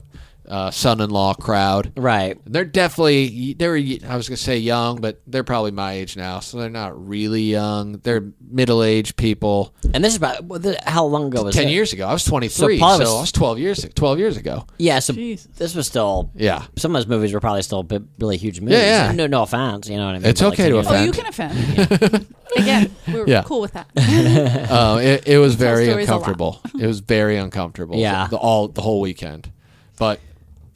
[SPEAKER 3] uh, son-in-law crowd.
[SPEAKER 1] Right.
[SPEAKER 3] And they're definitely they were. I was gonna say young, but they're probably my age now, so they're not really young. They're middle-aged people.
[SPEAKER 1] And this is about well, th- how long ago was
[SPEAKER 3] Ten
[SPEAKER 1] it?
[SPEAKER 3] years ago, I was twenty-three, so,
[SPEAKER 1] Paul was-
[SPEAKER 3] I was twelve years twelve years ago.
[SPEAKER 1] Yeah, so
[SPEAKER 2] Jesus.
[SPEAKER 1] this was still.
[SPEAKER 3] Yeah.
[SPEAKER 1] Some of those movies were probably still bi- really huge movies.
[SPEAKER 3] Yeah, yeah.
[SPEAKER 1] No, no offense, you know what I mean.
[SPEAKER 3] It's
[SPEAKER 1] but, like,
[SPEAKER 3] okay to
[SPEAKER 1] 10 years
[SPEAKER 2] oh,
[SPEAKER 1] ago.
[SPEAKER 3] offend.
[SPEAKER 2] you can offend. Again, we're
[SPEAKER 3] Yeah.
[SPEAKER 2] cool with that.
[SPEAKER 3] Oh, it, it was very
[SPEAKER 2] stories a lot.
[SPEAKER 3] uncomfortable. It was very uncomfortable.
[SPEAKER 1] Yeah.
[SPEAKER 3] the, all the whole weekend, but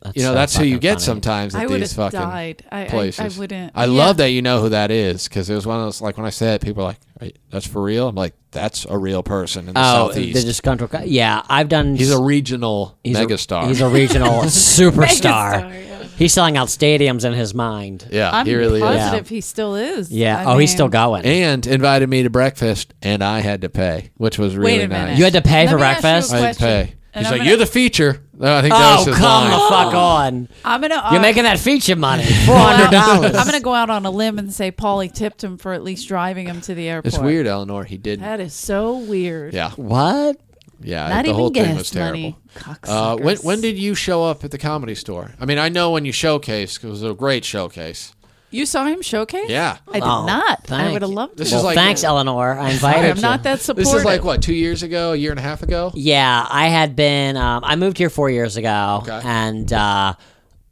[SPEAKER 1] That's
[SPEAKER 3] you know
[SPEAKER 1] so
[SPEAKER 3] that's who
[SPEAKER 1] fucking
[SPEAKER 3] you get
[SPEAKER 1] funny.
[SPEAKER 3] sometimes at
[SPEAKER 2] I would
[SPEAKER 3] these
[SPEAKER 2] have
[SPEAKER 3] fucking
[SPEAKER 2] died. I, I, I
[SPEAKER 3] places.
[SPEAKER 2] wouldn't.
[SPEAKER 3] I love that you know who that is because it was one of those like when I said it, people are like, "Wait, "That's for real." I'm like, "That's a real person in the
[SPEAKER 1] Oh,
[SPEAKER 3] southeast.
[SPEAKER 1] the disgruntled. guy- Yeah, I've done.
[SPEAKER 3] he's a regional
[SPEAKER 1] he's a-
[SPEAKER 3] megastar.
[SPEAKER 1] He's a regional superstar.
[SPEAKER 2] Megastar, yeah.
[SPEAKER 1] He's selling out stadiums in his mind.
[SPEAKER 3] yeah,
[SPEAKER 2] I'm
[SPEAKER 3] he really is.
[SPEAKER 2] positive he still is.
[SPEAKER 1] Yeah.
[SPEAKER 2] I
[SPEAKER 1] oh, he's
[SPEAKER 2] mean,
[SPEAKER 1] still going.
[SPEAKER 3] And invited me to breakfast, and I had to pay, which was really
[SPEAKER 2] Wait a minute.
[SPEAKER 3] nice.
[SPEAKER 1] You had to pay
[SPEAKER 2] Let
[SPEAKER 1] for
[SPEAKER 2] me ask you a
[SPEAKER 1] breakfast?
[SPEAKER 3] I had to
[SPEAKER 2] question,
[SPEAKER 3] pay.
[SPEAKER 2] and
[SPEAKER 3] He's
[SPEAKER 2] I'm
[SPEAKER 3] like,
[SPEAKER 2] gonna-
[SPEAKER 3] "You're the feature." No, I think that
[SPEAKER 1] Oh,
[SPEAKER 3] was his
[SPEAKER 1] come the
[SPEAKER 3] line.
[SPEAKER 1] fuck on.
[SPEAKER 2] I'm gonna.
[SPEAKER 1] You're
[SPEAKER 2] uh,
[SPEAKER 1] making that feature money.
[SPEAKER 2] go out-
[SPEAKER 1] $400.
[SPEAKER 2] I'm gonna go out on a limb and say Paulie tipped him for at least driving him to the airport.
[SPEAKER 3] It's weird, Eleanor. He didn't.
[SPEAKER 2] That is so weird.
[SPEAKER 3] Yeah,
[SPEAKER 1] What?
[SPEAKER 3] yeah.
[SPEAKER 2] Not
[SPEAKER 3] the
[SPEAKER 2] even
[SPEAKER 3] whole thing
[SPEAKER 2] gas
[SPEAKER 3] was terrible.
[SPEAKER 2] money.
[SPEAKER 3] Uh, when
[SPEAKER 2] Cocksuckers.
[SPEAKER 3] when did you show up at the comedy store? I mean, I know when you showcased 'cause it was a great showcase.
[SPEAKER 2] you saw him showcase?
[SPEAKER 3] Yeah,
[SPEAKER 2] I did
[SPEAKER 1] Oh,
[SPEAKER 2] not. I
[SPEAKER 1] thanks.
[SPEAKER 2] would have loved
[SPEAKER 3] This
[SPEAKER 2] to.
[SPEAKER 3] is
[SPEAKER 1] Well,
[SPEAKER 3] like-
[SPEAKER 1] thanks, Eleanor. I invited
[SPEAKER 2] Sorry, I'm
[SPEAKER 1] you.
[SPEAKER 2] not that supportive.
[SPEAKER 3] this is like what two years ago, a year and a half ago.
[SPEAKER 1] Yeah, I had been. Um, I moved here four years ago,
[SPEAKER 3] Okay.
[SPEAKER 1] and uh,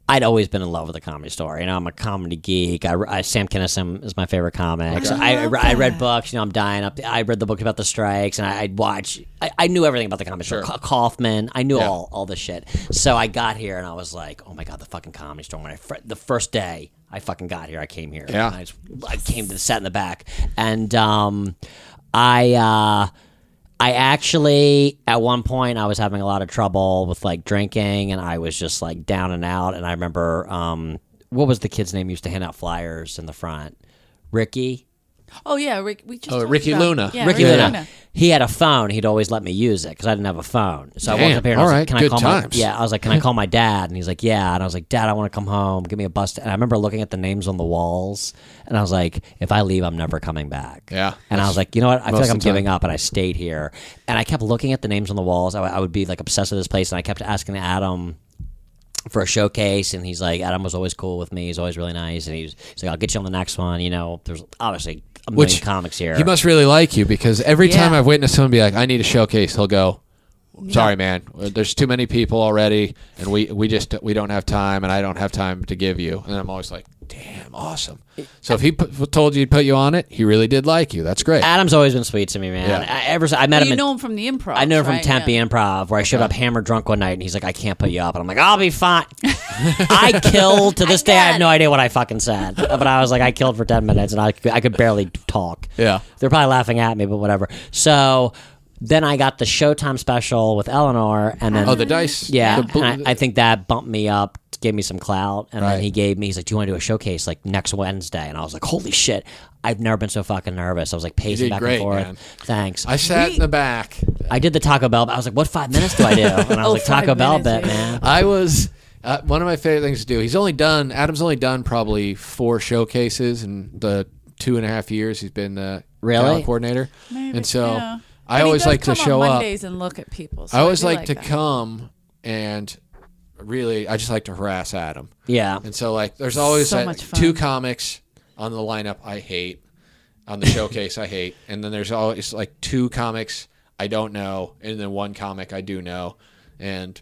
[SPEAKER 1] I'd always been in love with the comedy store. You know, I'm a comedy geek. I, I- Sam Kinison is my favorite comic. So I, I, I read books. You know, I'm dying up. I read the book about the strikes, and I, I'd watch. I, I knew everything about the comedy store. Ka- Kaufman. I knew
[SPEAKER 3] Yeah.
[SPEAKER 1] all all the shit. So I got here, and I was like, oh my god, the fucking comedy store. When I fir- the first day. I fucking got here. I came here.
[SPEAKER 3] Yeah.
[SPEAKER 1] And I, just- I came to the set in the back, and um, I uh, I actually, at one point, I was having a lot of trouble with like drinking, and I was just like down and out. And I remember, um, what was the kid's name? who Used to hand out flyers in the front, Ricky.
[SPEAKER 2] oh yeah, Rick, we just
[SPEAKER 3] Oh,
[SPEAKER 2] talked
[SPEAKER 3] Ricky
[SPEAKER 2] about-
[SPEAKER 3] Luna.
[SPEAKER 2] Yeah,
[SPEAKER 1] Ricky
[SPEAKER 2] Ricky
[SPEAKER 1] Luna.
[SPEAKER 2] Luna.
[SPEAKER 1] He had a phone. He'd always let me use it because I didn't have a phone. So I walked
[SPEAKER 3] Damn.
[SPEAKER 1] up here and
[SPEAKER 3] All
[SPEAKER 1] I was
[SPEAKER 3] right.
[SPEAKER 1] like, "Can
[SPEAKER 3] Good
[SPEAKER 1] I call
[SPEAKER 3] times.
[SPEAKER 1] my?" Yeah, I was like, "Can I call my dad?" And he's like, "Yeah." And I was like, "Dad, I want to come home. Give me a bus." And I remember looking at the names on the walls, and I was like, "If I leave, I'm never coming back."
[SPEAKER 3] Yeah.
[SPEAKER 1] And I was like, "You know what? I feel
[SPEAKER 3] most
[SPEAKER 1] like
[SPEAKER 3] of
[SPEAKER 1] I'm
[SPEAKER 3] the time.
[SPEAKER 1] giving up." And I stayed here, and I kept looking at the names on the walls. I, I would be like obsessed with this place, and I kept asking Adam for a showcase and he's like adam was always cool with me he's always really nice and he's, he's like i'll get you on the next one you know there's obviously a million
[SPEAKER 3] Which-
[SPEAKER 1] comics here
[SPEAKER 3] He must really like you because every
[SPEAKER 2] Yeah.
[SPEAKER 3] time I've witnessed someone be like, "I need a showcase," he'll go, "Sorry, man. There's too many people already, and we we just we don't have time, and I don't have time to give you." And I'm always like, "Damn, awesome." So if he put, told you he'd put you on it, he really did like you. That's great.
[SPEAKER 1] Adam's always been sweet to me, man.
[SPEAKER 3] Yeah.
[SPEAKER 1] I, ever since I met
[SPEAKER 2] Well,
[SPEAKER 1] him,
[SPEAKER 2] you
[SPEAKER 1] at-
[SPEAKER 2] know him from the improv.
[SPEAKER 1] I knew him from
[SPEAKER 2] right?
[SPEAKER 1] Tempe
[SPEAKER 2] Yeah.
[SPEAKER 1] Improv, where I showed up hammered drunk one night, and he's like, "I can't put you up," and I'm like, "I'll be fine." I killed to this day. I have no idea what I fucking said, but I was like, I killed for ten minutes, and I could- I could barely talk.
[SPEAKER 3] Yeah.
[SPEAKER 1] they're probably laughing at me, but whatever. So then I got the Showtime special with Eleanor, and then
[SPEAKER 3] oh, the dice.
[SPEAKER 1] yeah,
[SPEAKER 3] The bl-
[SPEAKER 1] and I, I think that bumped me up, gave me some clout, and
[SPEAKER 3] Right.
[SPEAKER 1] then he gave me. He's like, "Do you want to do a showcase like next Wednesday?" And I was like, "Holy shit!" I've never been so fucking nervous. I was like pacing
[SPEAKER 3] did
[SPEAKER 1] back
[SPEAKER 3] great,
[SPEAKER 1] and forth.
[SPEAKER 3] man.
[SPEAKER 1] Thanks.
[SPEAKER 3] I
[SPEAKER 1] I,
[SPEAKER 3] sat in the back.
[SPEAKER 1] did the Taco Bell. But I was like, "What five minutes do I do?" And I was
[SPEAKER 2] Oh,
[SPEAKER 1] like, "Taco
[SPEAKER 2] five
[SPEAKER 1] Bell
[SPEAKER 2] minutes,
[SPEAKER 1] bit,
[SPEAKER 2] yeah.
[SPEAKER 1] man."
[SPEAKER 3] I was Uh, one of my favorite things to do. He's only done Adam's only done probably four showcases in the two and a half years he's been the
[SPEAKER 1] Really?
[SPEAKER 3] talent coordinator.
[SPEAKER 2] Maybe,
[SPEAKER 3] and so
[SPEAKER 2] yeah. But
[SPEAKER 3] I
[SPEAKER 2] he
[SPEAKER 3] always
[SPEAKER 2] does
[SPEAKER 3] like to
[SPEAKER 2] come on
[SPEAKER 3] show up.
[SPEAKER 2] Mondays and look at people. so
[SPEAKER 3] I always
[SPEAKER 2] do
[SPEAKER 3] like, to
[SPEAKER 2] that.
[SPEAKER 3] come and really I just like to harass Adam.
[SPEAKER 1] Yeah.
[SPEAKER 3] And so like there's always
[SPEAKER 2] So
[SPEAKER 3] that,
[SPEAKER 2] much fun.
[SPEAKER 3] two comics on the lineup I hate, on the showcase I hate, and then there's always like two comics I don't know, and then one comic I do know, and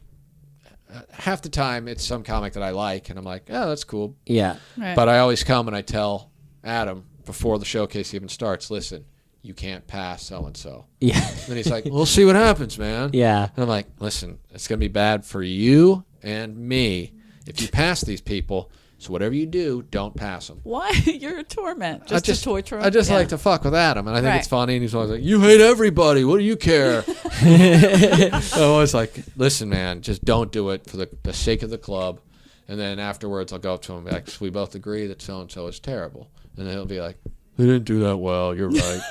[SPEAKER 3] uh, half the time it's some comic that I like, and I'm like, oh, that's cool.
[SPEAKER 1] Yeah.
[SPEAKER 2] Right.
[SPEAKER 3] But I always come and I tell Adam before the showcase even starts, listen, you can't pass so and so.
[SPEAKER 1] Yeah.
[SPEAKER 3] And he's like, we'll see what happens, man.
[SPEAKER 1] Yeah.
[SPEAKER 3] And I'm like, listen, it's going to be bad for you and me if you pass these people. So whatever you do, don't pass them.
[SPEAKER 2] why you're a torment? Just, a torture.
[SPEAKER 3] I just
[SPEAKER 2] Yeah.
[SPEAKER 3] like to fuck with Adam, and I think it's
[SPEAKER 2] Right.
[SPEAKER 3] funny. And he's always like, "You hate everybody. What do you care?" I'm always like, "Listen, man, just don't do it for the, the sake of the club." And then afterwards, I'll go up to him and be like, "We both agree that so and so is terrible," and then he'll be like, "They didn't do that well. You're right."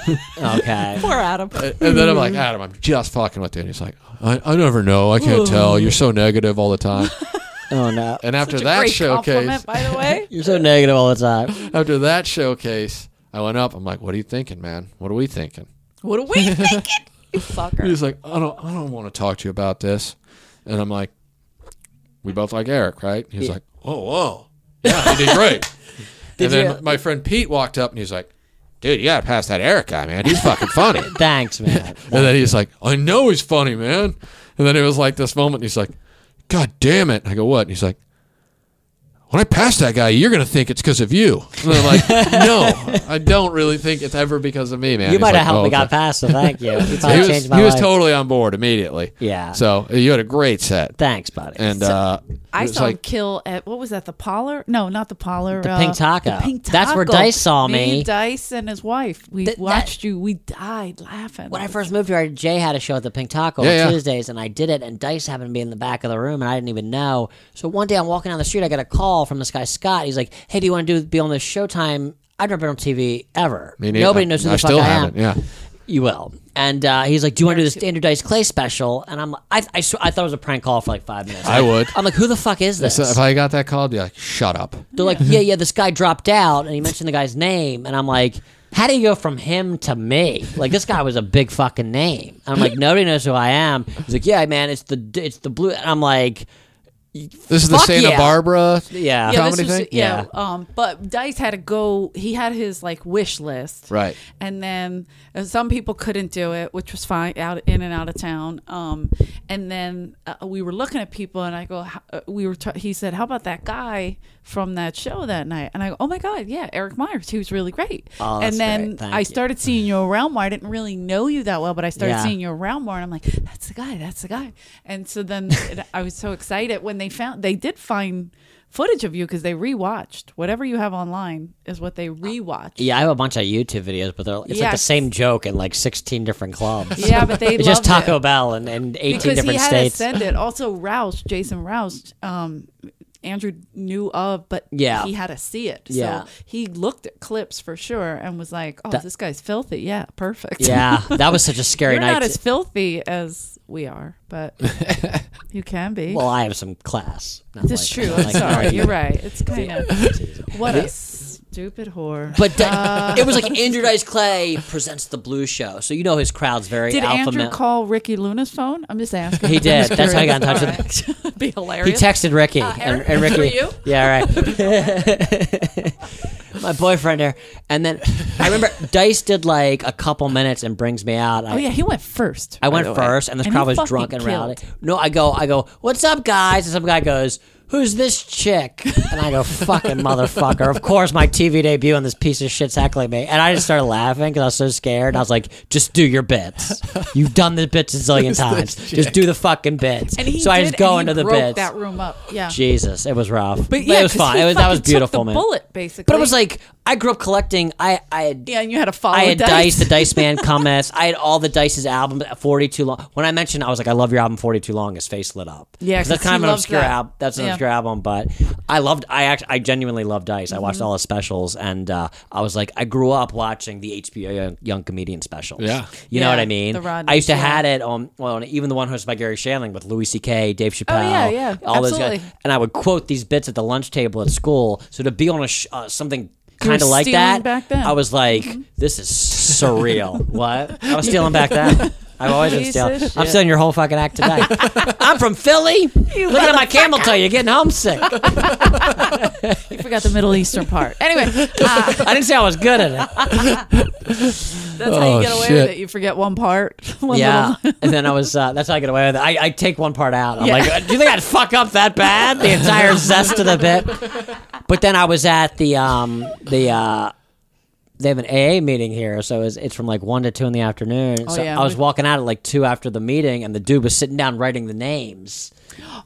[SPEAKER 1] Okay.
[SPEAKER 2] poor Adam.
[SPEAKER 3] And then I'm like, Adam, I'm just fucking with you. And he's like, I, I never know. I can't tell. You're so negative all the time.
[SPEAKER 1] oh no.
[SPEAKER 3] And after
[SPEAKER 2] Such a
[SPEAKER 3] that
[SPEAKER 2] great
[SPEAKER 3] showcase,
[SPEAKER 2] compliment, by the way.
[SPEAKER 1] You're so negative all the time.
[SPEAKER 3] after that showcase, I went up. I'm like, what are you thinking, man? What are we thinking?
[SPEAKER 2] What are we thinking? You fucker.
[SPEAKER 3] He's like, I don't, I don't want to talk to you about this. And I'm like, we both like Eric, right? He's like, oh, whoa. Yeah, he did great. and then
[SPEAKER 1] you-
[SPEAKER 3] my friend Pete walked up and he's like, dude, you got to pass that Eric guy, man. He's fucking funny.
[SPEAKER 1] Thanks, man.
[SPEAKER 3] And then he's like, I know he's funny, man. And then it was like this moment. He's like, God damn it. I go, what? And he's like, when I pass that guy, you're going to think it's because of you. And I'm like, no, I don't really think it's ever because of me, man.
[SPEAKER 1] You
[SPEAKER 3] He's
[SPEAKER 1] might
[SPEAKER 3] like,
[SPEAKER 1] have helped
[SPEAKER 3] "Oh,
[SPEAKER 1] me got
[SPEAKER 3] okay."
[SPEAKER 1] past, so thank you. You
[SPEAKER 3] He
[SPEAKER 1] probably
[SPEAKER 3] was,
[SPEAKER 1] changed my
[SPEAKER 3] he was
[SPEAKER 1] life.
[SPEAKER 3] totally on board immediately.
[SPEAKER 1] Yeah.
[SPEAKER 3] So you had a great set.
[SPEAKER 1] Thanks, buddy.
[SPEAKER 3] and uh,
[SPEAKER 2] I
[SPEAKER 3] it's
[SPEAKER 2] saw him
[SPEAKER 3] like,
[SPEAKER 2] kill at what was that? The Pollard? No, not the Pollard.
[SPEAKER 1] The
[SPEAKER 2] uh,
[SPEAKER 1] Pink Taco.
[SPEAKER 2] The Pink Taco.
[SPEAKER 1] That's where Dice saw me.
[SPEAKER 2] Dice and his wife. We
[SPEAKER 1] Th- that-
[SPEAKER 2] watched you. We died laughing.
[SPEAKER 1] when I first moved here, Jay had a show at the Pink Taco
[SPEAKER 3] Yeah,
[SPEAKER 1] on
[SPEAKER 3] yeah.
[SPEAKER 1] Tuesdays, and I did it. And Dice happened to be in the back of the room, and I didn't even know. So one day I'm walking down the street, I get a call from this guy Scott. He's like, "Hey, do you want to do be on this Showtime?" I've never been on TV ever.
[SPEAKER 3] I mean,
[SPEAKER 1] Nobody
[SPEAKER 3] I-
[SPEAKER 1] knows who
[SPEAKER 3] I
[SPEAKER 1] the fuck
[SPEAKER 3] still
[SPEAKER 1] I am.
[SPEAKER 3] haven't. Yeah.
[SPEAKER 1] You will. And uh, he's like, "Do you want to do this Andrew Dice Clay special?" And I'm, I, I, sw- I thought it was a prank call for like five minutes.
[SPEAKER 3] I would.
[SPEAKER 1] I'm like, "Who the fuck is this?"
[SPEAKER 3] So if I got that call, I'd be like, shut up.
[SPEAKER 1] They're like, yeah, yeah, this guy dropped out and he mentioned the guy's name. And I'm like, how do you go from him to me? Like, this guy was a big fucking name. And I'm like, nobody knows who I am. He's like, yeah, man, it's the it's the blue. And I'm like,
[SPEAKER 3] This is the
[SPEAKER 1] Fuck
[SPEAKER 3] Santa
[SPEAKER 1] yeah.
[SPEAKER 3] Barbara.
[SPEAKER 1] yeah.
[SPEAKER 2] yeah,
[SPEAKER 3] comedy
[SPEAKER 2] this was,
[SPEAKER 3] thing?
[SPEAKER 2] Yeah, Um, but Dice had to go. He had his like wish list,
[SPEAKER 3] Right.
[SPEAKER 2] And then uh, some people couldn't do it, which was fine. Out in and out of town. Um, and then uh, we were looking at people, and I go, "How- uh, we were. ta- he said, "How about that guy from that show that night?" And I go, "Oh my god, yeah, Eric Myers. He was really great."
[SPEAKER 1] Oh, that's
[SPEAKER 2] and then
[SPEAKER 1] great. Thank
[SPEAKER 2] I
[SPEAKER 1] you.
[SPEAKER 2] started seeing you around more. I didn't really know you that well, but I started
[SPEAKER 1] Yeah.
[SPEAKER 2] seeing you around more, and I'm like, "That's the guy. That's the guy." And so then and I was so excited when they found they did find footage of you because they rewatched whatever you have online is what they rewatched.
[SPEAKER 1] Yeah, I have a bunch of YouTube videos, but they're, it's like the
[SPEAKER 2] Yes.
[SPEAKER 1] same joke in like 16 different clubs.
[SPEAKER 2] Yeah, but they
[SPEAKER 1] It's just
[SPEAKER 2] loved
[SPEAKER 1] Taco
[SPEAKER 2] it.
[SPEAKER 1] Bell and, and 18
[SPEAKER 2] because
[SPEAKER 1] different
[SPEAKER 2] he had
[SPEAKER 1] states.
[SPEAKER 2] to send it. Also, Rouse, Jason Rouse, um, Andrew knew of, but
[SPEAKER 1] Yeah.
[SPEAKER 2] he had to see it.
[SPEAKER 1] Yeah.
[SPEAKER 2] So he looked at clips for sure and was like, "Oh, this guy's filthy." Yeah, perfect.
[SPEAKER 1] yeah, that was such a scary
[SPEAKER 2] You're
[SPEAKER 1] night.
[SPEAKER 2] not as filthy as we are, but you can be.
[SPEAKER 1] well, I have some class. Not
[SPEAKER 2] That's
[SPEAKER 1] like-
[SPEAKER 2] true.
[SPEAKER 1] not
[SPEAKER 2] I'm
[SPEAKER 1] like-
[SPEAKER 2] sorry. You're right. It's kind of what a stupid whore.
[SPEAKER 1] But di-
[SPEAKER 2] Uh,
[SPEAKER 1] it was like Andrew Dice Clay presents the Blue Show, so you know his crowd's very
[SPEAKER 2] did
[SPEAKER 1] alpha
[SPEAKER 2] Andrew
[SPEAKER 1] male.
[SPEAKER 2] call Ricky Luna's phone? I'm just asking.
[SPEAKER 1] He
[SPEAKER 2] I'm just
[SPEAKER 1] did. That's how I got in touch
[SPEAKER 2] curious.
[SPEAKER 1] with
[SPEAKER 2] All right. Be
[SPEAKER 1] He
[SPEAKER 2] hilarious.
[SPEAKER 1] texted Ricky and,
[SPEAKER 2] Uh, Eric,
[SPEAKER 1] and
[SPEAKER 2] that's
[SPEAKER 1] Ricky.
[SPEAKER 2] for you?
[SPEAKER 1] Yeah, right. My boyfriend there, and then I remember Dice did like a couple minutes and brings me out. I,
[SPEAKER 2] oh yeah, he went first.
[SPEAKER 1] I
[SPEAKER 2] by
[SPEAKER 1] went
[SPEAKER 2] the way.
[SPEAKER 1] first, and this
[SPEAKER 2] And
[SPEAKER 1] crowd
[SPEAKER 2] he
[SPEAKER 1] was drunk and
[SPEAKER 2] fucking
[SPEAKER 1] rowdy.
[SPEAKER 2] killed.
[SPEAKER 1] No, I go, I go, what's up, guys? And some guy goes, who's this chick? And I go, fucking motherfucker. Of course, my TV debut on this piece of shit's heckling me. And I just started laughing because I was so scared. I was like, just do your bits. You've done this bits a zillion times. Just do the fucking bits.
[SPEAKER 2] And he
[SPEAKER 1] so I
[SPEAKER 2] did,
[SPEAKER 1] just go
[SPEAKER 2] and
[SPEAKER 1] into
[SPEAKER 2] he
[SPEAKER 1] the
[SPEAKER 2] broke
[SPEAKER 1] bits.
[SPEAKER 2] That room up. Yeah.
[SPEAKER 1] Jesus, it was rough. But,
[SPEAKER 2] yeah,
[SPEAKER 1] it was
[SPEAKER 2] 'cause
[SPEAKER 1] fine.
[SPEAKER 2] he
[SPEAKER 1] It was, that
[SPEAKER 2] fucking
[SPEAKER 1] was
[SPEAKER 2] took
[SPEAKER 1] beautiful,
[SPEAKER 2] the
[SPEAKER 1] man.
[SPEAKER 2] Bullet basically.
[SPEAKER 1] But it was like I grew up collecting. I I had
[SPEAKER 2] yeah, and you had to follow.
[SPEAKER 1] I had
[SPEAKER 2] dice.
[SPEAKER 1] Dice, the Dice Man comments. I had all the Dice's albums, 42 Long. When I mentioned, I was like, I love your album 42 Long, his face lit up.
[SPEAKER 2] Yeah,
[SPEAKER 1] 'Cause that's
[SPEAKER 2] 'cause
[SPEAKER 1] kind of
[SPEAKER 2] he
[SPEAKER 1] an
[SPEAKER 2] loves
[SPEAKER 1] obscure
[SPEAKER 2] that.
[SPEAKER 1] album. That's an
[SPEAKER 2] Yeah.
[SPEAKER 1] your album, but I loved. I actually, I genuinely loved Dice. I
[SPEAKER 2] Mm-hmm.
[SPEAKER 1] watched all his specials, and uh, I was like, I grew up watching the HBO Young, Young Comedian specials.
[SPEAKER 3] Yeah.
[SPEAKER 1] you know
[SPEAKER 2] Yeah,
[SPEAKER 1] what I mean.
[SPEAKER 2] the Rodneys,
[SPEAKER 1] I used to
[SPEAKER 2] yeah.
[SPEAKER 1] had it on. Well, even the one hosted by Gary Shandling with Louis C.K., Dave Chappelle.
[SPEAKER 2] Oh, yeah, yeah,
[SPEAKER 1] all those guys.
[SPEAKER 2] absolutely.
[SPEAKER 1] And I would quote these bits at the lunch table at school. So to be on a sh- uh, something.
[SPEAKER 2] were
[SPEAKER 1] Kind of like
[SPEAKER 2] stealing
[SPEAKER 1] that.
[SPEAKER 2] back then.
[SPEAKER 1] I was like,
[SPEAKER 2] Mm-hmm.
[SPEAKER 1] "This is surreal." what? I was stealing back then. I've always been
[SPEAKER 2] Piece
[SPEAKER 1] stealing.
[SPEAKER 2] of
[SPEAKER 1] I'm
[SPEAKER 2] shit.
[SPEAKER 1] stealing your whole fucking act today. I'm from Philly. Look at my camel toe. You're getting homesick. I
[SPEAKER 2] You forgot the Middle Eastern part. Anyway, uh,
[SPEAKER 1] didn't say I was good at it.
[SPEAKER 2] that's how
[SPEAKER 3] Oh,
[SPEAKER 2] you get away
[SPEAKER 3] shit.
[SPEAKER 2] with it. You forget one part. One
[SPEAKER 1] Yeah.
[SPEAKER 2] little-
[SPEAKER 1] And then I was. Uh, that's how I get away with it. I, I take one part out. I'm
[SPEAKER 2] Yeah.
[SPEAKER 1] like, do you think I'd fuck up that bad? The entire zest of the bit. But then I was at the um the. Uh, they have an AA meeting here, so it's, it's from like one to two in the afternoon.
[SPEAKER 2] Oh,
[SPEAKER 1] so
[SPEAKER 2] yeah.
[SPEAKER 1] I was walking out at like two after the meeting, and the dude was sitting down writing the names.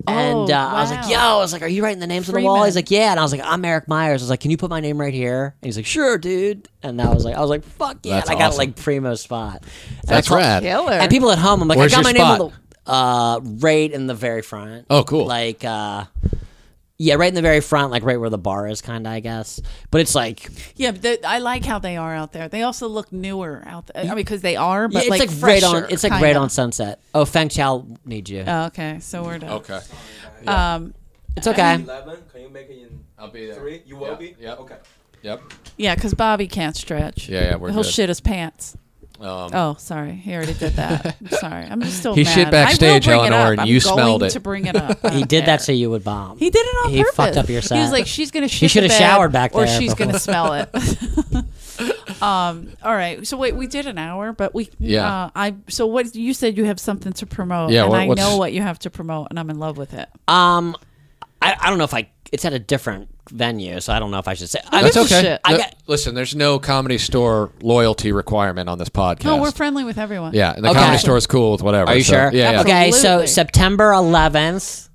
[SPEAKER 1] and uh,
[SPEAKER 2] Oh,
[SPEAKER 1] I was like,
[SPEAKER 2] wow.
[SPEAKER 1] "Yo," I was like, "Are you writing the names on the wall?"
[SPEAKER 2] Freeman.
[SPEAKER 1] He's like, "Yeah," and I was like, "I'm Eric Myers." I was like, "Can you put my name right here?" And he's like, "Sure, dude." And I was like, "I was like, fuck yeah!"
[SPEAKER 3] That's
[SPEAKER 1] and I got
[SPEAKER 3] awesome.
[SPEAKER 1] like primo spot. And I
[SPEAKER 3] That's
[SPEAKER 1] call-
[SPEAKER 3] rad.
[SPEAKER 2] Killer.
[SPEAKER 1] And people at home, I'm like,
[SPEAKER 3] Where's
[SPEAKER 1] "I got
[SPEAKER 3] your
[SPEAKER 1] my name on
[SPEAKER 3] spot?
[SPEAKER 1] the uh, right in the very front."
[SPEAKER 3] Oh, cool.
[SPEAKER 1] Like, uh, yeah, right in the very front, like right where the bar is, kind of, I guess. But it's like,
[SPEAKER 2] yeah, but they- I like how they are out there. They also look newer out there. I mean, because they are,
[SPEAKER 1] yeah,
[SPEAKER 2] but
[SPEAKER 1] it's like,
[SPEAKER 2] like,
[SPEAKER 1] right
[SPEAKER 2] fresher,
[SPEAKER 1] on, it's like
[SPEAKER 2] kinda.
[SPEAKER 1] right on Sunset. Oh, Feng Chao need you.
[SPEAKER 2] Oh, okay, so we're done.
[SPEAKER 3] Okay.
[SPEAKER 2] Um,
[SPEAKER 1] it's okay.
[SPEAKER 4] Eleven. Can you make it in
[SPEAKER 3] I'll be there.
[SPEAKER 4] three? You will
[SPEAKER 3] Yeah,
[SPEAKER 4] be.
[SPEAKER 3] yeah.
[SPEAKER 4] Okay.
[SPEAKER 3] Yep.
[SPEAKER 2] yeah, because Bobby can't stretch.
[SPEAKER 3] Yeah, yeah, we're
[SPEAKER 2] He'll
[SPEAKER 3] good.
[SPEAKER 2] Oh, shit his pants.
[SPEAKER 3] Um,
[SPEAKER 2] Oh, sorry. He already did that. I'm sorry. I'm just still
[SPEAKER 3] He
[SPEAKER 2] mad.
[SPEAKER 3] shit backstage,
[SPEAKER 2] I will bring it
[SPEAKER 3] Eleanor,
[SPEAKER 2] up.
[SPEAKER 3] and
[SPEAKER 2] I'm
[SPEAKER 3] you
[SPEAKER 2] going
[SPEAKER 3] smelled it.
[SPEAKER 2] to bring it up.
[SPEAKER 1] He did that so you would bomb.
[SPEAKER 2] He did it on
[SPEAKER 1] He
[SPEAKER 2] purpose.
[SPEAKER 1] fucked up your
[SPEAKER 2] He
[SPEAKER 1] set.
[SPEAKER 2] was like, "She's gonna shit."
[SPEAKER 1] should
[SPEAKER 2] the
[SPEAKER 1] have
[SPEAKER 2] bed,
[SPEAKER 1] showered back
[SPEAKER 2] or
[SPEAKER 1] there
[SPEAKER 2] she's gonna
[SPEAKER 1] before.
[SPEAKER 2] smell it. um. All right. So wait, we did an hour, but we
[SPEAKER 3] Yeah.
[SPEAKER 2] Uh, I so what you said you have something to promote.
[SPEAKER 3] Yeah,
[SPEAKER 2] And
[SPEAKER 3] what-
[SPEAKER 2] I
[SPEAKER 3] what's-
[SPEAKER 2] know what you have to promote, and I'm in love with it.
[SPEAKER 1] Um, I, I don't know if I. It's at a different venue, so I don't know if I should say. I,
[SPEAKER 3] That's
[SPEAKER 2] gives a
[SPEAKER 3] okay.
[SPEAKER 2] shit?
[SPEAKER 1] I
[SPEAKER 3] No-
[SPEAKER 1] got-
[SPEAKER 3] listen, there's no comedy store loyalty requirement on this podcast.
[SPEAKER 2] No, Oh, we're friendly with everyone.
[SPEAKER 3] yeah, and the
[SPEAKER 1] Okay.
[SPEAKER 3] comedy store is cool with whatever.
[SPEAKER 1] Are you
[SPEAKER 3] so-
[SPEAKER 1] sure?
[SPEAKER 3] Yeah, yeah.
[SPEAKER 1] Okay, so
[SPEAKER 2] Absolutely.
[SPEAKER 1] September 11th.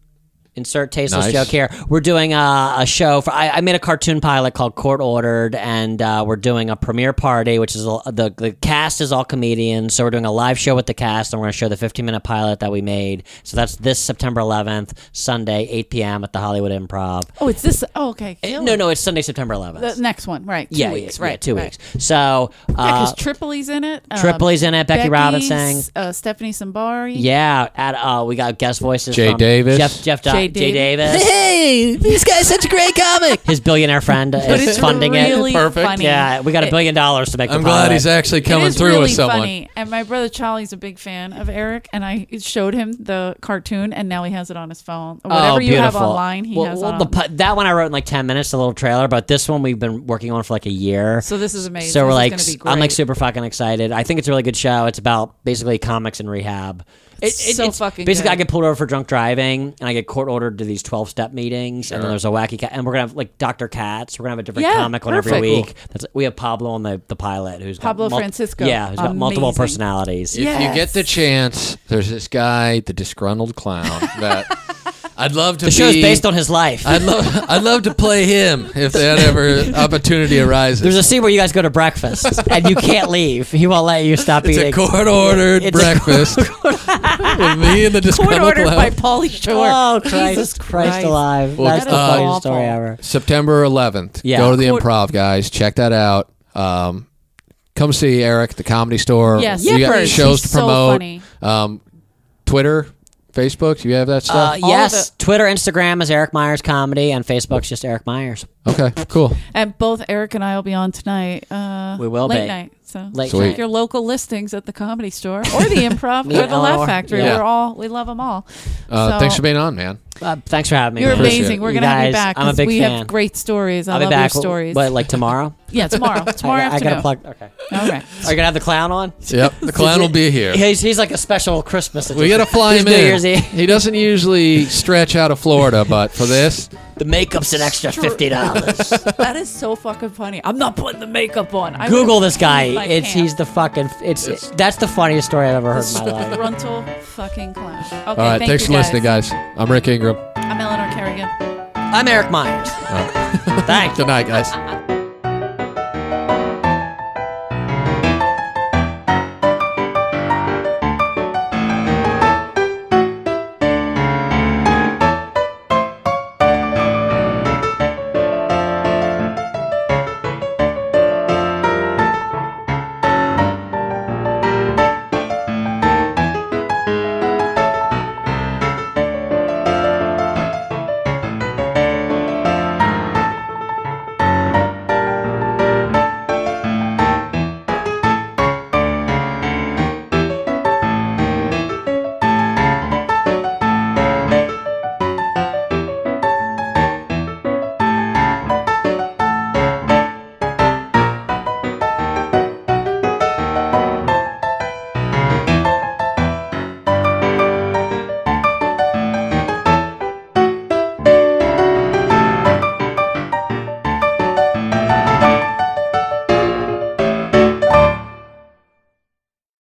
[SPEAKER 1] Insert tasteless
[SPEAKER 3] Nice.
[SPEAKER 1] joke here. We're doing a, a show for. I, I made a cartoon pilot called Court Ordered, and uh, we're doing a premiere party, which is a, the the cast is all comedians. So we're doing a live show with the cast, and we're going to show the 15 minute pilot that we made. So that's this September 11th, Sunday, 8 p.m. at the Hollywood Improv.
[SPEAKER 2] Oh, it's this. Oh, okay. Kill
[SPEAKER 1] No,
[SPEAKER 2] it.
[SPEAKER 1] no, it's Sunday, September 11th.
[SPEAKER 2] The next one, right? Two
[SPEAKER 1] yeah,
[SPEAKER 2] weeks,
[SPEAKER 1] yeah,
[SPEAKER 2] right?
[SPEAKER 1] yeah, two
[SPEAKER 2] right.
[SPEAKER 1] weeks. So uh,
[SPEAKER 2] Because Tripoli's in it. Um,
[SPEAKER 1] Tripoli's in it. Becky, Robbins sang.
[SPEAKER 2] Becky's, uh, Stephanie Sambari.
[SPEAKER 1] Yeah, at uh, we got guest voices.
[SPEAKER 3] Jay
[SPEAKER 1] from
[SPEAKER 3] Davis.
[SPEAKER 1] Jeff Jeff Jay,
[SPEAKER 2] Jay
[SPEAKER 1] Jay
[SPEAKER 2] Davis.
[SPEAKER 1] Davis. Hey, this guy's such a great comic. His billionaire friend
[SPEAKER 2] But
[SPEAKER 1] is
[SPEAKER 2] it's
[SPEAKER 1] funding
[SPEAKER 2] really
[SPEAKER 1] it.
[SPEAKER 3] Perfect.
[SPEAKER 2] funny.
[SPEAKER 1] Yeah, we got a
[SPEAKER 2] It-
[SPEAKER 1] billion dollars to make.
[SPEAKER 3] I'm
[SPEAKER 1] the
[SPEAKER 3] glad
[SPEAKER 1] pilot.
[SPEAKER 3] he's actually
[SPEAKER 2] It
[SPEAKER 3] coming
[SPEAKER 2] is
[SPEAKER 3] through
[SPEAKER 2] really
[SPEAKER 3] with someone.
[SPEAKER 2] funny. And my brother Charlie's a big fan of Eric, and I showed him the cartoon, and now he has it on his phone. Or Whatever
[SPEAKER 1] oh,
[SPEAKER 2] you
[SPEAKER 1] beautiful.
[SPEAKER 2] have online, he
[SPEAKER 1] well,
[SPEAKER 2] has
[SPEAKER 1] well,
[SPEAKER 2] on.
[SPEAKER 1] the pu- that one I wrote in like ten minutes, a little trailer. But this one we've been working on for like a year.
[SPEAKER 2] so this is amazing.
[SPEAKER 1] So we're
[SPEAKER 2] This is
[SPEAKER 1] like,
[SPEAKER 2] gonna be
[SPEAKER 1] I'm like
[SPEAKER 2] great.
[SPEAKER 1] super fucking excited. I think it's a really good show. It's about basically comics in rehab. It-
[SPEAKER 2] It's so fucking
[SPEAKER 1] Basically,
[SPEAKER 2] good.
[SPEAKER 1] I get pulled over for drunk driving, and I get court ordered to these 12 step meetings, and then there's a wacky cat, and we're gonna have like Dr. Katz. We're gonna have a different
[SPEAKER 2] Yeah,
[SPEAKER 1] comic on every
[SPEAKER 2] perfect.
[SPEAKER 1] week. That's we have Pablo on the the pilot, who's got
[SPEAKER 2] Pablo Francisco.
[SPEAKER 1] Yeah, who's got multiple
[SPEAKER 2] Amazing.
[SPEAKER 1] personalities.
[SPEAKER 3] If you get
[SPEAKER 2] Yes.
[SPEAKER 3] the chance, there's this guy, the disgruntled clown, that I'd love to
[SPEAKER 1] The show's
[SPEAKER 3] be-
[SPEAKER 1] based on his life.
[SPEAKER 3] I'd love I'd love to play him if that ever opportunity arises.
[SPEAKER 1] there's a scene where you guys go to breakfast and you can't leave. He won't let you stop
[SPEAKER 3] it's a
[SPEAKER 1] eating.
[SPEAKER 3] court ordered
[SPEAKER 1] It's a
[SPEAKER 3] breakfast with me and the
[SPEAKER 2] court
[SPEAKER 3] disgruntled
[SPEAKER 2] ordered by
[SPEAKER 3] clown.
[SPEAKER 2] Paulie Shore.
[SPEAKER 1] Oh Christ,
[SPEAKER 2] Jesus
[SPEAKER 1] Christ,
[SPEAKER 2] Christ.
[SPEAKER 1] alive!
[SPEAKER 3] Well,
[SPEAKER 1] That's the
[SPEAKER 3] uh,
[SPEAKER 1] funniest story
[SPEAKER 2] awful.
[SPEAKER 1] ever.
[SPEAKER 3] September 11th.
[SPEAKER 1] Yeah.
[SPEAKER 3] Go to the
[SPEAKER 2] Court-
[SPEAKER 3] improv, guys. Check that out. Um, come see Eric, the comedy store.
[SPEAKER 2] Yes,
[SPEAKER 3] you got
[SPEAKER 2] Yippers.
[SPEAKER 3] shows
[SPEAKER 2] He's
[SPEAKER 3] to
[SPEAKER 2] so
[SPEAKER 3] promote.
[SPEAKER 2] funny.
[SPEAKER 3] um, Twitter, Facebook. Do you have that
[SPEAKER 1] Uh,
[SPEAKER 3] stuff?
[SPEAKER 2] All of
[SPEAKER 1] yes,
[SPEAKER 2] it.
[SPEAKER 1] Twitter, Instagram is Eric Myers Comedy, and Facebook's just Eric Myers.
[SPEAKER 3] okay, cool.
[SPEAKER 2] And both Eric and I will be on tonight. Uh,
[SPEAKER 1] We will
[SPEAKER 2] late
[SPEAKER 1] be.
[SPEAKER 2] night. So
[SPEAKER 1] Late
[SPEAKER 3] Sweet.
[SPEAKER 1] night.
[SPEAKER 2] check your local listings at the Comedy Store or the Improv
[SPEAKER 1] Yeah,
[SPEAKER 2] or the Laugh
[SPEAKER 1] or-
[SPEAKER 2] Factory.
[SPEAKER 3] yeah.
[SPEAKER 2] We're all we love them all.
[SPEAKER 3] Uh,
[SPEAKER 2] So-
[SPEAKER 3] thanks for being on, man.
[SPEAKER 1] Uh, thanks for having me.
[SPEAKER 2] You're
[SPEAKER 1] man.
[SPEAKER 3] Appreciate
[SPEAKER 2] amazing.
[SPEAKER 3] it.
[SPEAKER 2] We're
[SPEAKER 1] You
[SPEAKER 2] gonna have you
[SPEAKER 1] guys,
[SPEAKER 2] back
[SPEAKER 1] I'm a
[SPEAKER 2] because
[SPEAKER 1] big
[SPEAKER 2] we
[SPEAKER 1] fan.
[SPEAKER 2] have great stories. I
[SPEAKER 1] I'll be
[SPEAKER 2] love
[SPEAKER 1] back,
[SPEAKER 2] your stories.
[SPEAKER 1] but like tomorrow.
[SPEAKER 2] yeah, tomorrow. Tomorrow
[SPEAKER 1] I, got- I
[SPEAKER 2] afternoon.
[SPEAKER 1] gotta plug. Okay.
[SPEAKER 2] All right.
[SPEAKER 1] Are you gonna have the clown on?
[SPEAKER 3] Yep, the clown will be here.
[SPEAKER 1] He's, he's like a special Christmas.
[SPEAKER 3] We gotta fly
[SPEAKER 1] He's
[SPEAKER 3] him
[SPEAKER 1] New
[SPEAKER 3] in.
[SPEAKER 1] Year's Eve.
[SPEAKER 3] He doesn't usually stretch out of Florida, but for this,
[SPEAKER 1] The makeup's an extra fifty dollars.
[SPEAKER 2] That is so fucking funny. I'm not putting the makeup on. I
[SPEAKER 1] Google
[SPEAKER 2] would've-
[SPEAKER 1] this guy.
[SPEAKER 2] I
[SPEAKER 1] It's
[SPEAKER 2] can't.
[SPEAKER 1] he's the fucking. It's, that's the funniest story I've ever heard in my life.
[SPEAKER 2] Frontal fucking clown. Okay,
[SPEAKER 3] all right.
[SPEAKER 2] thank
[SPEAKER 3] thanks
[SPEAKER 2] you
[SPEAKER 3] for listening, guys. I'm Rick Ingram.
[SPEAKER 2] I'm Eleanor Kerrigan.
[SPEAKER 1] I'm Eric Myers. Thanks.
[SPEAKER 3] Good night, guys.